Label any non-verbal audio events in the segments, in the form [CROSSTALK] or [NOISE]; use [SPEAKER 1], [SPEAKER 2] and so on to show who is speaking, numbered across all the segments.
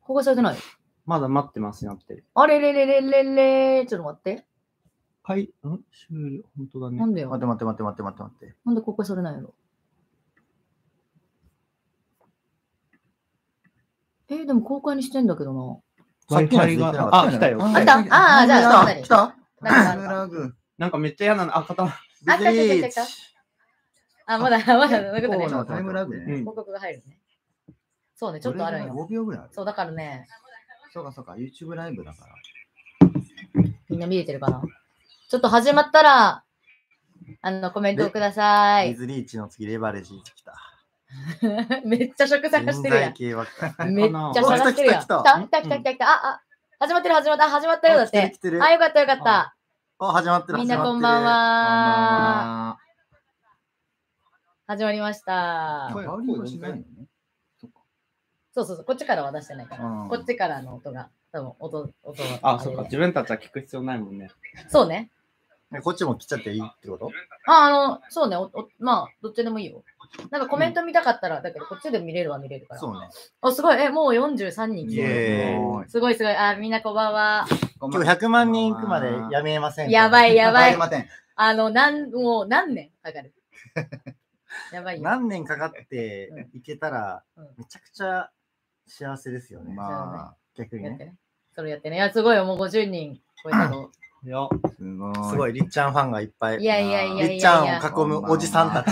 [SPEAKER 1] 公開されてない。
[SPEAKER 2] まだ待ってますなってる。
[SPEAKER 1] あれれれれれれちょっと待って。
[SPEAKER 2] はい、ん終了。本当だ
[SPEAKER 1] な
[SPEAKER 2] ね。
[SPEAKER 1] んでよ
[SPEAKER 3] 待っ。て待って待って待って待って待って。
[SPEAKER 1] なんで公開されないのえーでも公開にしてんだけどな。
[SPEAKER 3] さっきのや
[SPEAKER 2] Wi-Fi
[SPEAKER 3] つでき
[SPEAKER 2] が
[SPEAKER 3] てなか
[SPEAKER 2] あ来たよ
[SPEAKER 3] うん
[SPEAKER 1] 来たあーじゃあ
[SPEAKER 3] 来た
[SPEAKER 1] 来た
[SPEAKER 3] 来たラグ。
[SPEAKER 2] なんかめっちゃ嫌なの。あ、片方
[SPEAKER 1] あ来た来た来た来た
[SPEAKER 3] [LAUGHS] ビリーチ
[SPEAKER 1] あ、まだ、まだ、残って
[SPEAKER 3] こう
[SPEAKER 1] ね。
[SPEAKER 3] なタイムラグ
[SPEAKER 2] う
[SPEAKER 3] ね。
[SPEAKER 2] ん
[SPEAKER 1] 広告が入るね。そうね、ちょっとあるんよ。
[SPEAKER 3] 5秒ぐらいある。
[SPEAKER 1] そう、だからね、
[SPEAKER 3] そうかそうか、YouTube ライブだから。
[SPEAKER 1] みんな見れてるかな。ちょっと始まったら、あの、コメントをください
[SPEAKER 3] 水。リーチの次、レバレージ来た。
[SPEAKER 1] [LAUGHS] めっちゃ食探してるや
[SPEAKER 3] 人材系ばっか
[SPEAKER 1] ん。めっちゃ探してるやん。
[SPEAKER 3] お来
[SPEAKER 1] 来
[SPEAKER 3] た
[SPEAKER 1] た
[SPEAKER 3] 来
[SPEAKER 1] 来た来た来た来た。あ、あ、始まってる始まった、始まったよだっ
[SPEAKER 3] 来てる
[SPEAKER 1] て
[SPEAKER 3] 来。てる。
[SPEAKER 1] あ、よかったよかった。
[SPEAKER 3] お、始まってる。
[SPEAKER 1] みんな
[SPEAKER 3] 始まってる
[SPEAKER 1] こんばんは。
[SPEAKER 3] こ
[SPEAKER 1] 始まりました。
[SPEAKER 3] んばんは。
[SPEAKER 2] 声
[SPEAKER 3] 香りもしないのね。
[SPEAKER 1] そうそうそう、こっちからは出してないから。
[SPEAKER 3] うん
[SPEAKER 1] こっちからの音が、多分音、音は
[SPEAKER 2] あ、そうか。
[SPEAKER 1] れで
[SPEAKER 2] 自分たちは聞く必要ないもんね。
[SPEAKER 1] そうね。
[SPEAKER 3] えこっちも来ちゃっていいってこと
[SPEAKER 1] あ、あの、そうね。おおまあ、どっちでもいいよ。なんかコメント見たかったら、だけど、こっちで見れるは見れるから。
[SPEAKER 3] そうね。
[SPEAKER 1] あ、すごい。え、もう43人来て
[SPEAKER 3] イ
[SPEAKER 1] る。
[SPEAKER 3] エーイ。
[SPEAKER 1] すごいすごい。あ、みんなこんばんは。
[SPEAKER 3] 今日100万人いくまでやめませんから。
[SPEAKER 1] やばいやばい
[SPEAKER 3] めません。
[SPEAKER 1] あの、なん、もう何年かかるやばいよ。
[SPEAKER 3] 何年かかっていけたら
[SPEAKER 1] うん、
[SPEAKER 3] めちゃくちゃ幸せですよね。
[SPEAKER 1] ま
[SPEAKER 3] まあ、逆に
[SPEAKER 1] やって
[SPEAKER 3] ね。
[SPEAKER 1] ね。それやってね。いや、すごいよ。もう50人超えたの。
[SPEAKER 2] いや、
[SPEAKER 3] すごい。すごい、りっちゃんファンがいっぱい。
[SPEAKER 1] いやいやいやいやいや。
[SPEAKER 3] りっちゃんを囲むおじさんたち。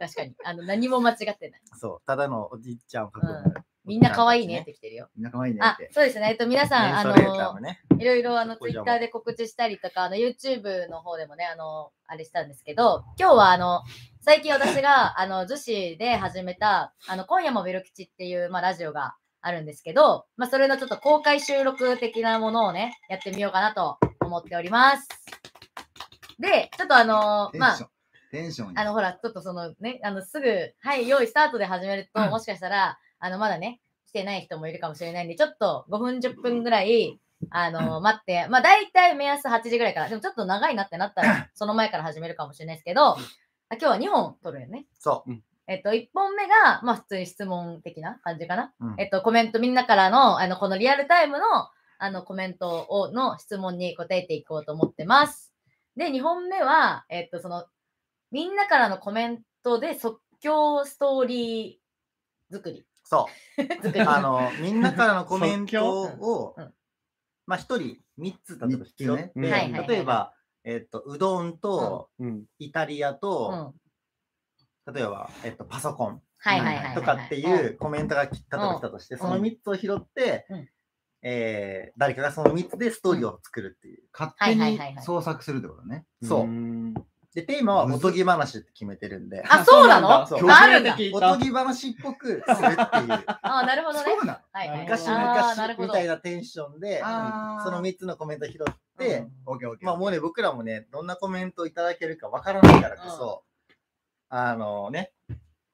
[SPEAKER 1] 確かに。あの、何も間違ってない。
[SPEAKER 3] そう、ただのおじいちゃんを囲
[SPEAKER 1] うん
[SPEAKER 3] む。
[SPEAKER 1] みんな可愛いねって来てるよ。
[SPEAKER 3] みんな可愛いねっ
[SPEAKER 1] あ
[SPEAKER 3] て。、
[SPEAKER 1] そうですね。えっと、皆さん、あ
[SPEAKER 3] メ
[SPEAKER 1] の
[SPEAKER 3] ンソレーターもね。
[SPEAKER 1] いろいろあの
[SPEAKER 3] ここ
[SPEAKER 1] ツイ
[SPEAKER 3] じゃ
[SPEAKER 1] ッ
[SPEAKER 3] もう
[SPEAKER 1] ターで告知したりとか、あの YouTube の方でもね、あの、あれしたんですけど、今日はあの、最近私が、あ [LAUGHS] の、女子で始めた、あの、今夜もベロ吉っていう、まあ、ラジオがあるんですけど、まあ、それのちょっと公開収録的なものをね、やってみようかなと思っております。で、ちょっとあの、まあ、
[SPEAKER 3] ン。テンション
[SPEAKER 1] あの、ほら、ちょっとそのね、あの、すぐ、はい、用意スタートで始めると、もしかしたら、あの、まだね、来てない人もいるかもしれないんで、ちょっと5分、10分ぐらい、あの、待って、まあ、大体目安8時ぐらいから、でもちょっと長いなってなったら、その前から始めるかもしれないですけど、あ今日は2本撮るよね。
[SPEAKER 3] そ
[SPEAKER 1] えっと、1本目が、まあ、普通に質問的な感じかな。
[SPEAKER 3] う。うん
[SPEAKER 1] えっと、コメント、みんなからの、あの、このリアルタイムの、あの、コメントを、の質問に答えていこうと思ってます。で、2本目は、えっと、その、みんなからのコメントで即興ストーリー作り。
[SPEAKER 3] そう。
[SPEAKER 1] 作り。
[SPEAKER 3] [LAUGHS] あの、みんなからのコメント
[SPEAKER 1] 即
[SPEAKER 3] を
[SPEAKER 1] うん、
[SPEAKER 3] まあ、一人3つだとして、ね
[SPEAKER 2] うんはいはい
[SPEAKER 1] はい
[SPEAKER 3] 例えば、えっと、うどんと、
[SPEAKER 2] うん。
[SPEAKER 3] イタリア
[SPEAKER 1] うん。
[SPEAKER 3] と、
[SPEAKER 1] は
[SPEAKER 3] 例えば、えっと、パソコン
[SPEAKER 1] いはいはいはいはい。
[SPEAKER 3] とかっていうコメントが来たと来たとして、
[SPEAKER 1] ん
[SPEAKER 3] その3つを拾って
[SPEAKER 1] うん、
[SPEAKER 3] えー誰かがその3つでストーリーを作るっていう。
[SPEAKER 4] 勝
[SPEAKER 1] は
[SPEAKER 4] 手
[SPEAKER 1] いはい
[SPEAKER 4] に
[SPEAKER 1] はいはい
[SPEAKER 4] 創作するってことね。
[SPEAKER 3] そう
[SPEAKER 2] うん。
[SPEAKER 3] で、テーマはおとぎ話って決めてるんで、
[SPEAKER 1] あ、そうなの
[SPEAKER 2] あ
[SPEAKER 1] あ
[SPEAKER 2] そう
[SPEAKER 3] なんだ
[SPEAKER 1] あるんだ。
[SPEAKER 3] おとぎ話っぽくするっていう。
[SPEAKER 1] [LAUGHS] あなるほどね。
[SPEAKER 4] うな
[SPEAKER 1] はいはい。
[SPEAKER 3] 昔
[SPEAKER 1] あーなる
[SPEAKER 3] 々
[SPEAKER 1] ほ
[SPEAKER 3] み
[SPEAKER 1] ど
[SPEAKER 3] たいなテンションで、
[SPEAKER 4] あー
[SPEAKER 3] その3つのコメント拾って、
[SPEAKER 1] うん
[SPEAKER 4] オッケーオッケー。
[SPEAKER 3] まあもうね、僕らもね、どんなコメントをいただけるかわからないからこそ、あのね、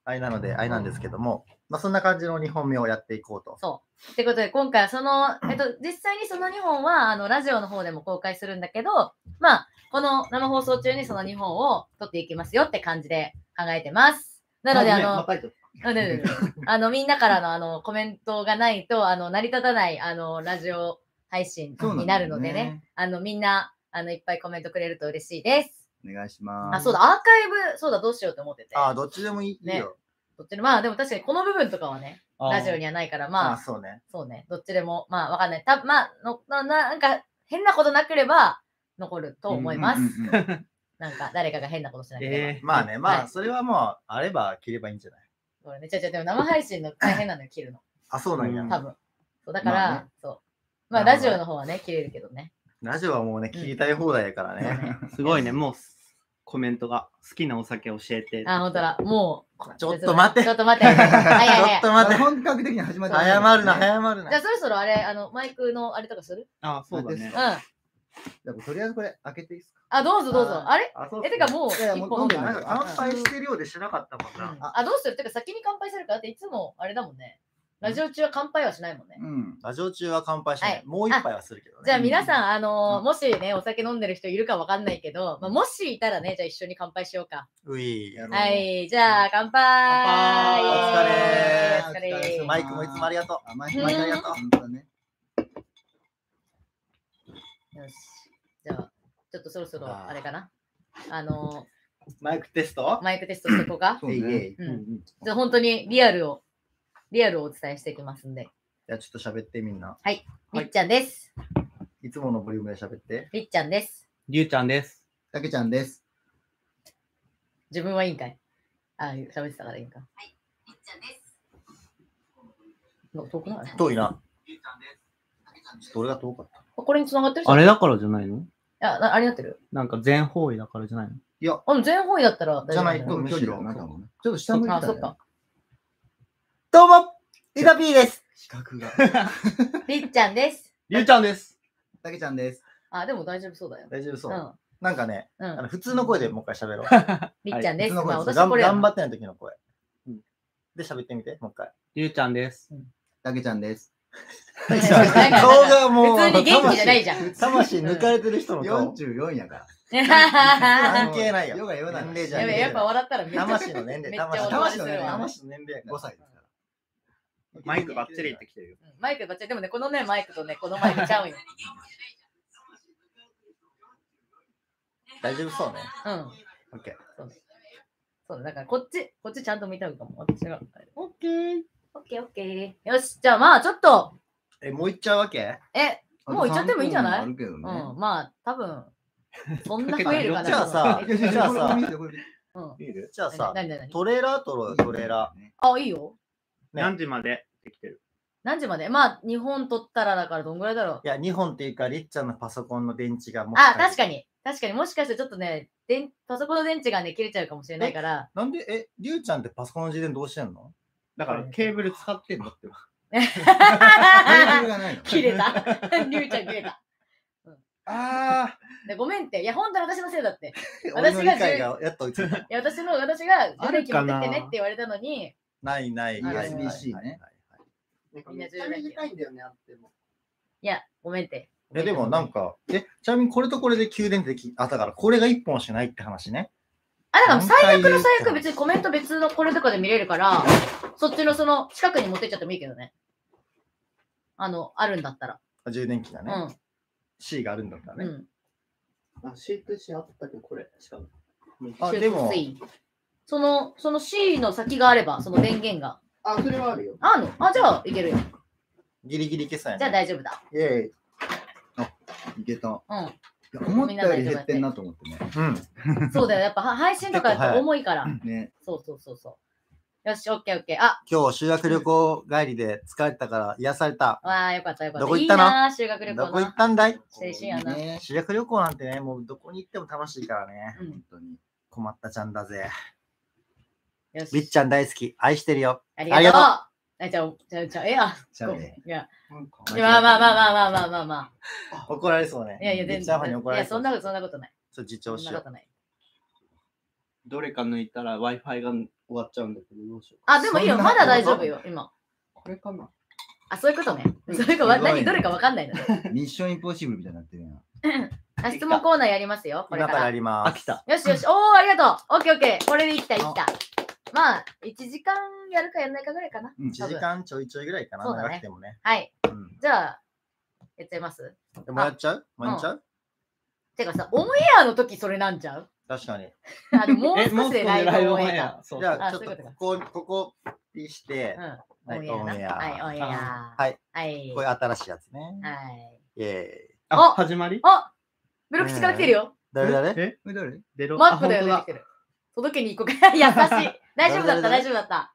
[SPEAKER 3] あれなので、あれなんですけども、まあそんな感じの2本目をやっていこうと。
[SPEAKER 1] そう。ってことで、今回はその、えっと、実際にその2本は、あの、ラジオの方でも公開するんだけど、まあ、この生放送中にその2本を撮っていきますよって感じで考えてます。なので、あの、うんうんうんあの、みんなからのあの、コメントがないと、あの、成り立たない、あの、ラジオ配信
[SPEAKER 4] そうなんだよね
[SPEAKER 1] になるのでね、あの、みんな、あの、いっぱいコメントくれると嬉しいです。
[SPEAKER 4] お願いします。
[SPEAKER 1] あ、そうだ、アーカイブ、そうだ、どうしようと思ってて。
[SPEAKER 3] ああ、どっちでもいい,、
[SPEAKER 1] ね
[SPEAKER 3] よ。
[SPEAKER 1] どっちでもまあ、でも確かにこの部分とかはね、
[SPEAKER 2] あー
[SPEAKER 1] ラジオにはないから、
[SPEAKER 3] あ
[SPEAKER 1] ま
[SPEAKER 3] あ、
[SPEAKER 1] あ、
[SPEAKER 3] そうね。
[SPEAKER 1] そうね、どっちでも、まあ、わかんない。たまあのな、なんか、変なことなければ、残ると思います。
[SPEAKER 4] うんうんうん
[SPEAKER 1] なんか、誰かが変なことしなければ。
[SPEAKER 2] え
[SPEAKER 3] まあね、ま
[SPEAKER 1] は
[SPEAKER 3] あ
[SPEAKER 1] い
[SPEAKER 3] それはもう、あれば切ればいいんじゃない
[SPEAKER 1] これね、ちょちょ、でも生配信の大変なのよ、切るの。
[SPEAKER 3] あ、そうなんや。
[SPEAKER 2] うん
[SPEAKER 1] 多分。そうだから、
[SPEAKER 3] まあね
[SPEAKER 1] そう。まあ、
[SPEAKER 3] なる
[SPEAKER 1] ラ
[SPEAKER 3] ほ
[SPEAKER 1] ジ
[SPEAKER 3] ど
[SPEAKER 1] オの方はね、切れるけどね。
[SPEAKER 3] ラジオはもうね、切りたい放題やから
[SPEAKER 1] そう
[SPEAKER 3] ね。
[SPEAKER 1] ね
[SPEAKER 2] ーすごいね、もうコメントが好きなお酒教えて。
[SPEAKER 1] あ、ほんとだ。もう。
[SPEAKER 3] [LAUGHS] ちょっと待って
[SPEAKER 1] ちょっと待って。はいはいはい。
[SPEAKER 3] ちょっと
[SPEAKER 4] ま
[SPEAKER 3] 待
[SPEAKER 4] だ
[SPEAKER 3] って、
[SPEAKER 4] 本格的に始まって
[SPEAKER 3] 謝るな、
[SPEAKER 4] じゃ
[SPEAKER 3] 謝るな
[SPEAKER 1] じゃ。あそろそろあれ、あの、マイクのあれとかする
[SPEAKER 2] あ、そうだね
[SPEAKER 1] うん。。あ、
[SPEAKER 4] あとりあえずこれ開けていいですか
[SPEAKER 1] どうぞどうぞ。
[SPEAKER 3] あ
[SPEAKER 1] あれ
[SPEAKER 3] あ、そうっす
[SPEAKER 1] え、
[SPEAKER 3] ね
[SPEAKER 1] てかもう、
[SPEAKER 4] いやいや
[SPEAKER 1] 一
[SPEAKER 4] もう
[SPEAKER 1] 本
[SPEAKER 4] 飲んで
[SPEAKER 1] 飲
[SPEAKER 3] なん
[SPEAKER 1] んで
[SPEAKER 3] か
[SPEAKER 1] る
[SPEAKER 3] 乾杯してるようでしなかったもん
[SPEAKER 1] うん
[SPEAKER 3] な。
[SPEAKER 1] あ、どうするてか先に乾杯するかだっていつもあれだもんね。ラジオ中は乾杯はしないもんね。
[SPEAKER 4] うん。
[SPEAKER 3] ラジオ中は乾杯しない。
[SPEAKER 1] はい
[SPEAKER 3] もう一杯はするけどね。
[SPEAKER 1] じゃあ皆さん、あのー
[SPEAKER 4] うん
[SPEAKER 1] もしね、お酒飲んでる人いるかわかんないけど、まあ、もしいたらね、じゃあ一緒に乾杯しようか。
[SPEAKER 3] うい。
[SPEAKER 4] やろう
[SPEAKER 1] はい、じゃあ乾
[SPEAKER 3] 乾
[SPEAKER 1] 杯
[SPEAKER 3] 杯
[SPEAKER 1] お疲れ
[SPEAKER 4] お疲れ様
[SPEAKER 3] マイクもいつもありがと。
[SPEAKER 4] あ、毎回ありがとう。本当ね。
[SPEAKER 1] よし。じゃあ、ちょっとそろそろ、あれかな。あの
[SPEAKER 2] マイクテスト
[SPEAKER 1] ーマイクテストしていこうか。
[SPEAKER 4] そう
[SPEAKER 3] えいえ
[SPEAKER 4] ね。
[SPEAKER 3] い。
[SPEAKER 1] うん。じゃあ本当にリアルを、リアルをお伝えしていきますんで。
[SPEAKER 3] じゃあちょっと喋ってみんな。
[SPEAKER 1] みっちゃんです。
[SPEAKER 3] いつものボリュームで喋って。
[SPEAKER 1] みっちゃんです。
[SPEAKER 2] りゅうちゃんです。
[SPEAKER 4] たけちゃんです。
[SPEAKER 1] 自分はいいんかいあ、喋ってたからいいんか。
[SPEAKER 5] みっちゃんです。
[SPEAKER 1] の遠くない
[SPEAKER 3] 遠いな。ちょっと俺が遠かった。
[SPEAKER 1] これに繋がってるじゃ
[SPEAKER 2] あ
[SPEAKER 1] ん。
[SPEAKER 2] れだからじゃないの
[SPEAKER 1] あなあれなってる
[SPEAKER 2] なんか全方位だからじゃないの
[SPEAKER 1] あの全方位だったら大丈夫
[SPEAKER 3] じゃない
[SPEAKER 1] だよ
[SPEAKER 3] と
[SPEAKER 4] 距
[SPEAKER 3] むし
[SPEAKER 4] 離
[SPEAKER 3] ろ
[SPEAKER 4] は。なんかもうね。ちょっと下向いて
[SPEAKER 1] あ、
[SPEAKER 4] た
[SPEAKER 1] そっ
[SPEAKER 3] [LAUGHS]
[SPEAKER 4] ね
[SPEAKER 1] か。
[SPEAKER 3] どうもリタピーです
[SPEAKER 4] 比較が。
[SPEAKER 1] りっちゃんです。
[SPEAKER 2] りゅうちゃんです。
[SPEAKER 4] たけちゃんです。
[SPEAKER 1] あ、でも大丈夫そうだよ。
[SPEAKER 3] 大丈夫そう。
[SPEAKER 1] ん。
[SPEAKER 3] なんかね、
[SPEAKER 1] う
[SPEAKER 3] あの
[SPEAKER 1] ん。
[SPEAKER 3] 普通の声でもう一回喋ろう。
[SPEAKER 1] りっちゃん
[SPEAKER 3] 普
[SPEAKER 1] です。
[SPEAKER 3] 通
[SPEAKER 1] ま
[SPEAKER 3] の
[SPEAKER 1] あ
[SPEAKER 3] 声です。
[SPEAKER 1] 私
[SPEAKER 3] 頑
[SPEAKER 1] これやな
[SPEAKER 3] 頑張ってない時の声
[SPEAKER 2] うん。
[SPEAKER 3] で、喋ってみて、もう
[SPEAKER 1] [LAUGHS]
[SPEAKER 3] 一回。
[SPEAKER 2] りゅうちゃんです。
[SPEAKER 4] たけちゃんです。
[SPEAKER 1] なんかなんか
[SPEAKER 3] [LAUGHS] 顔がもう、
[SPEAKER 1] [LAUGHS] 普通に元気じゃないじゃん。 [LAUGHS]
[SPEAKER 3] 魂抜かれてる人の顔。
[SPEAKER 4] 44やから。
[SPEAKER 3] 関係ないよ。
[SPEAKER 4] 世が世なの
[SPEAKER 3] 年齢じ
[SPEAKER 1] [LAUGHS]
[SPEAKER 3] ゃ
[SPEAKER 1] や
[SPEAKER 3] ん
[SPEAKER 1] べえやっぱ笑ったらめっちゃ
[SPEAKER 3] 魂の年齢、
[SPEAKER 1] [LAUGHS] めっちゃ
[SPEAKER 3] 魂
[SPEAKER 1] 魂
[SPEAKER 3] の
[SPEAKER 1] の
[SPEAKER 3] 年
[SPEAKER 1] 年
[SPEAKER 3] 齢。
[SPEAKER 1] 齢
[SPEAKER 3] 魂の年齢。
[SPEAKER 4] 5歳
[SPEAKER 1] [LAUGHS]
[SPEAKER 4] ですか
[SPEAKER 2] マイクバッチリってきてるよ。
[SPEAKER 1] うんマイクばっちりでもねこのねマイクとねこのマイクちゃうんよ。
[SPEAKER 3] 大丈夫そうね。
[SPEAKER 1] うん。
[SPEAKER 3] オッケー。
[SPEAKER 1] そうねそうねだからこっちこっちちゃんと見たのかも私が。オッケー。オッケーオッケー。よしじゃあまあちょっと
[SPEAKER 3] え、もう行っちゃうわけ
[SPEAKER 1] え
[SPEAKER 4] ら。
[SPEAKER 1] もう行っちゃってもいいんじゃない
[SPEAKER 4] あるけ
[SPEAKER 1] う
[SPEAKER 4] どね
[SPEAKER 1] ん。まあ多分そんな増えるかな。
[SPEAKER 3] [LAUGHS] じゃ
[SPEAKER 1] [LAUGHS]
[SPEAKER 3] あさ
[SPEAKER 1] え
[SPEAKER 3] じゃあ
[SPEAKER 1] う
[SPEAKER 3] さ
[SPEAKER 1] ん。
[SPEAKER 3] じゃあさ、
[SPEAKER 1] 何何何
[SPEAKER 3] トレーラー取ろうよ、トレーラ
[SPEAKER 1] あいいよ。
[SPEAKER 2] 何時までできてる
[SPEAKER 1] 何時までまあ日本取ったらだからどんぐらいだろう
[SPEAKER 3] ー。い。や、2本っていうか、りっちゃんのパソコンの電池がもう。
[SPEAKER 1] あ確かに確かにもしかしてちょっとね電パソコンの電池がね切れちゃうかもしれないから。
[SPEAKER 3] [LAUGHS] なんで、え、りゅうちゃんってパソコンの充電どうしてんの
[SPEAKER 2] だからケーブル使ってんのって。
[SPEAKER 4] がないの。
[SPEAKER 1] 切れた。りゅうちゃん切れた。
[SPEAKER 3] ああ、
[SPEAKER 1] でごめんって。いや、本当に私のせいだって。
[SPEAKER 3] 俺の理解がやっといて
[SPEAKER 1] [LAUGHS] いや、私の、私が、
[SPEAKER 2] あ
[SPEAKER 1] 充電
[SPEAKER 2] る
[SPEAKER 1] 器持
[SPEAKER 2] か
[SPEAKER 1] って
[SPEAKER 2] な
[SPEAKER 1] ってねって言われたのに、
[SPEAKER 3] ないない。
[SPEAKER 1] あ
[SPEAKER 3] ない
[SPEAKER 4] USB-C ね。
[SPEAKER 1] みんな充電器。
[SPEAKER 4] いんだよね、あっても。
[SPEAKER 1] いや、ごめんって。
[SPEAKER 3] え、でもなんか、え、ちなみにこれとこれで給電ってきあったから、これが1本しないって話ね。
[SPEAKER 1] あ、だから最
[SPEAKER 3] 何回
[SPEAKER 1] 悪
[SPEAKER 3] 言
[SPEAKER 1] の
[SPEAKER 3] う
[SPEAKER 1] 最
[SPEAKER 3] か
[SPEAKER 1] 悪、別にコメント別のこれとかで見れるから、そっちのその、近くに持ってっちゃってもいいけどね。あの、あるんだったら。
[SPEAKER 3] あ充電器がね、C があるんだった
[SPEAKER 1] うん。
[SPEAKER 3] ら
[SPEAKER 1] う
[SPEAKER 3] ね。
[SPEAKER 1] ん。
[SPEAKER 2] C2C あったけど、これしか
[SPEAKER 3] あ、でも、
[SPEAKER 1] C その、その C の先があれば、その電源が。
[SPEAKER 2] あ、それはあるよ。
[SPEAKER 1] あんのあ、じゃあ、いけるよ。
[SPEAKER 3] ギリギリ消さない。
[SPEAKER 1] じゃあ大丈夫だ。
[SPEAKER 3] イェイ。
[SPEAKER 4] いけた。
[SPEAKER 1] う
[SPEAKER 4] いや思ったより減ってんなと思ってね。
[SPEAKER 3] うん。
[SPEAKER 1] ん。そうだよ。やっぱ
[SPEAKER 3] [LAUGHS]
[SPEAKER 1] は配信とかやっぱ重いから。
[SPEAKER 4] ね。
[SPEAKER 1] そうそうそうそう。よし、オッケーオッケー。あ、
[SPEAKER 3] 今日修学旅行帰りで疲れたから癒された。
[SPEAKER 1] わあ、よかったよかった。
[SPEAKER 3] どこ行ったの
[SPEAKER 1] いいなあ修学旅行な。
[SPEAKER 3] どこ行ったんだい
[SPEAKER 1] 青春やな
[SPEAKER 4] ね
[SPEAKER 3] 修学旅行なんてね、もうどこに行っても楽しいからね。
[SPEAKER 1] うん
[SPEAKER 4] 本当に。
[SPEAKER 3] 困ったちゃんだぜ。
[SPEAKER 1] よし。
[SPEAKER 3] りっちゃん大好き。愛してるよ。
[SPEAKER 1] ありがとう。
[SPEAKER 3] ありがとう
[SPEAKER 1] あじゃあ、じゃあ、じゃあ、えや。
[SPEAKER 4] じゃあね。
[SPEAKER 1] いや、
[SPEAKER 4] 間違えた
[SPEAKER 1] まあまあまあまあまあまあまあま
[SPEAKER 3] 怒られそうね
[SPEAKER 1] あ。。いやいや、
[SPEAKER 3] り
[SPEAKER 1] 全
[SPEAKER 3] っちゃんファンに
[SPEAKER 1] 然。
[SPEAKER 3] 怒
[SPEAKER 1] い
[SPEAKER 3] られ
[SPEAKER 1] や、
[SPEAKER 3] そ。
[SPEAKER 1] そうんなこと、そんなことない。
[SPEAKER 3] ちょっと自
[SPEAKER 1] そ
[SPEAKER 3] 重
[SPEAKER 1] ん
[SPEAKER 3] し
[SPEAKER 1] な
[SPEAKER 3] よ
[SPEAKER 1] こ
[SPEAKER 3] う。
[SPEAKER 1] とない。
[SPEAKER 2] どれか抜いたら Wi-Fi が終わっちゃうんだけど、どうしよう。
[SPEAKER 1] あ、でもいいよ。
[SPEAKER 4] そんな
[SPEAKER 1] ま
[SPEAKER 4] こと
[SPEAKER 1] だ大丈夫よ、今。
[SPEAKER 2] これかな
[SPEAKER 1] あ、そういうことね。それか、わ
[SPEAKER 4] すごいね
[SPEAKER 1] 何、どれかわかんないので。
[SPEAKER 4] ミッションインポッシブルみたいになってるやん。
[SPEAKER 1] あ質問コーナーやりますよ、これ
[SPEAKER 3] 今
[SPEAKER 1] か
[SPEAKER 3] からや
[SPEAKER 1] ら。
[SPEAKER 3] りま
[SPEAKER 2] あ、
[SPEAKER 3] す。
[SPEAKER 2] 来た。
[SPEAKER 1] よしよし。おー、ありがとう。オッケーオッケー。これでいった、いった。まあ、1時間やるかやらないかぐらいかな。
[SPEAKER 4] うん
[SPEAKER 3] 1時間ちょいちょいぐらいかな。
[SPEAKER 1] そうだね
[SPEAKER 3] 長くてもね。
[SPEAKER 1] はい。
[SPEAKER 3] うん。
[SPEAKER 1] じゃあ、やっちゃいます
[SPEAKER 3] でもやっちゃうもうやっちゃう
[SPEAKER 1] てかさ、オンエアの時それなんじゃう
[SPEAKER 3] 確かに。
[SPEAKER 1] あの、もう
[SPEAKER 2] え、
[SPEAKER 1] 少
[SPEAKER 2] も
[SPEAKER 1] し
[SPEAKER 2] う
[SPEAKER 1] で
[SPEAKER 2] すぐ
[SPEAKER 1] ライブオンエア。
[SPEAKER 2] や。そう
[SPEAKER 3] じゃあ、
[SPEAKER 1] あ
[SPEAKER 3] ちょっ
[SPEAKER 1] そういう
[SPEAKER 3] と
[SPEAKER 1] ことか
[SPEAKER 3] ここ、ここ、ピッして、
[SPEAKER 1] うん。
[SPEAKER 3] はい
[SPEAKER 1] オンエアな。
[SPEAKER 3] オ
[SPEAKER 1] は
[SPEAKER 3] ン
[SPEAKER 1] い、
[SPEAKER 3] エ
[SPEAKER 1] オンエア。
[SPEAKER 3] はい。
[SPEAKER 1] はい
[SPEAKER 3] こ。れ新しいやつね。
[SPEAKER 1] はい。
[SPEAKER 3] イェーイ。
[SPEAKER 2] あ
[SPEAKER 1] お
[SPEAKER 2] 始まり
[SPEAKER 1] あブロックスから来てるよ。
[SPEAKER 3] 誰誰
[SPEAKER 2] え
[SPEAKER 4] これ誰
[SPEAKER 2] 出ろ。
[SPEAKER 1] マックだよ、
[SPEAKER 2] あ
[SPEAKER 1] 出てき
[SPEAKER 2] 本
[SPEAKER 1] てる。届けに行こう
[SPEAKER 3] [LAUGHS]
[SPEAKER 1] か。優しい。大丈夫だった、
[SPEAKER 3] 誰
[SPEAKER 1] 大丈夫だった。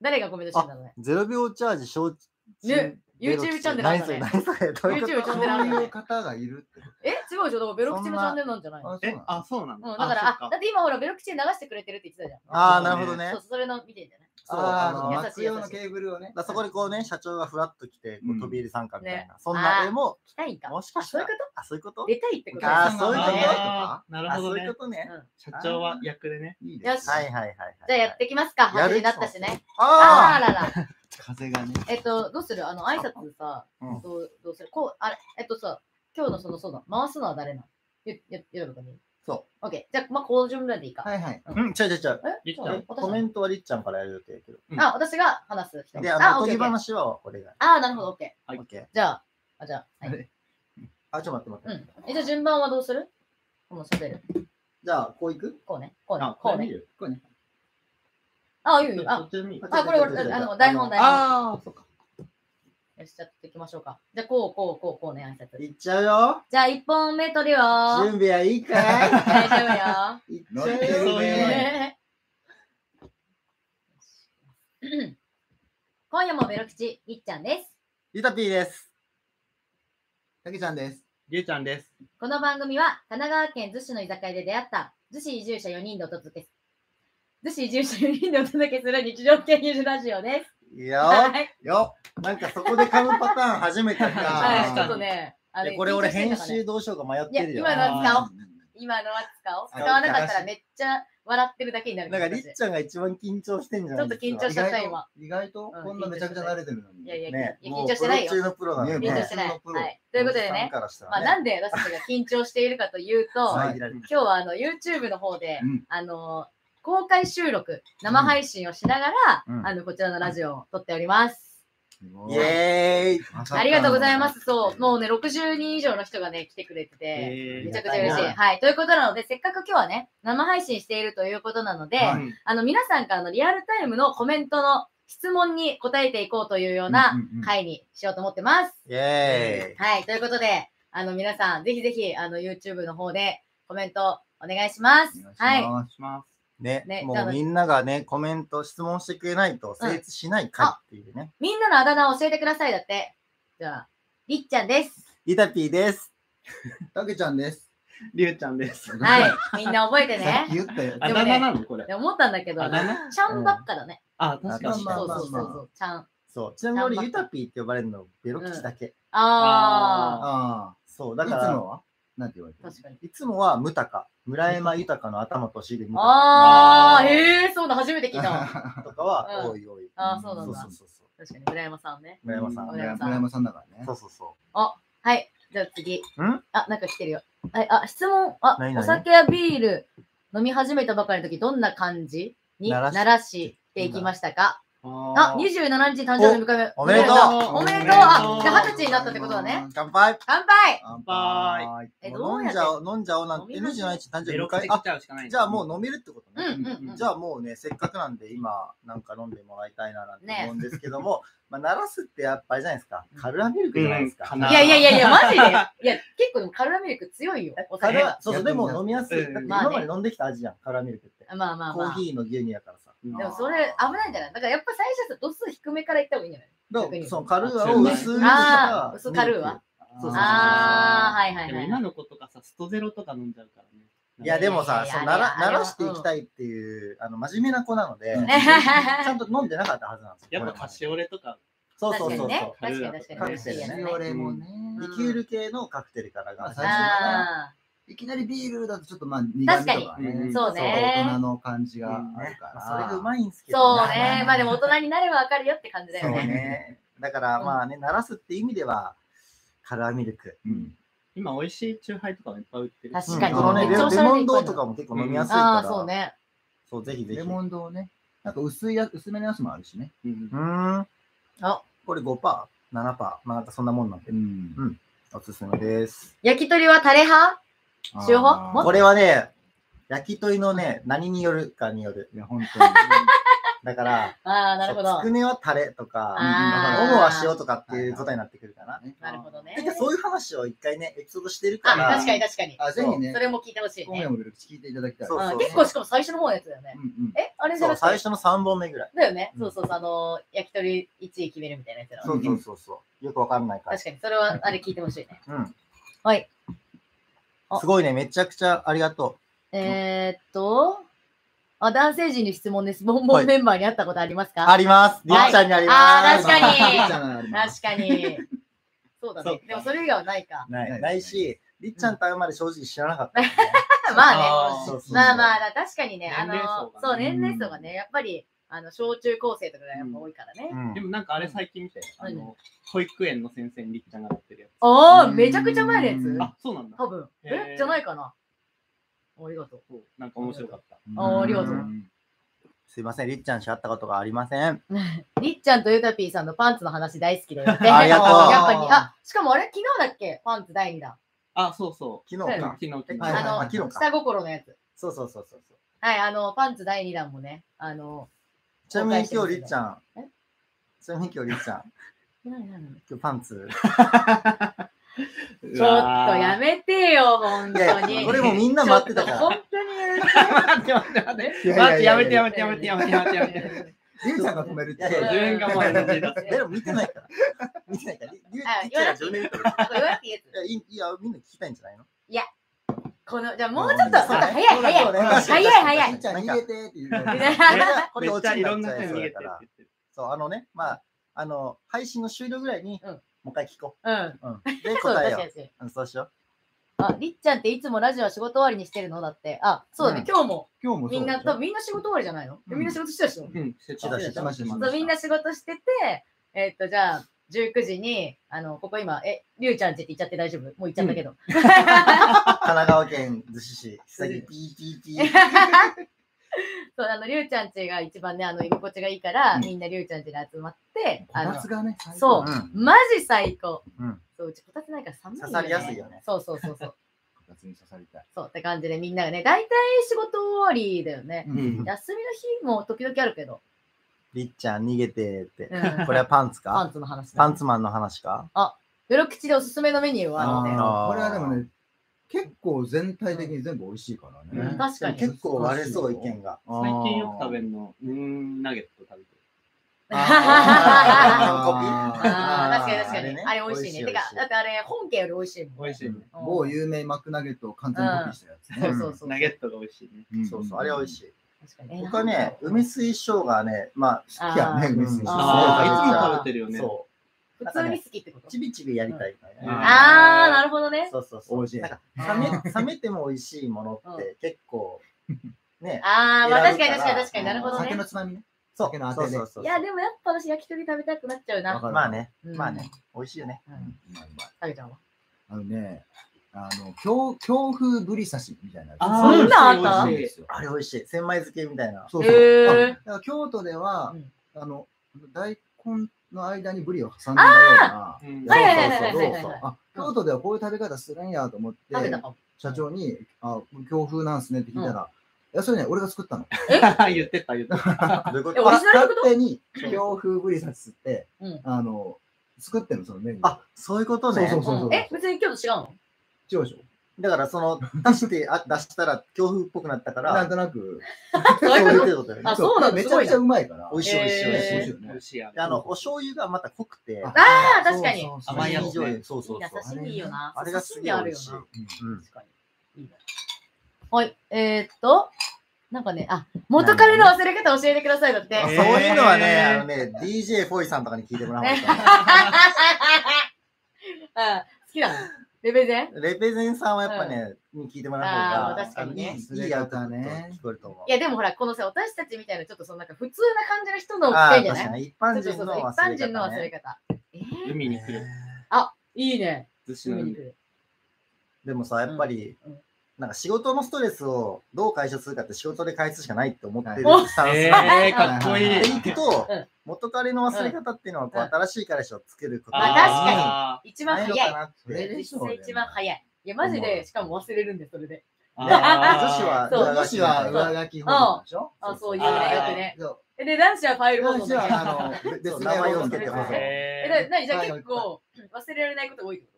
[SPEAKER 1] 誰がコメントしてたのね。
[SPEAKER 3] ゼロ秒チャージ承知。
[SPEAKER 1] ね YouTube チャンネルあるのね
[SPEAKER 3] 何それ何それどういうこ
[SPEAKER 1] YouTube チャン
[SPEAKER 4] そう
[SPEAKER 1] ネルあるよ
[SPEAKER 4] いう
[SPEAKER 1] ね。
[SPEAKER 4] 方がいるってこ
[SPEAKER 1] え違うでしょ。だからベロ口のチ
[SPEAKER 3] そんな
[SPEAKER 1] ャンネルなんじゃないの
[SPEAKER 4] と。
[SPEAKER 2] え、あ、そうな
[SPEAKER 1] う
[SPEAKER 2] の
[SPEAKER 1] ん、だから、あ、だ
[SPEAKER 2] あ
[SPEAKER 1] って今ほら、ベロ口に流してくれてるって言ってたじゃん。
[SPEAKER 3] とああ、なるほどね
[SPEAKER 1] そう、。それの見てんじゃない
[SPEAKER 3] そう
[SPEAKER 4] あ
[SPEAKER 3] あ
[SPEAKER 4] の
[SPEAKER 3] の
[SPEAKER 1] 優
[SPEAKER 3] だ
[SPEAKER 1] しい
[SPEAKER 3] か
[SPEAKER 4] 松用のケーブルをね。
[SPEAKER 3] らそこにこうね、社長がふらっと来て、こ
[SPEAKER 4] うん
[SPEAKER 3] う飛び入り参加みたいな、
[SPEAKER 1] ね
[SPEAKER 3] そんな絵も、
[SPEAKER 1] 来たいんか。
[SPEAKER 3] もしかした
[SPEAKER 1] あ
[SPEAKER 3] ら
[SPEAKER 1] そういう
[SPEAKER 3] あ、そういうこと
[SPEAKER 1] 出たいってこと
[SPEAKER 3] あ
[SPEAKER 1] だ
[SPEAKER 3] ーそういうことね
[SPEAKER 2] あーなる
[SPEAKER 3] あ、
[SPEAKER 2] ほ
[SPEAKER 3] そ
[SPEAKER 2] ど
[SPEAKER 3] ういう
[SPEAKER 2] ね
[SPEAKER 3] こ。とね。
[SPEAKER 1] うん
[SPEAKER 2] 社長は役でね。
[SPEAKER 4] いいです
[SPEAKER 3] は
[SPEAKER 4] ね
[SPEAKER 3] いはいはいはい。
[SPEAKER 1] じゃあやってきますか。
[SPEAKER 3] や
[SPEAKER 1] 8
[SPEAKER 3] る
[SPEAKER 1] 時になったしね。あ
[SPEAKER 3] あ
[SPEAKER 1] ららら。
[SPEAKER 4] 風がね。
[SPEAKER 1] えっと、どうするあの、挨拶さ、
[SPEAKER 3] うん
[SPEAKER 1] どうどうするこう、あれ、えっとさ、今日のその、そうだ、回すのは誰なのゆ、ゆ、ゆるぶくんに。
[SPEAKER 3] そ
[SPEAKER 1] オッケー。じゃあ、まあ、この順番でいいか。
[SPEAKER 4] はいはい。
[SPEAKER 3] あ。うん、違う違う違う。
[SPEAKER 1] え
[SPEAKER 2] ゆきちゃん
[SPEAKER 1] そう
[SPEAKER 3] え
[SPEAKER 1] 私
[SPEAKER 3] コメントはりっちゃんからやる予定やけど。
[SPEAKER 1] あ、私が話す人。
[SPEAKER 3] で、
[SPEAKER 1] あ
[SPEAKER 3] あ、の、
[SPEAKER 1] オッ
[SPEAKER 3] おと
[SPEAKER 1] ケーオッケ
[SPEAKER 3] ぎ
[SPEAKER 1] ー。
[SPEAKER 3] 話はお願い。
[SPEAKER 1] あー、なるほど、オッケ
[SPEAKER 3] オッケー。
[SPEAKER 1] ー。じゃあ、あ、じゃあ、はい。
[SPEAKER 3] あ、ちょっと待って
[SPEAKER 1] う
[SPEAKER 3] 待って。
[SPEAKER 1] ん。え、じゃあ順番はどうするこの喋る。
[SPEAKER 3] じゃあ、こういく
[SPEAKER 1] こうね。こうね
[SPEAKER 2] あ。
[SPEAKER 1] こう
[SPEAKER 2] これ見
[SPEAKER 1] ね。
[SPEAKER 2] る
[SPEAKER 4] これね。
[SPEAKER 1] あ、いい
[SPEAKER 2] こ
[SPEAKER 1] よいいよ。あ、
[SPEAKER 2] っち見る
[SPEAKER 1] あ、これ俺、あの、台本、台本。
[SPEAKER 4] ああ、そっか。
[SPEAKER 1] よし、じゃあ、っていきましょうか。じゃあ、こう、こう、こう、こうね、挨拶。
[SPEAKER 3] いっちゃうよ。
[SPEAKER 1] じゃあ、一本目取るよ
[SPEAKER 3] 準
[SPEAKER 1] ー。
[SPEAKER 3] 備はいい
[SPEAKER 1] [LAUGHS]
[SPEAKER 3] か
[SPEAKER 1] 大丈夫よ。
[SPEAKER 3] いいっち
[SPEAKER 4] 乗
[SPEAKER 3] ゃ
[SPEAKER 4] って [LAUGHS]
[SPEAKER 3] う
[SPEAKER 4] る
[SPEAKER 3] よ。
[SPEAKER 4] ね。
[SPEAKER 1] ね [LAUGHS] 今夜もベロ吉、いっちゃんです。
[SPEAKER 3] ゆたぴーです。
[SPEAKER 4] たけちゃんです。
[SPEAKER 2] りゅうちゃんです。
[SPEAKER 1] この番組は神奈川県逗子の居酒屋で出会った逗子移住者4人でお届けす逗子移住者4人でお届けする日常研究所ラジオです。
[SPEAKER 3] いいよ。
[SPEAKER 1] はい、
[SPEAKER 4] よ
[SPEAKER 3] なんかそこで噛むパターン初めて
[SPEAKER 1] [LAUGHS]
[SPEAKER 3] か。
[SPEAKER 1] はい、ちょっ
[SPEAKER 2] あ
[SPEAKER 1] とね、あ
[SPEAKER 3] いやこれ俺編。
[SPEAKER 1] 緊張してんのかね
[SPEAKER 3] 集どうしようか迷っ
[SPEAKER 1] い
[SPEAKER 3] て
[SPEAKER 1] や、
[SPEAKER 3] るよ。
[SPEAKER 1] 今のは使おう。
[SPEAKER 4] う
[SPEAKER 1] 今のは使おう。
[SPEAKER 3] あ
[SPEAKER 1] 使わなかったらめっちゃ笑ってるだけになる
[SPEAKER 3] なん
[SPEAKER 1] ら
[SPEAKER 3] かりっちゃんが一番緊張してんじゃない
[SPEAKER 1] ちょっと緊張し
[SPEAKER 4] 意
[SPEAKER 1] ちゃった
[SPEAKER 4] 外
[SPEAKER 1] 今
[SPEAKER 4] と、意外と
[SPEAKER 1] うん
[SPEAKER 4] こんなめちゃくちゃ慣れてるのに。
[SPEAKER 1] いやいや、
[SPEAKER 3] ね、
[SPEAKER 1] いや緊張してないよ。
[SPEAKER 3] もうプロ中のプロなん
[SPEAKER 1] 緊
[SPEAKER 4] ね
[SPEAKER 1] 張してない。
[SPEAKER 4] 普通のプロ
[SPEAKER 1] はい、ということでね、まあ、なんで私たちが緊張しているかと
[SPEAKER 3] [LAUGHS]
[SPEAKER 1] いうと、
[SPEAKER 4] はい
[SPEAKER 1] 今日はあの YouTube の方で、
[SPEAKER 4] うん
[SPEAKER 1] あの公開収録、生配信をしながら、
[SPEAKER 3] うん
[SPEAKER 1] あのこちらのラジオを撮っております。
[SPEAKER 4] すごい
[SPEAKER 3] イエーイ
[SPEAKER 1] ありがとうございます。そう、もうね、60人以上の人がね、来てくれてて、
[SPEAKER 2] え
[SPEAKER 1] めちゃくちゃ嬉しい。
[SPEAKER 3] は
[SPEAKER 1] はい、ということなので、せっかく今日はね、生配信しているということなので、
[SPEAKER 4] はい
[SPEAKER 1] あの皆さんからのリアルタイムのコメントの質問に答えていこうというような
[SPEAKER 4] うんうんうん
[SPEAKER 1] 回にしようと思ってます。
[SPEAKER 3] イエーイ
[SPEAKER 1] はい、ということで、あの皆さん、ぜひぜひあの YouTube の方でコメントお願いします。
[SPEAKER 4] お願いし
[SPEAKER 1] はい、
[SPEAKER 4] ます
[SPEAKER 2] します。
[SPEAKER 3] ね
[SPEAKER 1] ね
[SPEAKER 3] も
[SPEAKER 1] じゃあ
[SPEAKER 3] うみんながね、コメント、質問してくれないと成立しない回っていうね。
[SPEAKER 1] みんなのあだ名を教えてくださいだって。じゃあ、りっちゃんです。
[SPEAKER 3] ゆたぴーです。
[SPEAKER 4] たけちゃんです。
[SPEAKER 2] りゅうちゃんです。
[SPEAKER 3] [LAUGHS]
[SPEAKER 1] はい、みんな覚えて
[SPEAKER 4] さっき
[SPEAKER 1] ね。
[SPEAKER 4] 言ったやつ
[SPEAKER 2] あだ名なのこれ
[SPEAKER 1] で。思ったんだけど、
[SPEAKER 2] あ
[SPEAKER 1] ち
[SPEAKER 2] だ名
[SPEAKER 1] ゃんばっかだね。
[SPEAKER 2] あ、確かに。
[SPEAKER 3] まあ
[SPEAKER 1] そう
[SPEAKER 3] まあ
[SPEAKER 1] そ
[SPEAKER 3] まあ
[SPEAKER 1] うそう
[SPEAKER 3] ま
[SPEAKER 1] そう、ちゃん。
[SPEAKER 3] そう。ちなみに俺、ゆたぴーって呼ばれるの、ベロ吉だけ。
[SPEAKER 1] ああ
[SPEAKER 4] あ
[SPEAKER 3] そう、
[SPEAKER 4] あ。
[SPEAKER 3] だ
[SPEAKER 4] いつ
[SPEAKER 3] か
[SPEAKER 4] も
[SPEAKER 3] ら、
[SPEAKER 4] はなんて言われてる
[SPEAKER 1] 確かに。
[SPEAKER 3] いつもはムタカ、村山豊の頭と尻でムタ
[SPEAKER 1] ああ、ええー、そうだ、初めて聞いた
[SPEAKER 3] [LAUGHS]
[SPEAKER 1] わ。
[SPEAKER 3] カとかは、
[SPEAKER 1] うん
[SPEAKER 3] おいおい。
[SPEAKER 1] ああ、そうなん
[SPEAKER 3] そう
[SPEAKER 1] だ
[SPEAKER 3] そう。そうそう。
[SPEAKER 1] 確かに、村山さんね。
[SPEAKER 3] 村山さん。
[SPEAKER 1] 村山さん
[SPEAKER 4] [LAUGHS] 村山さんだからね
[SPEAKER 3] そ。うそうそ
[SPEAKER 1] はい、じゃあ次。
[SPEAKER 3] ん
[SPEAKER 1] あ、なんか来てるよ。はい、あ、質問。あ
[SPEAKER 3] 何、
[SPEAKER 1] お
[SPEAKER 3] 々
[SPEAKER 1] 酒やビール飲み始めたばかりの時、どんな感じに
[SPEAKER 3] ならし
[SPEAKER 1] ならしていきましたかあ、
[SPEAKER 2] あー
[SPEAKER 1] 27日誕生日迎え
[SPEAKER 3] おおめでとう
[SPEAKER 1] おめでとう
[SPEAKER 2] おめでとう
[SPEAKER 1] あ、じゃあ二十歳になったってことだね
[SPEAKER 3] う。。乾杯
[SPEAKER 1] 乾杯
[SPEAKER 4] 乾
[SPEAKER 2] 杯
[SPEAKER 4] 杯。
[SPEAKER 1] え、ど
[SPEAKER 3] も
[SPEAKER 1] う
[SPEAKER 3] う
[SPEAKER 1] やっ
[SPEAKER 3] 飲んじ
[SPEAKER 1] て
[SPEAKER 3] ゃおう、飲んじゃおうなんて、
[SPEAKER 1] 飲み始め
[SPEAKER 3] 27日誕生
[SPEAKER 2] ベ
[SPEAKER 3] 日
[SPEAKER 2] ロ
[SPEAKER 3] 迎
[SPEAKER 2] ク
[SPEAKER 3] え
[SPEAKER 2] で、
[SPEAKER 3] あ
[SPEAKER 2] 来、ちゃうしかない。
[SPEAKER 3] じゃあもう飲めるってことね。
[SPEAKER 1] うんうんうん
[SPEAKER 3] じゃあもうね、せっかくなんで今なんか飲んでもらいたいななんて思うんですけども、まあ、鳴らすってやっぱあれじゃないですか。カルラミルクじゃないですか。
[SPEAKER 2] うんかない
[SPEAKER 1] やいやいやいや、マジで。いや、結構でもカルラミルク強いよ。お
[SPEAKER 3] カ
[SPEAKER 1] 酒
[SPEAKER 3] ル
[SPEAKER 1] は。
[SPEAKER 3] ラそうそう、でも飲みやすい。
[SPEAKER 2] うん
[SPEAKER 3] だって今まで飲んできた味やん、カルラミルクって。
[SPEAKER 1] まあまあ
[SPEAKER 3] コ
[SPEAKER 1] ま
[SPEAKER 3] ー
[SPEAKER 1] あ。
[SPEAKER 3] ヒーの牛乳やからさ。
[SPEAKER 1] でもそれ危ないんじゃないだからやっぱ最初は度数低めからいった方がいいんじゃない
[SPEAKER 3] だか
[SPEAKER 1] 逆に
[SPEAKER 3] らそのカルーアを薄いした
[SPEAKER 1] あー薄カルーア
[SPEAKER 3] そうそうそう
[SPEAKER 1] あー、はいは
[SPEAKER 2] で
[SPEAKER 1] い
[SPEAKER 2] も
[SPEAKER 1] はい。
[SPEAKER 2] 今の子とかさ、ストゼロとか飲んじゃうからね。
[SPEAKER 3] いやでもさ
[SPEAKER 1] い、やいや
[SPEAKER 3] そう
[SPEAKER 1] いや
[SPEAKER 3] な
[SPEAKER 1] あれ
[SPEAKER 3] ら
[SPEAKER 1] は
[SPEAKER 3] ならしていきたいっていう、あの真面目な子なので、
[SPEAKER 4] うん
[SPEAKER 3] ちゃんと飲んでなかったはずなんです
[SPEAKER 2] や
[SPEAKER 3] よ。
[SPEAKER 2] っぱ
[SPEAKER 3] これま
[SPEAKER 2] カ
[SPEAKER 3] で
[SPEAKER 2] シオレとか。
[SPEAKER 3] そう
[SPEAKER 1] 確
[SPEAKER 3] そう
[SPEAKER 1] か
[SPEAKER 3] そ
[SPEAKER 1] に
[SPEAKER 3] うそ
[SPEAKER 1] ね
[SPEAKER 3] う。。
[SPEAKER 1] 確かに確かに。美味しいやつね。
[SPEAKER 4] カルーアもね。
[SPEAKER 1] うん
[SPEAKER 3] リキュール系のカクテルから
[SPEAKER 4] ま
[SPEAKER 3] が
[SPEAKER 4] あ最初
[SPEAKER 1] あ
[SPEAKER 4] いきなりビールだとちょっとまあ苦味とか
[SPEAKER 2] 確か
[SPEAKER 4] ね。
[SPEAKER 1] にそうね
[SPEAKER 4] 大人の感じがあるか
[SPEAKER 3] ま
[SPEAKER 4] ら。
[SPEAKER 3] あそれがうまいんです
[SPEAKER 1] ー
[SPEAKER 3] けど
[SPEAKER 1] そうね。まあでも大人になればわかるよって感じだ
[SPEAKER 3] そ
[SPEAKER 1] よ
[SPEAKER 3] う
[SPEAKER 1] ね。
[SPEAKER 3] ね。だからまあね、鳴らすって意味では、カラーミルク。
[SPEAKER 4] うん。
[SPEAKER 2] 今美味しいチューハイとかもいっぱい売ってる。
[SPEAKER 1] 確かに
[SPEAKER 3] このね、
[SPEAKER 1] めっ
[SPEAKER 3] レ
[SPEAKER 1] ちゃ
[SPEAKER 3] モ
[SPEAKER 1] お
[SPEAKER 3] ン
[SPEAKER 1] し
[SPEAKER 3] レ
[SPEAKER 1] ゃれで
[SPEAKER 3] モンドとかも結構飲みやすいから。
[SPEAKER 1] ああ、そうね。
[SPEAKER 3] そうぜひぜひ。
[SPEAKER 4] レ
[SPEAKER 3] う
[SPEAKER 4] モン堂ね。なんか薄いや、薄めのやつもあるしね。
[SPEAKER 2] うん
[SPEAKER 3] ーん。
[SPEAKER 1] あ
[SPEAKER 3] これ 5%?7%? まあなんかそんなもんなんで、
[SPEAKER 4] ん
[SPEAKER 3] おすすめです。
[SPEAKER 1] 焼き鳥はタレ派塩派もっと
[SPEAKER 3] これはね、焼き鳥のね、何によるかによる。
[SPEAKER 4] いや、本
[SPEAKER 1] [LAUGHS]
[SPEAKER 4] 当に。
[SPEAKER 3] だから、
[SPEAKER 1] ああ、なるほ
[SPEAKER 3] そう
[SPEAKER 1] ど
[SPEAKER 3] つく。ねはタレとか、
[SPEAKER 1] あー
[SPEAKER 3] 主は塩とかっていうことになってくるかな。
[SPEAKER 1] なるほどね。
[SPEAKER 3] てかそういう話を一回ね、エピソードしてるか
[SPEAKER 1] あ、
[SPEAKER 3] ら。
[SPEAKER 1] 確かに確かに。
[SPEAKER 4] あ、ぜひね
[SPEAKER 1] そ、れも聞いてほしい
[SPEAKER 4] 今
[SPEAKER 1] ね
[SPEAKER 4] 夜。も聞いていただきたい。
[SPEAKER 3] そう
[SPEAKER 1] うん結構しかも最初の方のやつだよね
[SPEAKER 4] う。ん
[SPEAKER 1] え、あれじゃ
[SPEAKER 3] そ
[SPEAKER 1] な
[SPEAKER 3] う、
[SPEAKER 1] くて
[SPEAKER 3] 最初の3本目ぐらい。
[SPEAKER 1] だよね。
[SPEAKER 4] うん
[SPEAKER 1] そうそうそう、あの、焼き鳥1位決めるみたいなやつだ
[SPEAKER 3] そ
[SPEAKER 1] よ
[SPEAKER 3] う
[SPEAKER 1] ね
[SPEAKER 3] そうそうそう。よくわかんないから
[SPEAKER 1] 確。かに、それはあれ聞いてほしいね。
[SPEAKER 3] うん。
[SPEAKER 1] はい。あ
[SPEAKER 3] すごいね、めちゃくちゃありがと
[SPEAKER 1] えーっと、あ男性陣に質問です。ボンボンメンバーに会ったことありますか、
[SPEAKER 3] あります。りっちゃんにありま
[SPEAKER 1] 確
[SPEAKER 3] す。
[SPEAKER 1] かに
[SPEAKER 4] りっちゃんがあります
[SPEAKER 1] 確かに。そうだ
[SPEAKER 3] そう
[SPEAKER 1] ね。
[SPEAKER 3] か
[SPEAKER 1] でもそれ以外はないか。
[SPEAKER 3] ないないし、りっちゃんと会うまで正直知らなかった、ね。
[SPEAKER 1] まあ
[SPEAKER 2] あー
[SPEAKER 1] ね。
[SPEAKER 3] そうそうそう
[SPEAKER 1] まあまあ、確かにね、あ
[SPEAKER 2] 年齢層
[SPEAKER 1] の、
[SPEAKER 2] がね
[SPEAKER 1] そう、年齢層がね、やっぱり、あの、小中高生とかがやっぱ多いからね。
[SPEAKER 2] でもなんかあれ最近見て、あの、保育園の先生にりっちゃんがなってるやつ。
[SPEAKER 1] ああ、めちゃくちゃ前のや
[SPEAKER 4] う
[SPEAKER 1] つ
[SPEAKER 4] ん
[SPEAKER 2] あ、そうなんだ。
[SPEAKER 1] 多分。
[SPEAKER 2] へ
[SPEAKER 1] え
[SPEAKER 2] ー
[SPEAKER 1] じゃないかな。ありがと
[SPEAKER 2] そうなんか面白かった。
[SPEAKER 4] うん
[SPEAKER 1] あーありがとう
[SPEAKER 3] すいません、りっちゃんし会ったことがありません。
[SPEAKER 1] う。 [LAUGHS] りっちゃんとゆたぴーさんのパンツの話大好きだよね。
[SPEAKER 3] [LAUGHS] ありがとう
[SPEAKER 1] やっぱり、あ、しかもあれ昨日だっけパンツ第2弾。
[SPEAKER 2] あ、そうそう。
[SPEAKER 3] 昨日か
[SPEAKER 2] 昨。日、昨日。
[SPEAKER 3] はいはいはい
[SPEAKER 1] あの
[SPEAKER 3] 昨日か。
[SPEAKER 1] 下心のやつ。
[SPEAKER 3] そうそうそうそう。
[SPEAKER 1] はい、あの、パンツ第2弾もね、あの、
[SPEAKER 3] ちなみに今日りっちゃん
[SPEAKER 1] え。
[SPEAKER 3] ちなみに今日りっちゃん。今日パン
[SPEAKER 1] [LAUGHS]
[SPEAKER 3] ツ。
[SPEAKER 1] ちょっとやめてよ、本
[SPEAKER 3] いや
[SPEAKER 1] 当
[SPEAKER 3] い
[SPEAKER 1] に。
[SPEAKER 3] や、これもみんな待ってたか
[SPEAKER 1] ちょっ
[SPEAKER 3] ら。
[SPEAKER 1] と本当にやめて
[SPEAKER 2] めて。待って待って。待って、やめてやめてやめてやめてやめてやめて。
[SPEAKER 4] リュウさんが止めるって。
[SPEAKER 3] いやいや
[SPEAKER 2] 自分がもう NG だ。
[SPEAKER 3] でも見てないから。見てないから。りりっ
[SPEAKER 1] あ
[SPEAKER 3] ちゃんは
[SPEAKER 1] 言
[SPEAKER 3] 自
[SPEAKER 1] わ
[SPEAKER 3] 分で見てる
[SPEAKER 1] あこれ言わなくていいやつ
[SPEAKER 3] いやいいいや、みんな聞きたいんじゃないの
[SPEAKER 1] この、じゃあもうちょっと、
[SPEAKER 3] そ
[SPEAKER 1] また
[SPEAKER 3] うだ
[SPEAKER 1] 早
[SPEAKER 3] ね
[SPEAKER 1] い早い。
[SPEAKER 3] そうだね
[SPEAKER 1] 早い早い
[SPEAKER 4] りっちゃん逃げてって言うから
[SPEAKER 1] み
[SPEAKER 4] ね
[SPEAKER 1] たいな
[SPEAKER 3] こ
[SPEAKER 2] め
[SPEAKER 3] れ
[SPEAKER 2] っ
[SPEAKER 3] 落
[SPEAKER 2] ちゃ
[SPEAKER 3] ち
[SPEAKER 2] い
[SPEAKER 3] にな
[SPEAKER 2] ろ
[SPEAKER 3] っ
[SPEAKER 2] ん
[SPEAKER 3] ち
[SPEAKER 2] な人
[SPEAKER 3] ゃい
[SPEAKER 2] に逃
[SPEAKER 3] そう
[SPEAKER 2] げて
[SPEAKER 3] だから
[SPEAKER 2] っ。て言ってる。
[SPEAKER 3] そう、あのね、まあ、あの、配信の終了ぐらいに、
[SPEAKER 1] うん
[SPEAKER 3] もう一回聞こ
[SPEAKER 1] うん。
[SPEAKER 3] う。うん。で、
[SPEAKER 1] そう、
[SPEAKER 3] 答
[SPEAKER 1] 確
[SPEAKER 3] えよ
[SPEAKER 1] か
[SPEAKER 3] う
[SPEAKER 1] に。確かに。
[SPEAKER 3] うん。そうしよう。
[SPEAKER 1] あ、りっちゃんっていつもラジオは仕事終わりにしてるのだって。あ、そうだね、
[SPEAKER 4] うん
[SPEAKER 1] 今日も。
[SPEAKER 4] 今日も
[SPEAKER 1] みんな、
[SPEAKER 4] と
[SPEAKER 1] 多分みんな仕事終わりじゃないの、
[SPEAKER 4] うん
[SPEAKER 1] みんな仕事してたでしょ、
[SPEAKER 2] うん、して
[SPEAKER 3] してたしてた
[SPEAKER 4] してました
[SPEAKER 1] そうみんな仕事してて、えっと、じゃあ、19時に、あの、ここ今、え、りゅうちゃんちって言っちゃって大丈夫もう言っちゃったけど。
[SPEAKER 3] [LAUGHS] 神奈川県逗子市、久木ピーピーピー。。
[SPEAKER 1] そう、あの、りゅうちゃんちが一番ね、あの、居心地がいいから、
[SPEAKER 4] うん
[SPEAKER 1] みんなりゅうちゃんちに集まって、
[SPEAKER 4] あ
[SPEAKER 1] あ
[SPEAKER 4] の
[SPEAKER 1] の、
[SPEAKER 4] がね、
[SPEAKER 1] そううんマジ最高。 [LAUGHS]
[SPEAKER 3] うん
[SPEAKER 1] そう、うちこたつないから寒いよ、ね。
[SPEAKER 3] 刺さりやすいよね
[SPEAKER 1] そうそうそうそう。
[SPEAKER 4] 部活に刺さりたい。
[SPEAKER 1] そうって感じでみんながね、大体仕事終わりだよね。
[SPEAKER 2] うん
[SPEAKER 1] 休みの日も時々あるけ
[SPEAKER 3] [LAUGHS]
[SPEAKER 1] ど、
[SPEAKER 3] りっちゃん逃げてって
[SPEAKER 1] う。ん
[SPEAKER 3] これはパンツ
[SPEAKER 1] パ
[SPEAKER 3] か
[SPEAKER 1] ンツの話、ね。
[SPEAKER 3] パンツマンの話か
[SPEAKER 1] 夜口でおすすめのメニューはあるので、
[SPEAKER 4] あ
[SPEAKER 3] あー
[SPEAKER 4] ーこれはでもね、結構全体的に全部美味しいから
[SPEAKER 2] う
[SPEAKER 4] ね
[SPEAKER 2] ん。
[SPEAKER 1] 確かに
[SPEAKER 3] 結構割れそう、意見が。
[SPEAKER 2] 最近よく食べるの、うーん、ナゲット食べてる。
[SPEAKER 1] ああ
[SPEAKER 3] あー
[SPEAKER 1] ー確かに確かに。あ
[SPEAKER 3] あ
[SPEAKER 1] れ,、
[SPEAKER 3] れね
[SPEAKER 1] 美味しいね。
[SPEAKER 3] 美味しい
[SPEAKER 1] てか
[SPEAKER 3] 美味し、い
[SPEAKER 1] だってあれ本家より美味しいもん、
[SPEAKER 2] 美味しいね。
[SPEAKER 1] うん
[SPEAKER 4] 某有名マックナゲットを完全にコピーしたやつ
[SPEAKER 1] そ
[SPEAKER 4] ね
[SPEAKER 1] うそうそう。
[SPEAKER 2] ナゲットが美味しいね。
[SPEAKER 4] んん。
[SPEAKER 3] そうそう、あれは美味しい。
[SPEAKER 1] 確かに。
[SPEAKER 3] 僕はね、梅水晶がね、ま
[SPEAKER 1] あー
[SPEAKER 4] 好きやね、梅水
[SPEAKER 1] あ
[SPEAKER 2] あーいつも食べてるよね。
[SPEAKER 3] そ
[SPEAKER 1] 普通に好きってこ
[SPEAKER 3] う、
[SPEAKER 1] と。
[SPEAKER 3] ちびちびやりたいからね
[SPEAKER 2] うん
[SPEAKER 1] ああ、なるほどね。
[SPEAKER 3] そうそうそう。
[SPEAKER 4] 美味しい
[SPEAKER 3] なんか冷め冷めても美味しいものって結構、ね、
[SPEAKER 1] ああ、まあ確
[SPEAKER 3] 選ぶ
[SPEAKER 1] か
[SPEAKER 3] か
[SPEAKER 1] に
[SPEAKER 3] ら
[SPEAKER 1] 確かに確かになるほど
[SPEAKER 4] 酒
[SPEAKER 1] ね
[SPEAKER 4] の。つまみね。
[SPEAKER 3] そう
[SPEAKER 4] 酒のあてで
[SPEAKER 3] そうそうそう
[SPEAKER 1] いや、でもやっぱ私焼き鳥食べたくなっちゃう
[SPEAKER 4] わ
[SPEAKER 1] な。
[SPEAKER 4] かる
[SPEAKER 3] まあね、
[SPEAKER 1] うん
[SPEAKER 3] まあね、美味しいよね。
[SPEAKER 1] う
[SPEAKER 4] うん
[SPEAKER 1] ん、
[SPEAKER 4] うまいうまい
[SPEAKER 1] 食べちゃうわ。
[SPEAKER 4] あのね、あの、京京風ぶり刺しみたいなやつ。
[SPEAKER 1] あーそんなんあった
[SPEAKER 4] 美味しいんですよ
[SPEAKER 3] あれ美味しい。千枚漬けみたいな。
[SPEAKER 4] そう
[SPEAKER 1] へ
[SPEAKER 4] そう。
[SPEAKER 1] ー
[SPEAKER 4] あだから京都では
[SPEAKER 1] うん、
[SPEAKER 4] あの、大根の間にぶりを挟んでたような。
[SPEAKER 2] うん
[SPEAKER 1] はいはいはいはい
[SPEAKER 4] そう
[SPEAKER 1] はいはいうは
[SPEAKER 4] そうそそ。
[SPEAKER 1] いう
[SPEAKER 4] あ、京都ではこういう食べ方するんやと思って、
[SPEAKER 1] 食べたかも。
[SPEAKER 4] 社長に、あ、京風なんすねって聞いたら、いや、それね、俺が作ったの。
[SPEAKER 2] 言ってた、言ってた。
[SPEAKER 3] どういうこ
[SPEAKER 1] え
[SPEAKER 3] と
[SPEAKER 1] オリ
[SPEAKER 3] あ
[SPEAKER 1] ジナルってこと
[SPEAKER 4] 勝手に京風ブリサスって、
[SPEAKER 1] うん
[SPEAKER 4] あの作ってるのそのメニュー。
[SPEAKER 3] あ、そういうこと
[SPEAKER 4] そう
[SPEAKER 3] ね
[SPEAKER 4] そう。そうそう。
[SPEAKER 1] え、別に今日と違うの
[SPEAKER 4] 違うでしょ。
[SPEAKER 3] だからその、出して、あ出したら強風っぽくなったか
[SPEAKER 4] なん
[SPEAKER 3] ら、
[SPEAKER 4] となく。
[SPEAKER 1] そういう
[SPEAKER 3] そう
[SPEAKER 1] こ
[SPEAKER 3] い
[SPEAKER 1] と
[SPEAKER 3] う程度だよね
[SPEAKER 1] あ。そうなんだ
[SPEAKER 4] めちゃめちゃうまいから。
[SPEAKER 3] 美味しい美味しい
[SPEAKER 1] へー
[SPEAKER 3] 美味しい
[SPEAKER 4] 美味しいよ
[SPEAKER 2] 美
[SPEAKER 4] ね
[SPEAKER 2] 味。しいや
[SPEAKER 3] で。あの、お醤油がまた濃くて、
[SPEAKER 4] あ
[SPEAKER 1] ああ、確かに。
[SPEAKER 4] そうそうそう
[SPEAKER 2] 甘いやつね
[SPEAKER 3] 醤油そうそうそう。
[SPEAKER 1] 優しいよな。
[SPEAKER 3] あれがすげえ美味しい
[SPEAKER 1] 刺身あるよ
[SPEAKER 3] う
[SPEAKER 1] なん確かに。いいねはい、えー、っと、なんかね、あ、元彼の忘れ方教えてくださいだって。
[SPEAKER 3] そう
[SPEAKER 2] えー
[SPEAKER 3] いうのはね、あのね、DJ フォイさんとかに聞いてもらおうかな。
[SPEAKER 1] [LAUGHS] うん、好きなのレベゼン
[SPEAKER 3] レペゼンさんはやっぱね、に聞いてもらう方
[SPEAKER 1] あー
[SPEAKER 3] が、
[SPEAKER 1] 確かにね
[SPEAKER 3] あのいい、いいアウトね、聞こえると思う
[SPEAKER 1] い。や、でもほら、このさ、私たちみたいな、ちょっとそのなんか普通な感じの人の
[SPEAKER 3] あ
[SPEAKER 1] 聞い
[SPEAKER 3] ー
[SPEAKER 1] じゃ
[SPEAKER 3] 確
[SPEAKER 1] な
[SPEAKER 3] か
[SPEAKER 1] い
[SPEAKER 3] に一般
[SPEAKER 1] そう
[SPEAKER 3] 人
[SPEAKER 1] そう
[SPEAKER 3] の
[SPEAKER 1] そう、
[SPEAKER 3] 忘れ
[SPEAKER 1] 一
[SPEAKER 3] 方、ね。
[SPEAKER 1] 般人の忘れ方。えー
[SPEAKER 2] 海に来る。
[SPEAKER 1] いいね。
[SPEAKER 2] 寿司
[SPEAKER 1] 海
[SPEAKER 2] の
[SPEAKER 1] に
[SPEAKER 2] 海
[SPEAKER 1] 来。る。
[SPEAKER 3] でもさ、やっぱり、
[SPEAKER 1] うんうん
[SPEAKER 3] なんか仕事のストレスをどう解消するかって仕事で解消すしかないって思ってる
[SPEAKER 1] お
[SPEAKER 3] スタンス
[SPEAKER 2] え
[SPEAKER 3] で
[SPEAKER 2] ー、かっこいい。
[SPEAKER 3] 行くと
[SPEAKER 1] うん、
[SPEAKER 3] 元彼の忘れ方っていうのはこう
[SPEAKER 1] うん
[SPEAKER 3] 新しい彼氏を作ること
[SPEAKER 1] まあ確かに
[SPEAKER 2] あ
[SPEAKER 1] 一
[SPEAKER 3] に
[SPEAKER 1] 番
[SPEAKER 3] ない
[SPEAKER 1] 早
[SPEAKER 3] の
[SPEAKER 1] い
[SPEAKER 3] か。なっ
[SPEAKER 4] それ
[SPEAKER 3] て。
[SPEAKER 4] でしょうね
[SPEAKER 1] 一番早い。いや、マジで、しかも忘れるんで、それで。
[SPEAKER 2] ー
[SPEAKER 3] 女子は
[SPEAKER 4] あ
[SPEAKER 1] そう
[SPEAKER 3] 裏
[SPEAKER 4] 女
[SPEAKER 3] 書きみ
[SPEAKER 4] 子
[SPEAKER 3] たな、
[SPEAKER 4] はい上書き本でしょ。
[SPEAKER 1] あ、そういう
[SPEAKER 2] あ
[SPEAKER 1] ね、
[SPEAKER 2] ー
[SPEAKER 1] よくね。
[SPEAKER 4] そう。
[SPEAKER 1] で、男子はファイル保
[SPEAKER 4] 女
[SPEAKER 1] 存
[SPEAKER 4] 子
[SPEAKER 1] だね。
[SPEAKER 4] はあのべ
[SPEAKER 3] そう
[SPEAKER 4] 別
[SPEAKER 3] 名前を付
[SPEAKER 1] けて
[SPEAKER 4] 本
[SPEAKER 1] ほしいえ、
[SPEAKER 2] え
[SPEAKER 1] だ何じゃあ
[SPEAKER 4] いっぱい
[SPEAKER 1] 結構、忘れられないこと多いってこ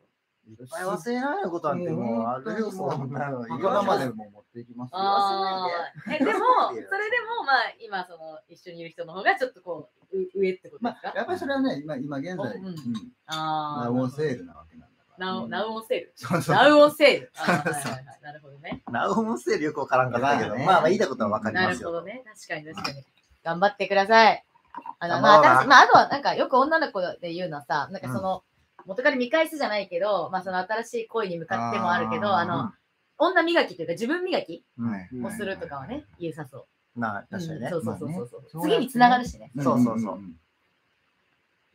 [SPEAKER 3] いっぱい忘れられないことなんてもうあるよ、
[SPEAKER 4] もう
[SPEAKER 3] そんなの。
[SPEAKER 4] 今までも持っていきます
[SPEAKER 1] と
[SPEAKER 4] よ。
[SPEAKER 1] ああ。え、でも、それでも
[SPEAKER 3] 忘れないで、
[SPEAKER 1] まあ、今、その、一緒にいる人の方が、ちょっとこう、う上ってこと
[SPEAKER 4] ま
[SPEAKER 1] ですか
[SPEAKER 4] やっぱりそれはね、今今現在、
[SPEAKER 1] うん
[SPEAKER 4] うん
[SPEAKER 1] ああ。
[SPEAKER 4] ラオンセールなわけなんだか
[SPEAKER 1] ナウナウオンセール。
[SPEAKER 4] そうそう。
[SPEAKER 1] ナウオンセー
[SPEAKER 3] [LAUGHS]
[SPEAKER 1] ル。あーはいはいはいなるほどね。
[SPEAKER 3] ナウオンセールよくわからんかったけど、
[SPEAKER 4] まあね
[SPEAKER 3] まあまあ言いたいことはわかり
[SPEAKER 1] な
[SPEAKER 3] ま
[SPEAKER 1] る
[SPEAKER 3] す
[SPEAKER 1] ほ
[SPEAKER 3] よ。
[SPEAKER 1] どね。確かに確かに。頑張ってください。あの、
[SPEAKER 3] 頑
[SPEAKER 1] ま
[SPEAKER 3] 張ろ
[SPEAKER 1] あ、
[SPEAKER 3] うな
[SPEAKER 1] 私まあ、あとはなんかよく女の子で言うのはさ、なんかその、元から見返すじゃないけど、まあその新しい恋に向かってもあるけど、あ
[SPEAKER 4] あー
[SPEAKER 1] の、女磨きというか自分磨き
[SPEAKER 3] うん
[SPEAKER 1] をするとかはね、言うさそう。
[SPEAKER 3] まあ確かにね
[SPEAKER 1] うん。そうそうそうそう。
[SPEAKER 4] まあね。
[SPEAKER 1] 次につながるしね。
[SPEAKER 3] そうそうそうん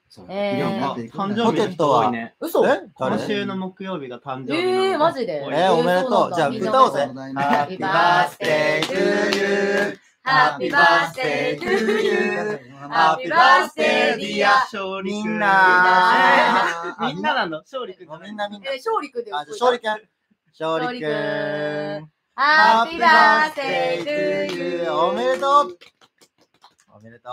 [SPEAKER 4] そう
[SPEAKER 1] えー
[SPEAKER 4] いろんなっていくん
[SPEAKER 2] 誕
[SPEAKER 4] だ
[SPEAKER 2] 生日の人多いね。
[SPEAKER 1] 嘘
[SPEAKER 3] え
[SPEAKER 2] 今
[SPEAKER 3] 誰
[SPEAKER 2] 週の木曜日が誕生日なの
[SPEAKER 1] ええー、マジで。
[SPEAKER 2] えー
[SPEAKER 1] えー
[SPEAKER 3] おめでとう
[SPEAKER 1] そなんだ
[SPEAKER 3] じゃあ
[SPEAKER 1] みんな
[SPEAKER 3] 歌おうぜ
[SPEAKER 1] も
[SPEAKER 3] Happy birthday to you. Happy birthday to you. Happy birthday, dear
[SPEAKER 2] 勝利
[SPEAKER 3] み
[SPEAKER 2] 君
[SPEAKER 3] んな
[SPEAKER 2] みんななの勝利君
[SPEAKER 3] みんなみんな。
[SPEAKER 1] えー、勝利くんで
[SPEAKER 3] あ、じゃあ勝利くん。勝利くん。
[SPEAKER 1] ハッピーバースデートゥーユー。
[SPEAKER 3] おめでとうおめでと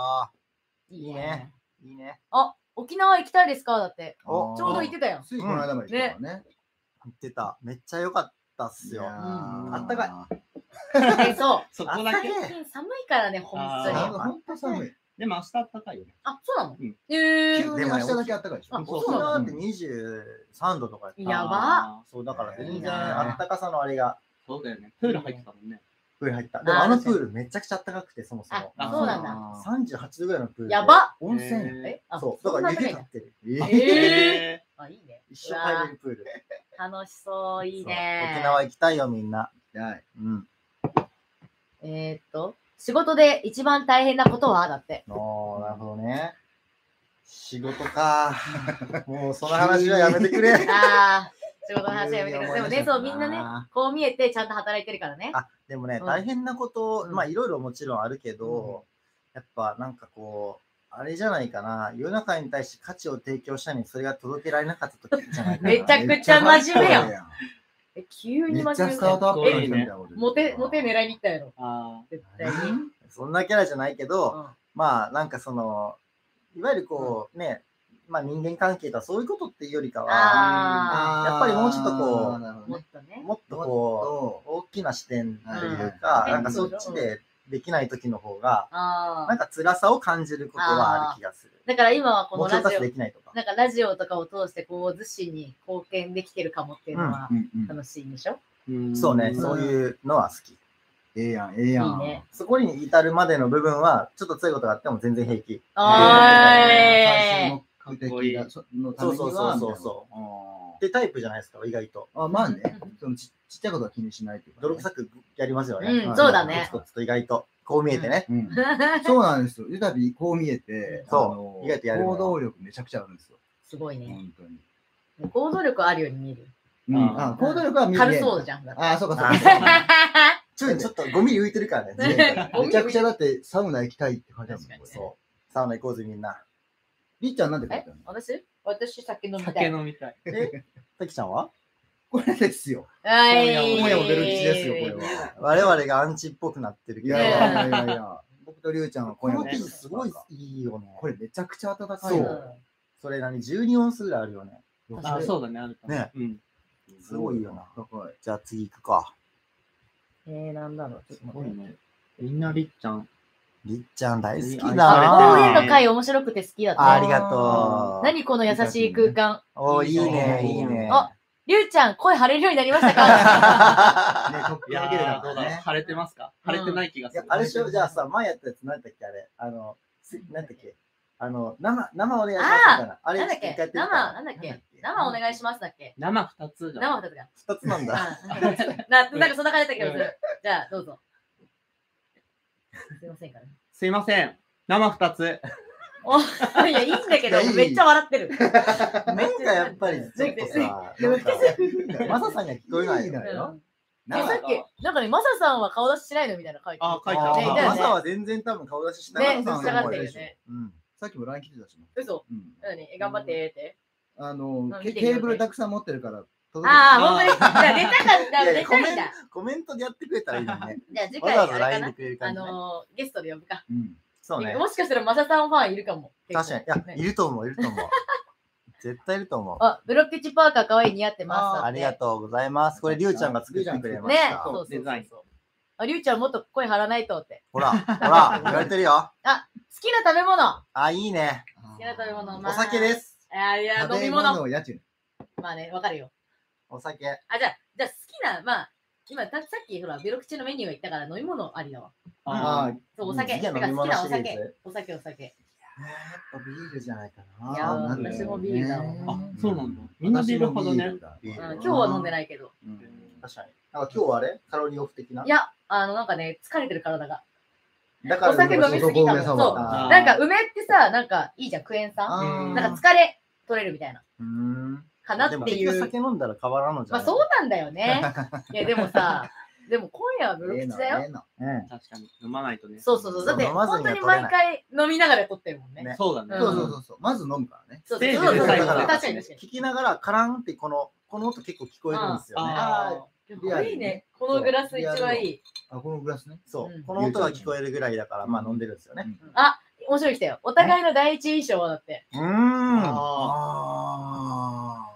[SPEAKER 1] う。
[SPEAKER 3] いいね。う。いいね。
[SPEAKER 1] あ、沖縄行きたいですかだって。
[SPEAKER 3] お
[SPEAKER 1] ちょうど行ってた
[SPEAKER 4] [LAUGHS]
[SPEAKER 1] よ。
[SPEAKER 4] ついこの間まで行ったからね。
[SPEAKER 3] 言ってた。めっちゃ良かったっすよ。
[SPEAKER 1] うん
[SPEAKER 3] あったかい
[SPEAKER 4] い。
[SPEAKER 1] え、そう。
[SPEAKER 2] そこだけ
[SPEAKER 3] 朝。
[SPEAKER 1] 最近寒いからね、ほんとに。
[SPEAKER 2] あ
[SPEAKER 1] あ、
[SPEAKER 4] 本当寒い。
[SPEAKER 2] でも明日暖かいよね。
[SPEAKER 1] そうなの
[SPEAKER 2] うん
[SPEAKER 1] え
[SPEAKER 4] 急
[SPEAKER 1] ー。
[SPEAKER 4] に明日だけあったかいでしょ。
[SPEAKER 1] あそう
[SPEAKER 3] 沖
[SPEAKER 1] なの
[SPEAKER 3] 縄って23度とかやった。
[SPEAKER 1] やば。
[SPEAKER 2] あー
[SPEAKER 3] そう、だから
[SPEAKER 1] いい
[SPEAKER 3] 全然
[SPEAKER 1] な
[SPEAKER 3] あったかさのあれが
[SPEAKER 2] そうだよね。プール入ってたもんね。
[SPEAKER 3] プール入った。でもあのプールめちゃくちゃあったかくて、そもそも。
[SPEAKER 1] あそうなんだ
[SPEAKER 2] あ
[SPEAKER 3] 38度ぐらいのプール。
[SPEAKER 1] やば
[SPEAKER 3] 温泉やん。
[SPEAKER 2] ー
[SPEAKER 1] え、あ、
[SPEAKER 3] そう、だ
[SPEAKER 1] ん
[SPEAKER 3] か
[SPEAKER 1] な
[SPEAKER 3] ら
[SPEAKER 1] 高
[SPEAKER 3] 湯気
[SPEAKER 1] い
[SPEAKER 3] 立
[SPEAKER 1] の
[SPEAKER 3] ってる。
[SPEAKER 1] えー
[SPEAKER 2] え
[SPEAKER 1] あ、いいね。
[SPEAKER 3] 一生入れるプール。
[SPEAKER 1] うわ楽しそう、いいね
[SPEAKER 3] そう。沖縄行きたいよ、みんな。
[SPEAKER 4] はい。
[SPEAKER 3] うん。
[SPEAKER 1] えーっと、仕事で一番大変なことはだって。
[SPEAKER 3] おー、なるほど
[SPEAKER 1] [LAUGHS]
[SPEAKER 3] ね。仕事か。もうその話はやめて
[SPEAKER 4] [LAUGHS]
[SPEAKER 1] [LAUGHS]
[SPEAKER 3] くれ。
[SPEAKER 1] ああ、仕事の話はやめてください。でもね、
[SPEAKER 3] 急に
[SPEAKER 1] そ
[SPEAKER 3] 思
[SPEAKER 1] う、
[SPEAKER 3] い
[SPEAKER 1] みん
[SPEAKER 3] 出したな
[SPEAKER 1] なね、こう見えてちゃんと働いてるからね。
[SPEAKER 3] あでもね、
[SPEAKER 1] うん
[SPEAKER 3] 大変なこと、
[SPEAKER 1] うん
[SPEAKER 3] まあいろいろもちろんあるけど、やっぱなんかこう、あれじゃないかな、世の中に対して価値を提供したのにそれが届けられなかった時じ
[SPEAKER 1] [LAUGHS]
[SPEAKER 3] ゃないかな。
[SPEAKER 1] めちゃくちゃ真面目やん
[SPEAKER 4] ん。
[SPEAKER 1] え急
[SPEAKER 4] め
[SPEAKER 1] に真
[SPEAKER 4] っち
[SPEAKER 1] 面
[SPEAKER 4] ゃ
[SPEAKER 1] 目
[SPEAKER 4] ス
[SPEAKER 1] に
[SPEAKER 4] タートアップの人みたいなこと言ってる
[SPEAKER 1] モテ、モテ狙いに行ったやろ。
[SPEAKER 2] ー、あ
[SPEAKER 1] 絶対に。うん
[SPEAKER 3] そんなキャラじゃないけど、まあなんかその、いわゆるこう、ね、まあ人間関係とはそういうことっていうよりかは、
[SPEAKER 1] あ
[SPEAKER 3] やっぱりもうちょっとこう
[SPEAKER 4] あーなる
[SPEAKER 1] あ、
[SPEAKER 4] ほど
[SPEAKER 1] も
[SPEAKER 4] ね
[SPEAKER 1] っとね。
[SPEAKER 3] もっと
[SPEAKER 4] もっ
[SPEAKER 3] ことう、大きな視点という
[SPEAKER 1] う
[SPEAKER 3] か、
[SPEAKER 1] ん
[SPEAKER 3] なんかそっちでできない時の方が、
[SPEAKER 1] あ
[SPEAKER 3] なん
[SPEAKER 1] あ。
[SPEAKER 3] か辛さを感じることはある気がする。
[SPEAKER 1] だから今はこの
[SPEAKER 3] 目標
[SPEAKER 1] ラジ
[SPEAKER 3] 達成
[SPEAKER 1] オ
[SPEAKER 3] で、きないとか。
[SPEAKER 1] なんかラジオとかを通して、こう、逗子に貢献できてるかもっていうのは
[SPEAKER 4] うんうん
[SPEAKER 1] 楽しいんでしょ
[SPEAKER 2] ー
[SPEAKER 3] そうね、
[SPEAKER 2] ん
[SPEAKER 3] そういうのは好き。
[SPEAKER 4] ええやん、ええ
[SPEAKER 1] い
[SPEAKER 4] や
[SPEAKER 1] い
[SPEAKER 4] ん。
[SPEAKER 1] ね。
[SPEAKER 3] そこに至るまでの部分は、ちょっと強いことがあっても全然平気。
[SPEAKER 1] お
[SPEAKER 4] 最
[SPEAKER 1] ーい。
[SPEAKER 4] 初の目的が、そのためには
[SPEAKER 3] そうそうそうそ
[SPEAKER 4] みたいな
[SPEAKER 3] で、タイプじゃないですか、意外と。
[SPEAKER 4] あーあ、まあね、そのちちっちゃいことは気にしないっていうかね
[SPEAKER 3] 泥臭くやりますよね。
[SPEAKER 1] うん
[SPEAKER 4] そうだ
[SPEAKER 1] ね
[SPEAKER 3] コツコツと意外と。こう見えてね。
[SPEAKER 4] うんそうなんですよ。ゆたびこう見えて、
[SPEAKER 3] そう
[SPEAKER 4] あの
[SPEAKER 3] 意外とやるのよ
[SPEAKER 4] 行動力めちゃくちゃあるんですよ。
[SPEAKER 1] [LAUGHS] すごいね。
[SPEAKER 4] 本当に。
[SPEAKER 1] 行動力あるように見える。
[SPEAKER 4] うん、
[SPEAKER 2] あ
[SPEAKER 4] あ行動力は見え
[SPEAKER 1] 軽そうじゃん。だって
[SPEAKER 4] ああ、そうかそう
[SPEAKER 3] あ
[SPEAKER 4] か。
[SPEAKER 3] ちょちょっと5ミリ浮いてるからね。地面から
[SPEAKER 1] そう
[SPEAKER 4] めちゃくちゃだってサウナ行きたいって感じだもん
[SPEAKER 1] 確かにね
[SPEAKER 3] そう。サウナ行こうぜ、みんな。
[SPEAKER 4] りっちゃんなんて書い
[SPEAKER 1] え
[SPEAKER 4] てあるの
[SPEAKER 1] [LAUGHS] 私私酒飲みた
[SPEAKER 2] 酒
[SPEAKER 1] い。
[SPEAKER 2] 飲みたい。
[SPEAKER 3] たきちゃんは
[SPEAKER 4] これですよ。
[SPEAKER 1] はい
[SPEAKER 4] 今夜も出る口ですよ、これは。
[SPEAKER 3] 我々がアンチっぽくなってる
[SPEAKER 4] い
[SPEAKER 3] けど
[SPEAKER 4] やい。やいやいや。僕とりゅうちゃんは
[SPEAKER 3] こ
[SPEAKER 4] 今夜
[SPEAKER 3] の
[SPEAKER 4] も
[SPEAKER 3] 生地すごいいいよね。
[SPEAKER 4] これめちゃくちゃ暖かいな。
[SPEAKER 3] そそれ何 ?12 オンスぐらいあるよね。
[SPEAKER 1] 確
[SPEAKER 2] あ
[SPEAKER 1] か
[SPEAKER 2] ー、
[SPEAKER 1] に
[SPEAKER 2] そうだね、あるかも
[SPEAKER 3] ね。
[SPEAKER 2] うん。
[SPEAKER 3] すごいよな
[SPEAKER 4] 高い。
[SPEAKER 3] じゃあ次行くか。
[SPEAKER 1] えー、なんだろう。ちょっ
[SPEAKER 2] す
[SPEAKER 1] と
[SPEAKER 2] ご
[SPEAKER 1] 待
[SPEAKER 2] い
[SPEAKER 1] って
[SPEAKER 2] ね。みんなりっちゃん。
[SPEAKER 3] りっちゃん大好きだ
[SPEAKER 1] 方言
[SPEAKER 3] な
[SPEAKER 1] の回面白くて好きだっ
[SPEAKER 3] ああ
[SPEAKER 1] た
[SPEAKER 3] り
[SPEAKER 1] ね。
[SPEAKER 3] がとう。
[SPEAKER 1] 何この優しい空間。
[SPEAKER 3] おーいいね、いいね。
[SPEAKER 1] ありゅうちゃん、声張れるようになりましたか
[SPEAKER 4] ね、トップ
[SPEAKER 2] い
[SPEAKER 4] で
[SPEAKER 2] や
[SPEAKER 4] 上げる
[SPEAKER 2] ー、
[SPEAKER 4] か
[SPEAKER 2] どう
[SPEAKER 4] ら
[SPEAKER 2] だろう。
[SPEAKER 4] ね。
[SPEAKER 2] 晴れてますか晴れてない気が
[SPEAKER 3] [LAUGHS] い
[SPEAKER 2] す
[SPEAKER 3] や
[SPEAKER 2] る。
[SPEAKER 3] あれしよう、じゃあさ、前やったやつ、なんだっけ、あれ。あの、すなんだっけ、あの、生、生お願いしますみたいな。あれ、
[SPEAKER 1] なんだっ
[SPEAKER 3] ちょ
[SPEAKER 1] け
[SPEAKER 3] と一回やって
[SPEAKER 1] 生、
[SPEAKER 3] みたら
[SPEAKER 1] なんだっけ生お願いしますだっけ
[SPEAKER 2] 生二つじゃん。
[SPEAKER 1] 生二つが。
[SPEAKER 3] 二つなんだ。
[SPEAKER 1] うんななんかそんな感じだった気がする。じゃあ、どうぞ。すいませんから。
[SPEAKER 2] すいません。生二つ。
[SPEAKER 1] おいや、いいんだけど
[SPEAKER 3] いやい、い
[SPEAKER 1] めっちゃ笑
[SPEAKER 3] [LAUGHS]
[SPEAKER 1] ってる。
[SPEAKER 3] なんかやっぱり、
[SPEAKER 1] [LAUGHS]
[SPEAKER 3] ちょっとさ、なんかマサさんには聞こえない
[SPEAKER 4] いい
[SPEAKER 3] よ
[SPEAKER 4] な。
[SPEAKER 1] うん
[SPEAKER 2] な
[SPEAKER 1] え
[SPEAKER 2] ん
[SPEAKER 1] さ
[SPEAKER 2] か
[SPEAKER 1] っき、なんかね、マサさんは顔出ししないのみたいなの書いてる
[SPEAKER 2] あー、書い
[SPEAKER 3] あ
[SPEAKER 1] ね
[SPEAKER 3] ー
[SPEAKER 1] だよね
[SPEAKER 3] マ
[SPEAKER 2] た。
[SPEAKER 3] サは全然多分顔出ししてなか
[SPEAKER 1] ね、
[SPEAKER 3] っ
[SPEAKER 1] 下
[SPEAKER 3] た
[SPEAKER 4] そう
[SPEAKER 1] が
[SPEAKER 4] な
[SPEAKER 1] っ
[SPEAKER 4] ん
[SPEAKER 1] て
[SPEAKER 4] だ
[SPEAKER 1] る
[SPEAKER 4] よ
[SPEAKER 1] よね。
[SPEAKER 3] うん。
[SPEAKER 4] さっきも LINE 来てたしね。
[SPEAKER 1] 嘘。
[SPEAKER 4] うん。
[SPEAKER 1] 何頑張ってって。
[SPEAKER 4] あの
[SPEAKER 1] あ、見
[SPEAKER 4] ケ
[SPEAKER 1] てみよう
[SPEAKER 4] ケーブルたくさん持ってるから、届けて
[SPEAKER 1] ああ、ほんまに。じゃあ、出たかった、
[SPEAKER 3] いやい
[SPEAKER 1] 出
[SPEAKER 3] やコ
[SPEAKER 1] た
[SPEAKER 3] メ
[SPEAKER 1] いん
[SPEAKER 3] ン
[SPEAKER 1] だ。
[SPEAKER 3] コメントでやってくれたらいいのに
[SPEAKER 1] [LAUGHS]
[SPEAKER 3] ね。
[SPEAKER 1] じゃあ、次
[SPEAKER 3] わ
[SPEAKER 1] 回、
[SPEAKER 3] ざ
[SPEAKER 1] あ
[SPEAKER 3] わ
[SPEAKER 1] れ
[SPEAKER 3] ざ
[SPEAKER 1] か
[SPEAKER 3] LINE
[SPEAKER 1] な
[SPEAKER 3] で。くれる
[SPEAKER 1] あ
[SPEAKER 3] 感じね。
[SPEAKER 1] のー、ゲストで呼ぶか。
[SPEAKER 4] うん。
[SPEAKER 3] そうね。
[SPEAKER 1] もしかしたら、マサさんファンいるかも。
[SPEAKER 3] 確かに。いや、い
[SPEAKER 1] る。
[SPEAKER 3] ると思う、いると [LAUGHS] 思う。絶対いると思う。
[SPEAKER 1] あ、ブロッケチパーカー可愛い似合ってます。だって
[SPEAKER 3] ありがとうございます。これ、りゅうちゃんが作ってくれまし
[SPEAKER 1] ね
[SPEAKER 3] た。、
[SPEAKER 1] そうそうそ
[SPEAKER 2] デ
[SPEAKER 1] う
[SPEAKER 2] ザイン
[SPEAKER 1] そう。あ、りゅうちゃんもっと声張らないとって。
[SPEAKER 3] ほら、ほら、言われてるよ。
[SPEAKER 1] 好きな食べ物。好
[SPEAKER 3] あ、いいね。
[SPEAKER 1] きな食べ物。。
[SPEAKER 3] お酒です
[SPEAKER 1] いやいや、
[SPEAKER 4] 食
[SPEAKER 1] 飲み
[SPEAKER 4] べ
[SPEAKER 1] 物。
[SPEAKER 4] 物を家賃。
[SPEAKER 1] まあね、わかるよ。
[SPEAKER 3] お酒。
[SPEAKER 1] あ、じゃあ、じゃあ好きな、まあ、今、たさっき、ほら、ベロ口のメニューが言ったから飲み物ありだわ。
[SPEAKER 2] あ
[SPEAKER 3] あ
[SPEAKER 1] そう、お
[SPEAKER 3] う
[SPEAKER 1] 酒。
[SPEAKER 3] ん次
[SPEAKER 1] だ
[SPEAKER 3] は
[SPEAKER 1] から
[SPEAKER 3] 飲み
[SPEAKER 1] 好きな
[SPEAKER 3] 物
[SPEAKER 1] お
[SPEAKER 3] シリーズ
[SPEAKER 1] 酒。お酒、お酒。
[SPEAKER 4] ぱビールじゃないかな。
[SPEAKER 1] いやー
[SPEAKER 4] なってるよね
[SPEAKER 2] 私も
[SPEAKER 1] ビールだわ
[SPEAKER 2] あ、そうなんだ。みんなビール派だね。。
[SPEAKER 1] うん、
[SPEAKER 3] ール
[SPEAKER 1] 今日は飲んでないけど。。
[SPEAKER 3] うん確かに。なんか今日はあれカロリーオフ的ない
[SPEAKER 1] や、あの、なんかね、疲れてる体が。
[SPEAKER 3] だから
[SPEAKER 1] お酒飲みすぎかも
[SPEAKER 3] そう
[SPEAKER 1] そう
[SPEAKER 3] あー
[SPEAKER 1] なんか、梅ってさ、なんか、いいじゃん、クエン酸。
[SPEAKER 2] ー
[SPEAKER 1] なんか、疲れ取れるみたいな。
[SPEAKER 3] うーん。
[SPEAKER 1] かなって
[SPEAKER 3] でも
[SPEAKER 1] い
[SPEAKER 3] 結局
[SPEAKER 1] う。
[SPEAKER 3] 酒飲んだら変わらんのじ
[SPEAKER 1] ま
[SPEAKER 3] ゃ
[SPEAKER 1] あ、
[SPEAKER 3] ない
[SPEAKER 1] そうなんだよ
[SPEAKER 3] [LAUGHS]
[SPEAKER 1] ね。いや、でもさ、でも今夜はベロ
[SPEAKER 4] ええ
[SPEAKER 1] 口
[SPEAKER 4] の
[SPEAKER 1] だよ。
[SPEAKER 4] ええの
[SPEAKER 3] うん。
[SPEAKER 2] 確かに。飲まないとね。
[SPEAKER 1] そうそうそう。だって、
[SPEAKER 3] 飲まず
[SPEAKER 1] 本
[SPEAKER 3] に
[SPEAKER 1] 当
[SPEAKER 3] は
[SPEAKER 1] に毎回飲みながら撮ってるもんね。
[SPEAKER 3] ね
[SPEAKER 2] そうだね。
[SPEAKER 1] ん
[SPEAKER 4] そうそうそうそう。まず飲むからね。
[SPEAKER 1] そうそう
[SPEAKER 2] ステ
[SPEAKER 1] そ
[SPEAKER 2] ー
[SPEAKER 1] う
[SPEAKER 2] ジ
[SPEAKER 1] そ
[SPEAKER 2] で
[SPEAKER 1] う。確
[SPEAKER 2] 最後
[SPEAKER 1] か
[SPEAKER 2] ね
[SPEAKER 1] に確かに。
[SPEAKER 3] 聞きながらカランってこの、この音結構聞こえるんですよ
[SPEAKER 2] うん
[SPEAKER 3] ね。
[SPEAKER 1] ああ、
[SPEAKER 4] リア
[SPEAKER 1] い
[SPEAKER 4] ル
[SPEAKER 1] いね。このグラス一番いい。。
[SPEAKER 4] あ、このグラスね。
[SPEAKER 3] そううんこの音が聞こえるぐらいだから、まあ飲んでるんですよね。
[SPEAKER 1] 面白い来たよ。お互いの第一印象はだって。
[SPEAKER 3] うーん。
[SPEAKER 2] あ
[SPEAKER 4] あ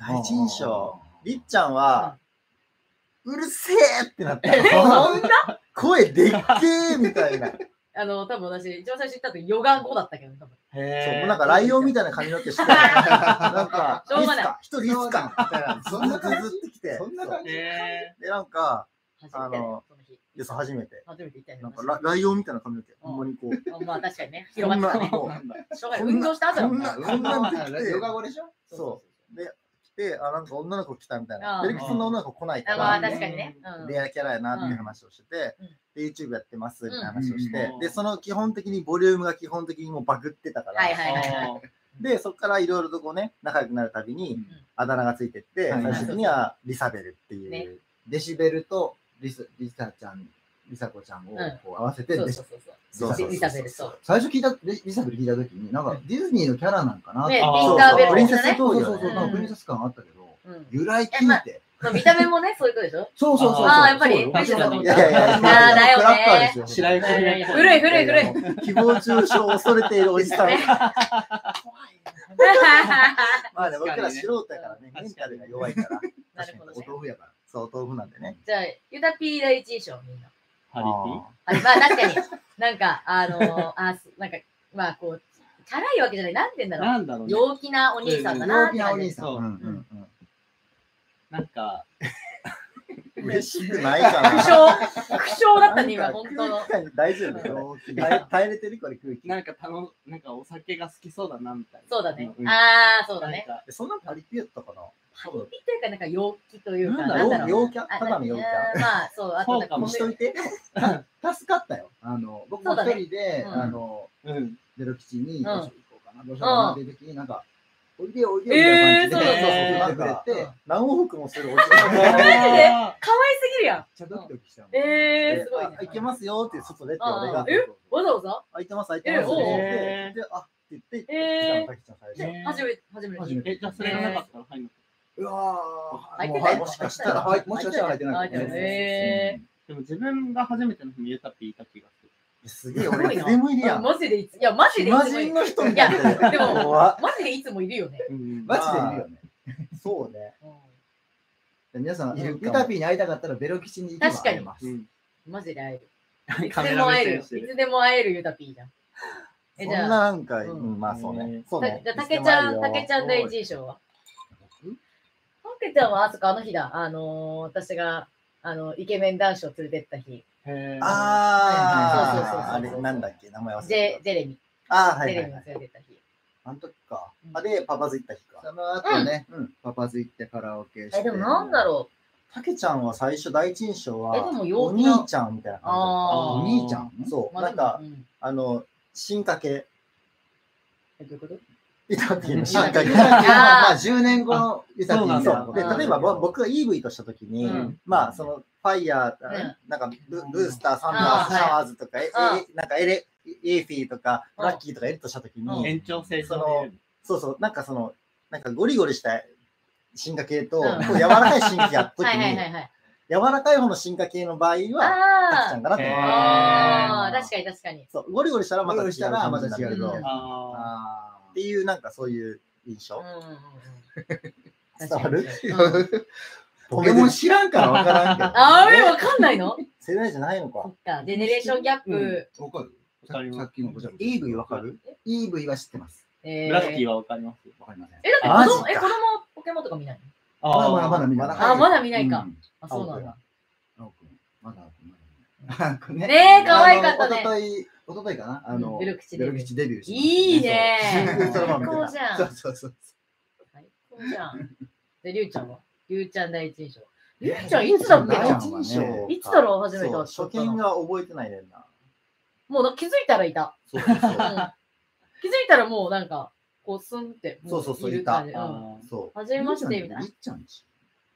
[SPEAKER 4] あ
[SPEAKER 3] 第一印象。りっちゃんは、うるせえってなった。
[SPEAKER 1] そんな
[SPEAKER 3] 声でっけえみたいな。そう、
[SPEAKER 1] あの、多分私、一番最初行った時、ヨガ後だったけど、多分。
[SPEAKER 2] あ。へえ。
[SPEAKER 3] もうなんかライオンみたいな髪
[SPEAKER 1] [LAUGHS]
[SPEAKER 3] の毛して、なんか、
[SPEAKER 1] しょうがない
[SPEAKER 3] いつか、一人いつか、みたいな、そんな感じってきて、
[SPEAKER 4] そんな感じ
[SPEAKER 2] へ
[SPEAKER 3] で、なんか、
[SPEAKER 1] 初めてだよ、その日。
[SPEAKER 3] いや、そう初めて。
[SPEAKER 1] 初めて行ったよ。
[SPEAKER 3] なんかラライオンみたいな髪の毛、
[SPEAKER 1] うん
[SPEAKER 3] ほんまにこう、
[SPEAKER 1] あまあ確かにね、
[SPEAKER 3] そん
[SPEAKER 1] 広がってた
[SPEAKER 3] な、
[SPEAKER 1] ね。 [LAUGHS]
[SPEAKER 3] こ
[SPEAKER 1] しょうがない。
[SPEAKER 3] こんな
[SPEAKER 1] 運動した後だもんな
[SPEAKER 3] こんなこんな
[SPEAKER 4] あーヨガ語でしょ
[SPEAKER 3] う、そう。で、来て、あ、なんか女の子来たみたいな。
[SPEAKER 1] うん
[SPEAKER 3] ベルキスの女の子来ないか
[SPEAKER 1] あまあ
[SPEAKER 3] ら、
[SPEAKER 1] 確かにね。うん
[SPEAKER 3] レアキャラやなっていう話をしてて
[SPEAKER 1] うん、
[SPEAKER 3] で、YouTube やってますみたいな話をして
[SPEAKER 2] う、ん
[SPEAKER 3] で、その基本的にボリュームが基本的にもうバグってたから、
[SPEAKER 1] はいはいはい
[SPEAKER 2] あー
[SPEAKER 3] で、そこからいろいろとこうね、仲良くなるたびに、
[SPEAKER 4] うん
[SPEAKER 3] あだ名がついてって、
[SPEAKER 4] はい
[SPEAKER 3] 最終的にはリサベルっていう。
[SPEAKER 1] ね
[SPEAKER 4] デシベルとリスリサちゃん、リサ子ちゃんを
[SPEAKER 1] ん
[SPEAKER 4] こう合わせて、
[SPEAKER 1] そう
[SPEAKER 4] デシ
[SPEAKER 1] そうそうそう。
[SPEAKER 3] そうそうそう
[SPEAKER 1] リサベルそう。
[SPEAKER 4] 最初聞いた、リリサベル聞いた時に、なんかディズニーのキャラなんかなって
[SPEAKER 1] ね、
[SPEAKER 2] あー
[SPEAKER 1] ピンターベル
[SPEAKER 3] プリン
[SPEAKER 1] 的な
[SPEAKER 3] セス
[SPEAKER 1] ね。
[SPEAKER 4] そう
[SPEAKER 3] 当
[SPEAKER 4] そう
[SPEAKER 3] 時
[SPEAKER 4] そうそう、
[SPEAKER 1] うん
[SPEAKER 4] なんかプリンセス感あったけど、
[SPEAKER 1] うん
[SPEAKER 4] 由来
[SPEAKER 1] えま
[SPEAKER 4] 聞い
[SPEAKER 1] あ
[SPEAKER 4] て。
[SPEAKER 1] まあ見た目もね、そういうことでしょ
[SPEAKER 4] そうそうそうそう。
[SPEAKER 1] あーやっぱり
[SPEAKER 4] そうよ
[SPEAKER 2] 確かに
[SPEAKER 3] いやいやいや
[SPEAKER 4] クラッカー
[SPEAKER 1] だよね
[SPEAKER 4] ですよ。
[SPEAKER 2] 白雪
[SPEAKER 1] いやい
[SPEAKER 2] 姫
[SPEAKER 1] や
[SPEAKER 2] っぽ
[SPEAKER 1] 古い古い古い。 [LAUGHS]
[SPEAKER 3] もう誹謗中傷を恐れているおじさん
[SPEAKER 1] ね。
[SPEAKER 3] まあね、僕
[SPEAKER 2] 確か
[SPEAKER 3] ら
[SPEAKER 2] にね
[SPEAKER 3] 素人だからね、メンタルが弱いから。
[SPEAKER 1] なるほどね。
[SPEAKER 4] お豆腐やから。
[SPEAKER 3] そう、豆腐なんでね。
[SPEAKER 1] じゃあ、ユタピー第一印象、みんな。
[SPEAKER 2] ハリピ
[SPEAKER 1] あまあ確かに、なんか、あのー、あすなんか、まあこう、チャラいわけじゃない、なんて言うんだろう。
[SPEAKER 2] なんだろうね。
[SPEAKER 1] 陽気なお兄さんだな
[SPEAKER 4] 陽
[SPEAKER 1] っ
[SPEAKER 4] 気
[SPEAKER 1] て
[SPEAKER 4] なお
[SPEAKER 1] 感じ
[SPEAKER 4] 兄
[SPEAKER 1] です。
[SPEAKER 4] さん。
[SPEAKER 2] そうう。
[SPEAKER 3] んうん
[SPEAKER 2] なんか、
[SPEAKER 3] うん。嬉しくないかな。
[SPEAKER 1] 苦笑苦笑だったね、今、
[SPEAKER 3] なんか
[SPEAKER 1] 本当の。
[SPEAKER 3] 空気感大丈夫
[SPEAKER 4] 陽気な
[SPEAKER 3] 耐え耐えれてるこれ空気。
[SPEAKER 2] なんか楽、なんかお酒が好きそうだなみたいな。
[SPEAKER 1] そうだね
[SPEAKER 2] う。ん
[SPEAKER 1] ああ、そうだね。。
[SPEAKER 2] なんか
[SPEAKER 3] そんなパリピやったかな
[SPEAKER 1] パリピというか、なんか陽気というか、
[SPEAKER 2] なんだ
[SPEAKER 1] なんだろう。
[SPEAKER 3] 陽陽キャ
[SPEAKER 1] あ
[SPEAKER 3] ただの陽キャ
[SPEAKER 1] うんまあ、そう、あとなんか
[SPEAKER 2] そうかも
[SPEAKER 3] しといて。
[SPEAKER 4] 助かったよ。あの、僕も
[SPEAKER 1] そうだね
[SPEAKER 4] 一人で、
[SPEAKER 1] うん
[SPEAKER 4] あの、
[SPEAKER 2] うん。
[SPEAKER 4] ゼロ吉に、
[SPEAKER 1] ん
[SPEAKER 4] どうしよう行こうかな、どうしようかなっていう時に、なんか、おいでよおいでよみたいな感
[SPEAKER 2] え
[SPEAKER 4] じで、
[SPEAKER 2] ー
[SPEAKER 3] そう
[SPEAKER 4] そ
[SPEAKER 3] う
[SPEAKER 4] そ
[SPEAKER 3] そううそうう
[SPEAKER 4] そ来てくれて、めっ
[SPEAKER 3] 何往復もするおじ
[SPEAKER 2] マ
[SPEAKER 3] さん
[SPEAKER 1] で
[SPEAKER 2] ジ
[SPEAKER 3] が。
[SPEAKER 1] 可愛すぎるやん。
[SPEAKER 4] ちゃドキドキしたもん。
[SPEAKER 1] ええ、
[SPEAKER 3] です
[SPEAKER 1] ごい
[SPEAKER 3] あ
[SPEAKER 1] ね。
[SPEAKER 3] 行けますよって外出て俺
[SPEAKER 1] あ
[SPEAKER 3] が
[SPEAKER 1] ー。わざわざ
[SPEAKER 3] 空いてます、空いてますって
[SPEAKER 2] えおう
[SPEAKER 3] 言って。で、あって言って、
[SPEAKER 1] えー
[SPEAKER 3] 来たの滝ちゃん最初。
[SPEAKER 1] で初めて、初め
[SPEAKER 4] 初
[SPEAKER 1] て。
[SPEAKER 4] め
[SPEAKER 2] え、
[SPEAKER 4] て
[SPEAKER 2] じゃあそれがなかったら入んなかっ
[SPEAKER 4] うわー
[SPEAKER 1] 入ってない
[SPEAKER 4] もうもしかしたら、はい、もしかしたら入ってないかも
[SPEAKER 1] え
[SPEAKER 4] ね。
[SPEAKER 2] たでも自分が初めての日にゆたっていた気がする。
[SPEAKER 3] すげえ、
[SPEAKER 1] すご
[SPEAKER 3] 俺
[SPEAKER 1] い
[SPEAKER 3] い
[SPEAKER 1] な
[SPEAKER 3] つでもいるやん。
[SPEAKER 1] マジでいつ、いや、マジでいつ
[SPEAKER 3] 暇
[SPEAKER 1] もい
[SPEAKER 3] 人
[SPEAKER 1] る。
[SPEAKER 3] の人みたい
[SPEAKER 1] いや
[SPEAKER 3] な。
[SPEAKER 1] でも
[SPEAKER 3] 怖っ
[SPEAKER 1] マジでいつもいるよね。
[SPEAKER 2] うん
[SPEAKER 4] マジでいるよね。
[SPEAKER 3] そうね。
[SPEAKER 1] うん
[SPEAKER 4] で皆さん、
[SPEAKER 3] い
[SPEAKER 4] ユ
[SPEAKER 3] るかも
[SPEAKER 4] タピーに会いたかったら、ベロ吉に行けば会えます。
[SPEAKER 2] うん。
[SPEAKER 1] マジで会える。い
[SPEAKER 2] カ
[SPEAKER 1] つ
[SPEAKER 2] メ
[SPEAKER 1] で
[SPEAKER 2] ラ
[SPEAKER 1] も
[SPEAKER 2] 目
[SPEAKER 1] 会える。い
[SPEAKER 2] 線してる。
[SPEAKER 1] つでも会えるユタピーじゃん。
[SPEAKER 3] そ
[SPEAKER 1] え、
[SPEAKER 3] ん
[SPEAKER 1] じ
[SPEAKER 3] な
[SPEAKER 1] ゃあ、
[SPEAKER 3] なんか、
[SPEAKER 1] う
[SPEAKER 3] うんん、まあそうね。そう
[SPEAKER 1] た
[SPEAKER 3] ね。
[SPEAKER 1] じゃあ、たけちゃん、たけちゃん第一
[SPEAKER 3] 一。
[SPEAKER 1] 印象はたけちゃんは、あそこあの日だ。あのー、私が、あの、イケメン男子を連れてった日。
[SPEAKER 2] へー
[SPEAKER 3] ああ、
[SPEAKER 1] は
[SPEAKER 3] あ
[SPEAKER 1] いはいそうそうそう
[SPEAKER 3] れ
[SPEAKER 1] そう
[SPEAKER 3] なんだっけ名前忘れ
[SPEAKER 1] ジ
[SPEAKER 3] た
[SPEAKER 1] ェ、。ジェレミ。
[SPEAKER 3] あー
[SPEAKER 1] ジ
[SPEAKER 3] は
[SPEAKER 1] ェ
[SPEAKER 3] い
[SPEAKER 1] レ
[SPEAKER 3] は
[SPEAKER 1] ミ
[SPEAKER 3] い
[SPEAKER 1] を
[SPEAKER 3] はい。
[SPEAKER 1] 連れてった日。
[SPEAKER 4] あの時か。
[SPEAKER 3] あで、パパズ行った日か。
[SPEAKER 4] その後ね、パパズ行ってカラオケして。
[SPEAKER 1] え、でもなんだろ
[SPEAKER 3] たけちゃんは最初第一印象
[SPEAKER 1] えで
[SPEAKER 3] は
[SPEAKER 1] も、
[SPEAKER 3] お
[SPEAKER 1] 陽気
[SPEAKER 3] 兄
[SPEAKER 1] な
[SPEAKER 3] ちゃんみたいな
[SPEAKER 1] あー。
[SPEAKER 3] 感
[SPEAKER 4] お兄ちゃん
[SPEAKER 3] じ。そうう、
[SPEAKER 1] ま
[SPEAKER 3] な
[SPEAKER 1] あ
[SPEAKER 3] んか、
[SPEAKER 1] でもうん
[SPEAKER 3] あの、進化系。
[SPEAKER 1] えどういうこと
[SPEAKER 3] いたっていうの進
[SPEAKER 4] なんか
[SPEAKER 3] 化系。
[SPEAKER 4] まあ10年後のユタピ
[SPEAKER 2] そうな
[SPEAKER 4] ー
[SPEAKER 2] ん
[SPEAKER 3] そ
[SPEAKER 2] だ
[SPEAKER 3] う。で、例えばぼ僕が EV としたときに、
[SPEAKER 1] うん
[SPEAKER 3] まあ、その、ファイヤー、
[SPEAKER 1] うん
[SPEAKER 3] なんかブ、ブースター、サンダース、シャワーズとか、え
[SPEAKER 1] はい
[SPEAKER 3] えなんかエレ、エーフィーとか、
[SPEAKER 1] うん
[SPEAKER 3] ラッキーとかエルとしたときに、
[SPEAKER 1] うん
[SPEAKER 2] 延長線上で。
[SPEAKER 3] そうそう、なんかその、なんかゴリゴリした進化系と、
[SPEAKER 1] うん
[SPEAKER 3] こう柔らかい進化系やったと
[SPEAKER 1] [LAUGHS]
[SPEAKER 3] き
[SPEAKER 1] はいはい
[SPEAKER 3] に
[SPEAKER 1] は、いはい。
[SPEAKER 3] 柔らかい方の進化系の場合は、たきちゃ
[SPEAKER 1] あ
[SPEAKER 3] んかなと思
[SPEAKER 2] へー
[SPEAKER 3] う
[SPEAKER 1] あ。あー確かに確かに。
[SPEAKER 3] そう、ゴリゴリしたらまた
[SPEAKER 4] ゴ
[SPEAKER 3] 違
[SPEAKER 4] リゴリ
[SPEAKER 3] う
[SPEAKER 4] したらまた違うけ
[SPEAKER 1] ど
[SPEAKER 3] 感じになる
[SPEAKER 2] あ
[SPEAKER 4] あ
[SPEAKER 3] っていう、なんかそういう印
[SPEAKER 1] う
[SPEAKER 3] 象
[SPEAKER 1] ん。うんうんうん
[SPEAKER 3] 伝わる
[SPEAKER 1] うん
[SPEAKER 3] [LAUGHS]
[SPEAKER 4] [LAUGHS] ポケモン知らんからわからんけど。
[SPEAKER 1] あーあれ、わかんないの
[SPEAKER 3] 世代じゃないの
[SPEAKER 1] そ
[SPEAKER 3] か
[SPEAKER 1] っ。か、ジェネレーションギャップ。
[SPEAKER 4] わかる
[SPEAKER 2] わかります
[SPEAKER 4] さっきのごちゃごちゃ
[SPEAKER 3] EV わかる
[SPEAKER 4] イーブイは知ってます。
[SPEAKER 1] え
[SPEAKER 2] ー。
[SPEAKER 1] ー
[SPEAKER 2] ブラッキーはわかります。
[SPEAKER 4] わかりません。
[SPEAKER 1] え、だって子
[SPEAKER 3] マ
[SPEAKER 1] 供、
[SPEAKER 3] ジ
[SPEAKER 1] え、
[SPEAKER 3] か
[SPEAKER 1] 子供ポポケモンとか見ない
[SPEAKER 4] まだまだまだ見ない
[SPEAKER 1] のあ、まだ見
[SPEAKER 4] 見
[SPEAKER 1] ないか。。あ、そうなんだ。
[SPEAKER 4] 青くんまだ、まだ。青くんね
[SPEAKER 1] ねえ可愛かったね
[SPEAKER 4] あの一昨日、一昨日かなあの、
[SPEAKER 1] ベルクチデビュー
[SPEAKER 4] ベルクチデビューしました
[SPEAKER 1] いいね
[SPEAKER 4] そうそのまま見て
[SPEAKER 1] 最高じゃん
[SPEAKER 4] そうそうそう。
[SPEAKER 1] 最高じゃ
[SPEAKER 3] [LAUGHS]
[SPEAKER 1] ん。で、りゅうちゃんはりゅうちゃん第一印象。りゅうちゃんいつだっけ
[SPEAKER 4] りゅうちゃ
[SPEAKER 1] なん
[SPEAKER 4] はね
[SPEAKER 1] いつだろう初めて会ったの
[SPEAKER 3] そう初見が覚えてないねんな。
[SPEAKER 1] もう気づいたらい
[SPEAKER 3] [LAUGHS]
[SPEAKER 1] た。
[SPEAKER 3] そうそう
[SPEAKER 1] うん気づいたらもうなんか、こうすんって。も
[SPEAKER 3] そうそうそう
[SPEAKER 1] る
[SPEAKER 3] いた
[SPEAKER 1] 感じうん
[SPEAKER 2] あー
[SPEAKER 3] そう。
[SPEAKER 1] はじめまして、みたいな。
[SPEAKER 4] りっちゃんち。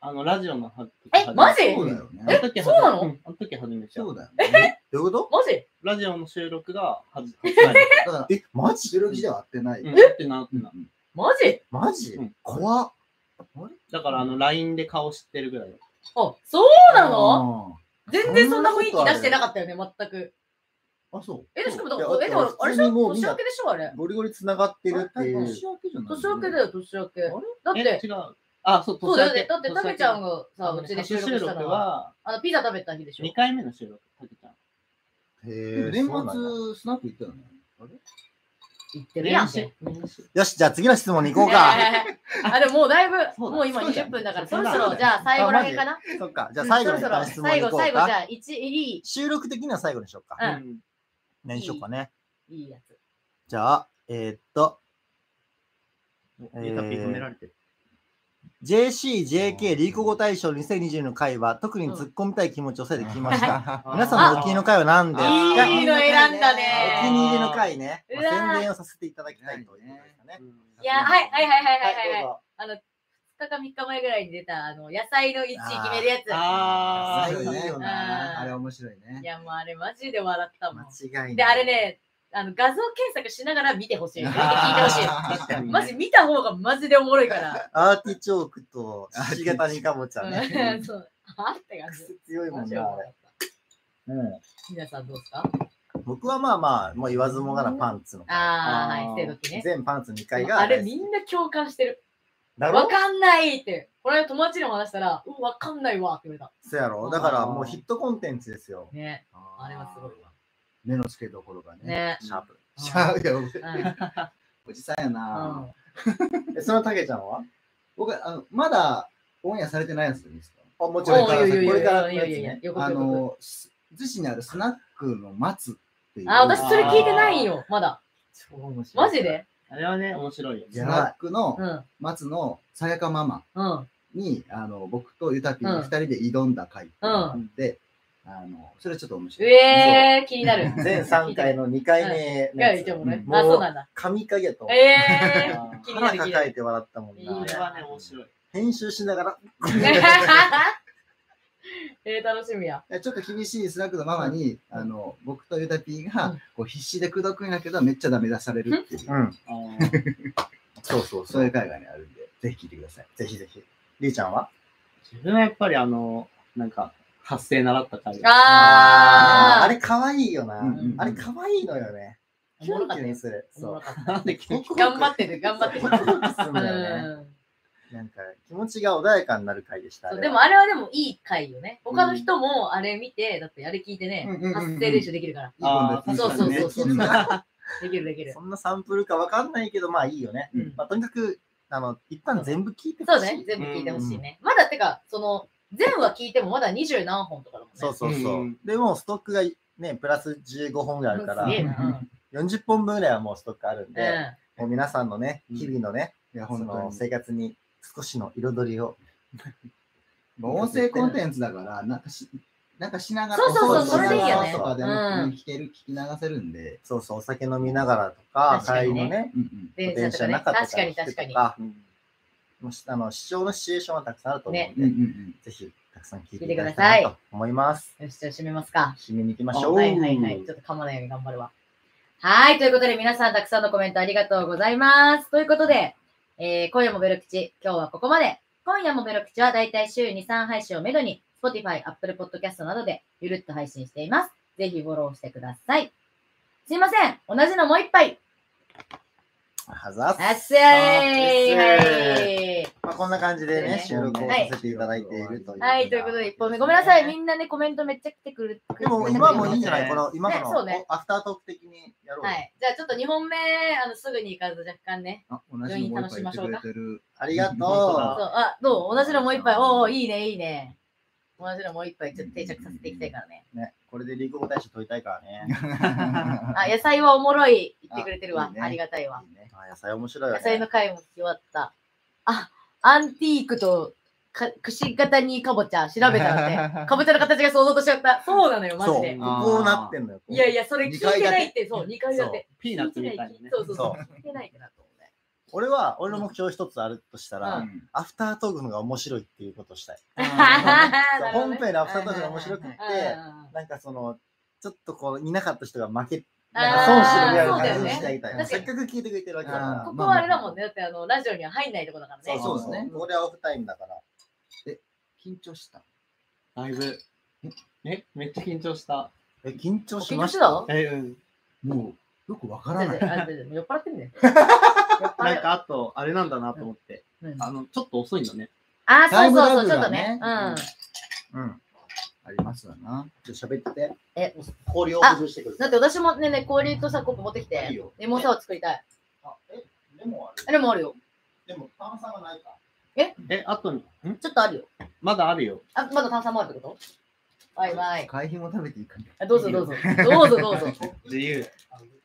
[SPEAKER 2] あの、ラジオのは。
[SPEAKER 1] え、マジ
[SPEAKER 4] そうだよね。
[SPEAKER 2] あの時
[SPEAKER 1] えそうなの
[SPEAKER 2] んあの時初めてや
[SPEAKER 4] そうだよね。
[SPEAKER 3] どういうこと
[SPEAKER 1] マジ
[SPEAKER 2] ラジオの収録がはじ初めて。
[SPEAKER 4] だから、
[SPEAKER 3] え、マジ
[SPEAKER 4] 収録時では会ってない。
[SPEAKER 2] うん、ってなってな。
[SPEAKER 1] マジ
[SPEAKER 3] マジ
[SPEAKER 2] うん
[SPEAKER 3] 怖っ。
[SPEAKER 2] だから、あの、LINE で顔知ってるぐらいの。
[SPEAKER 1] あ、そうなの
[SPEAKER 4] の
[SPEAKER 1] 全然そんな雰囲気出してなかったよね、全く。
[SPEAKER 4] あ、そう。
[SPEAKER 1] え、しかもだか
[SPEAKER 3] いや
[SPEAKER 1] ら、え、だか
[SPEAKER 3] だっ
[SPEAKER 1] ら
[SPEAKER 3] て、
[SPEAKER 1] あれでし
[SPEAKER 3] 普通
[SPEAKER 1] ょ
[SPEAKER 3] にもうみ
[SPEAKER 1] 年
[SPEAKER 3] んな
[SPEAKER 1] 明けでしょ、あれ。
[SPEAKER 3] ゴリゴリ繋がってるってい
[SPEAKER 4] あ
[SPEAKER 3] う。
[SPEAKER 4] 年明けじゃない
[SPEAKER 1] 年明けだよ、年明け
[SPEAKER 4] あ。れ
[SPEAKER 1] だっ
[SPEAKER 2] え
[SPEAKER 1] て、
[SPEAKER 2] 違う。あ、そう、
[SPEAKER 1] そうだよ
[SPEAKER 2] 年
[SPEAKER 1] ね
[SPEAKER 2] 明。
[SPEAKER 1] だって、たけちゃんがさ、
[SPEAKER 2] あの
[SPEAKER 1] う
[SPEAKER 2] ね
[SPEAKER 1] ちで収録
[SPEAKER 2] 初
[SPEAKER 1] したのは、
[SPEAKER 2] は、
[SPEAKER 1] あの、ピザ食べた日でしょ
[SPEAKER 2] 2。回目の収録、たけちゃん。
[SPEAKER 3] へえ。
[SPEAKER 4] 年
[SPEAKER 3] そうなんだ
[SPEAKER 4] 末、スナック行ったよね。あれ
[SPEAKER 1] 言ってるやん。
[SPEAKER 2] 年始年始
[SPEAKER 3] よし、じゃあ次の質問に行こう [LAUGHS] か。
[SPEAKER 1] [LAUGHS] あ、でももうだいぶ、
[SPEAKER 2] そうだ
[SPEAKER 1] もう今
[SPEAKER 2] そうだ
[SPEAKER 1] 20分だから、そ
[SPEAKER 2] そう
[SPEAKER 1] ろ
[SPEAKER 2] だ
[SPEAKER 1] そろ、じゃあ最後らへんかな。
[SPEAKER 3] そっか。じゃあ最後
[SPEAKER 1] うん
[SPEAKER 3] に
[SPEAKER 1] そろ
[SPEAKER 3] 質
[SPEAKER 1] そろ、
[SPEAKER 3] 問
[SPEAKER 1] 最
[SPEAKER 3] に行
[SPEAKER 1] 後、
[SPEAKER 3] こう
[SPEAKER 1] 最後、じ
[SPEAKER 3] か。
[SPEAKER 1] ゃあ、一いい、
[SPEAKER 3] 収録的には最後にしよう
[SPEAKER 1] う
[SPEAKER 3] か。
[SPEAKER 1] ん
[SPEAKER 2] うん。
[SPEAKER 3] 何しようかね。
[SPEAKER 1] いいやつ。
[SPEAKER 3] じゃあ、えーっと、
[SPEAKER 2] えー、認められてる。
[SPEAKER 3] JCJK リーコ語大賞2020の回は特に突っ込みたい気持ちを抑えて聞きました。
[SPEAKER 1] [LAUGHS]
[SPEAKER 2] うん
[SPEAKER 3] 皆さんのお気に入りの回は何です
[SPEAKER 1] あ
[SPEAKER 3] か
[SPEAKER 1] いいの選んだね
[SPEAKER 3] お気に入りの回ね。
[SPEAKER 1] う
[SPEAKER 3] ま
[SPEAKER 1] わー
[SPEAKER 3] あ宣伝をさせていただきたいということですかね。
[SPEAKER 1] いや、はい、はい、はい、はい、はい、はい。
[SPEAKER 3] は
[SPEAKER 1] あの、2日か3日前ぐらいに出た、あの、野菜の1位決めるやつ。
[SPEAKER 2] あ
[SPEAKER 4] 面
[SPEAKER 2] ー
[SPEAKER 4] 白いね
[SPEAKER 3] うん
[SPEAKER 4] あれ面白いね
[SPEAKER 1] い。や、もうあれマジで笑ったもん。
[SPEAKER 3] い、間違いない。
[SPEAKER 1] で、あれ。ね、あの、画像検索しながら見てほし
[SPEAKER 3] [LAUGHS]
[SPEAKER 1] い。見て聞いてほしい。
[SPEAKER 4] あー
[SPEAKER 2] 確かにね。
[SPEAKER 1] マジ見た方がマジでおもろいから。
[SPEAKER 3] アーティチョークとシ形にかぼちゃ
[SPEAKER 1] う
[SPEAKER 3] ね
[SPEAKER 1] ん。そう。 [LAUGHS] あって感じ。
[SPEAKER 3] 癖強いも
[SPEAKER 1] マ
[SPEAKER 3] ん
[SPEAKER 1] ジ
[SPEAKER 3] ね、
[SPEAKER 1] でお
[SPEAKER 3] あ
[SPEAKER 1] もろ
[SPEAKER 3] れ
[SPEAKER 1] かった。
[SPEAKER 3] うん
[SPEAKER 1] 皆さんどうですか
[SPEAKER 3] 僕はまあまあ、もう言わずもがなパンツの回。
[SPEAKER 1] あ
[SPEAKER 2] あ
[SPEAKER 1] あ、
[SPEAKER 2] ー
[SPEAKER 1] はい、生徒ね。
[SPEAKER 3] 全パンツ2回が。
[SPEAKER 1] あれみんな共感してる。
[SPEAKER 3] だ
[SPEAKER 1] わ
[SPEAKER 3] ろ
[SPEAKER 1] かんないって。これ友達にも話したら、うん、わかんないわって言われた。
[SPEAKER 3] そうやろだからもうヒットコンテンツですよ。
[SPEAKER 1] ね。
[SPEAKER 4] あ
[SPEAKER 1] あれはすごいわ。
[SPEAKER 4] 目の付けどころがね。
[SPEAKER 1] ね。
[SPEAKER 3] シャープ。
[SPEAKER 4] しゃあいやお
[SPEAKER 1] うん。うん
[SPEAKER 4] おじさんやな。
[SPEAKER 3] え、そのたけちゃんは
[SPEAKER 4] 僕、あの、まだオンエアされてないやつでいいですか
[SPEAKER 3] あ、もちろん
[SPEAKER 1] お
[SPEAKER 3] これ
[SPEAKER 1] ー
[SPEAKER 3] から
[SPEAKER 1] いやいやい
[SPEAKER 3] 先、
[SPEAKER 1] や
[SPEAKER 3] これ
[SPEAKER 1] いやいやいや予告
[SPEAKER 3] からのやつね。
[SPEAKER 4] あ
[SPEAKER 1] 予告
[SPEAKER 4] の、す逗子にあるスナックの松っていう。
[SPEAKER 1] あ、私それ聞いてないよ、まだ。
[SPEAKER 3] 超面白い
[SPEAKER 1] マジで
[SPEAKER 2] あれはね、面白いよ。
[SPEAKER 4] スナックの
[SPEAKER 1] うん。
[SPEAKER 4] 松のさやかママ
[SPEAKER 1] うん。
[SPEAKER 4] に、あの、僕とゆたぴーの二人で挑んだ回っていうのがあって、あの、それちょっと面
[SPEAKER 1] う
[SPEAKER 4] 白い。
[SPEAKER 1] えー、気になる。
[SPEAKER 3] 全3回の2回目
[SPEAKER 1] い
[SPEAKER 3] の
[SPEAKER 1] や、
[SPEAKER 3] や
[SPEAKER 1] い
[SPEAKER 3] つ
[SPEAKER 1] てもね。
[SPEAKER 4] うん
[SPEAKER 1] あ、そうなんだ。
[SPEAKER 3] 神影やと思う。
[SPEAKER 1] えー。 [LAUGHS]
[SPEAKER 2] あ
[SPEAKER 1] 気にな
[SPEAKER 3] 腹
[SPEAKER 1] る気にな
[SPEAKER 3] 抱え
[SPEAKER 1] る。
[SPEAKER 3] て笑ったもん
[SPEAKER 1] いい
[SPEAKER 2] ーあ
[SPEAKER 3] な
[SPEAKER 2] れ。はね、面白い。
[SPEAKER 3] 編集しながら、
[SPEAKER 1] えー、楽しみや。
[SPEAKER 4] えちょっと厳しいスナックのママに、
[SPEAKER 1] ん
[SPEAKER 4] あの僕とユタピー
[SPEAKER 1] う
[SPEAKER 4] が
[SPEAKER 1] ん
[SPEAKER 4] こう必死で口説くんやけどめっちゃダメ出されるっていう、
[SPEAKER 3] うん。
[SPEAKER 2] あー
[SPEAKER 3] そうそう
[SPEAKER 4] そう
[SPEAKER 3] そ
[SPEAKER 4] いう
[SPEAKER 3] う。
[SPEAKER 4] 会が、ね、あるんでぜひ聞いてください。
[SPEAKER 3] ぜひぜひ。りーちゃんは
[SPEAKER 2] 自分はやっぱりあの、なんか、発声習った回が。
[SPEAKER 1] あー。
[SPEAKER 3] あれ可愛いよ
[SPEAKER 4] うん
[SPEAKER 3] な。
[SPEAKER 4] うん
[SPEAKER 3] あれ可愛いのよね。
[SPEAKER 1] おもろかった
[SPEAKER 3] キ
[SPEAKER 1] で
[SPEAKER 3] ュンキュン
[SPEAKER 1] す。
[SPEAKER 3] する。
[SPEAKER 1] おも
[SPEAKER 3] そ
[SPEAKER 1] ろ
[SPEAKER 3] う。
[SPEAKER 1] かった
[SPEAKER 2] なんで聞いて
[SPEAKER 1] 頑張ってる、頑張ってる
[SPEAKER 3] ホ。クホクするんだよね。
[SPEAKER 1] うん。
[SPEAKER 3] なんか気持ちが穏やかになる回でした。あ
[SPEAKER 1] そう
[SPEAKER 3] れ
[SPEAKER 1] で
[SPEAKER 3] は
[SPEAKER 1] もあれはでもいい回よね。他の人もあれ見て、だってあれ聞いてね
[SPEAKER 4] うんうんうんう、ん
[SPEAKER 1] 発声練習できるから。
[SPEAKER 2] あ
[SPEAKER 1] そうそうそうそう。
[SPEAKER 4] うん
[SPEAKER 1] [LAUGHS] できるできる
[SPEAKER 3] そ。んなサンプルかわかんないけど、まあいいよね。
[SPEAKER 1] うん
[SPEAKER 3] まあとにかく、あの、一旦全部聞いて
[SPEAKER 1] そ
[SPEAKER 3] ほ
[SPEAKER 1] う
[SPEAKER 3] しい。
[SPEAKER 1] ね、全部聞いてほしいね。まだてか、その、全話聞いてもまだ二十何本とかだもんね。
[SPEAKER 3] そうそうそう。
[SPEAKER 2] うん
[SPEAKER 3] でも、ストックがね、プラス15本ぐらいあるから
[SPEAKER 1] すげ、えな。
[SPEAKER 3] 40本分ぐらいはもうストックあるん
[SPEAKER 1] う
[SPEAKER 3] で、
[SPEAKER 1] ん
[SPEAKER 3] もう皆さんのね、
[SPEAKER 2] うん
[SPEAKER 3] 日々のね、
[SPEAKER 4] いや
[SPEAKER 3] そ
[SPEAKER 4] 本当
[SPEAKER 3] の
[SPEAKER 4] に
[SPEAKER 3] 生活に少しの彩りを。
[SPEAKER 4] もう音声コンテンツだからなんかしなんかしながら
[SPEAKER 1] そうそう
[SPEAKER 3] そうそれでいいよね
[SPEAKER 4] とかでも
[SPEAKER 1] うん
[SPEAKER 4] 聞ける聞き流せるんで、
[SPEAKER 3] そうそう、お酒飲みながらとか、
[SPEAKER 1] 確か
[SPEAKER 3] 帰
[SPEAKER 1] に
[SPEAKER 3] り
[SPEAKER 1] ね
[SPEAKER 3] のね、
[SPEAKER 4] うんうん、
[SPEAKER 1] 電車とかね。
[SPEAKER 3] 中
[SPEAKER 1] 確かに確かに。
[SPEAKER 3] か
[SPEAKER 2] うん
[SPEAKER 3] もうあの、視聴のシチュエーションはたくさんあると思うんで、
[SPEAKER 4] うんうん
[SPEAKER 3] ぜひ、たくさん聞いていただきた
[SPEAKER 1] 聞
[SPEAKER 3] い
[SPEAKER 1] いてくだ
[SPEAKER 3] と思います。
[SPEAKER 1] よし、じゃあ締めますか。
[SPEAKER 3] 締めに行きましょう。
[SPEAKER 1] はいはいはい。ちょっと噛まないように頑張るわ。はい。ということで、皆さんたくさんのコメントありがとうございます。ということで、えー今夜もベロ吉、今日はここまで。今夜もベロ吉はだいたい週2、3配信をめどに、Spotify、Apple Podcast などでゆるっと配信しています。ぜひフォローしてください。すいません。同じのもう一杯。
[SPEAKER 3] はざっす
[SPEAKER 1] あっせーい。はい
[SPEAKER 3] まあまあ、こんな感じでね、
[SPEAKER 1] そ
[SPEAKER 3] 収
[SPEAKER 4] うね
[SPEAKER 3] 録をさせていただいているという。
[SPEAKER 1] はい、ということで、一本目。ごめんなさい、みんなね、コメントめっちゃ来てくる。
[SPEAKER 3] でも、今はもういいんじゃないこの、今の、
[SPEAKER 1] ねそうね
[SPEAKER 3] アフタートーク的にやろうよ。
[SPEAKER 1] はい。じゃあ、ちょっと2本目、あの、すぐに行かず、若干ね。
[SPEAKER 4] あ、同じのもう一杯言ってくれてる。
[SPEAKER 3] ありがとう。
[SPEAKER 1] そう、
[SPEAKER 4] あ
[SPEAKER 1] あ、どう同じのもう一杯。おお、いいね、いいね。同じのもう一杯、ちょっと定着させていきたいからね。
[SPEAKER 3] ね、これで流行語大賞取りたいからね。
[SPEAKER 1] あ、野菜はおもろい。言ってくれてるわ。
[SPEAKER 4] あ
[SPEAKER 1] あ
[SPEAKER 4] いいね
[SPEAKER 1] りがたいわ。
[SPEAKER 3] あ野菜面白いよ
[SPEAKER 1] 野
[SPEAKER 3] ね。
[SPEAKER 1] 菜の回も聞き終わった。あ、アンティークと、か串型にかぼちゃ調べたらね、かぼちゃの形が想像としちゃった。そうなのよ、マジ
[SPEAKER 3] そう、
[SPEAKER 1] で。
[SPEAKER 2] あー
[SPEAKER 3] こうなってんのよ。こう
[SPEAKER 1] いやいや、それ聞いてないって、そう、2階建て。
[SPEAKER 2] ピーナッツみたいにね。
[SPEAKER 1] そうそうそう。聞いてないってなと思うね。
[SPEAKER 3] 俺は、俺の目標一つあるとしたら、
[SPEAKER 1] う
[SPEAKER 3] アフタートークのが面白いっていうことをしたい。そう
[SPEAKER 1] 本
[SPEAKER 3] 本編のアフタートークが面白くって、なんかその、ちょっとこう、いなかった人が負け、なんか損してるみたいな感じにしてあげたい。
[SPEAKER 1] あーそ
[SPEAKER 3] せ
[SPEAKER 1] うだよね
[SPEAKER 3] っかく聞いてくれてるわけだ
[SPEAKER 4] あー
[SPEAKER 3] か
[SPEAKER 1] ここはあれだもんね。だってあのラジオには入んないとこだから
[SPEAKER 3] ら。
[SPEAKER 1] ね。
[SPEAKER 4] そうそうですね
[SPEAKER 3] ここでオフタイムだから。
[SPEAKER 4] 緊張した。
[SPEAKER 2] だいぶ。え、めっちゃ緊張した。
[SPEAKER 3] え、緊張し
[SPEAKER 1] 緊張
[SPEAKER 3] ま
[SPEAKER 1] し
[SPEAKER 3] したた
[SPEAKER 1] の
[SPEAKER 2] え、うん。
[SPEAKER 4] もう、よくわからない。
[SPEAKER 1] あでで酔っ払ってんだよ。
[SPEAKER 2] なんかあと、あれなんだなと思って。
[SPEAKER 1] うん
[SPEAKER 2] あの、ちょっと遅いんだね。
[SPEAKER 1] あ、
[SPEAKER 4] だ
[SPEAKER 1] そ
[SPEAKER 4] いうぶ
[SPEAKER 1] そうそう、ちょっ
[SPEAKER 4] ラグ
[SPEAKER 1] と
[SPEAKER 4] が
[SPEAKER 1] ね
[SPEAKER 4] ね。
[SPEAKER 1] うん。
[SPEAKER 3] うん。
[SPEAKER 4] ありますわな。
[SPEAKER 3] ちょっと喋ってて。
[SPEAKER 1] え、
[SPEAKER 3] 氷を補充してくる。
[SPEAKER 1] だって私もね、ね氷とさ、コップ持ってき
[SPEAKER 3] いい
[SPEAKER 1] て
[SPEAKER 3] よ、
[SPEAKER 1] レモンサワー作りたい。
[SPEAKER 3] あえ、でもあ
[SPEAKER 1] あれもあるよ。
[SPEAKER 3] る。でも炭酸がないか。
[SPEAKER 2] え、あと、ん
[SPEAKER 1] ちょっとあるよ。
[SPEAKER 2] まだあるよ。
[SPEAKER 1] あ、まだ炭酸もあるってことわいわい。
[SPEAKER 4] 会費も食べていいかな。
[SPEAKER 1] あどうぞどうぞ。どうぞどうぞ。
[SPEAKER 2] 自由。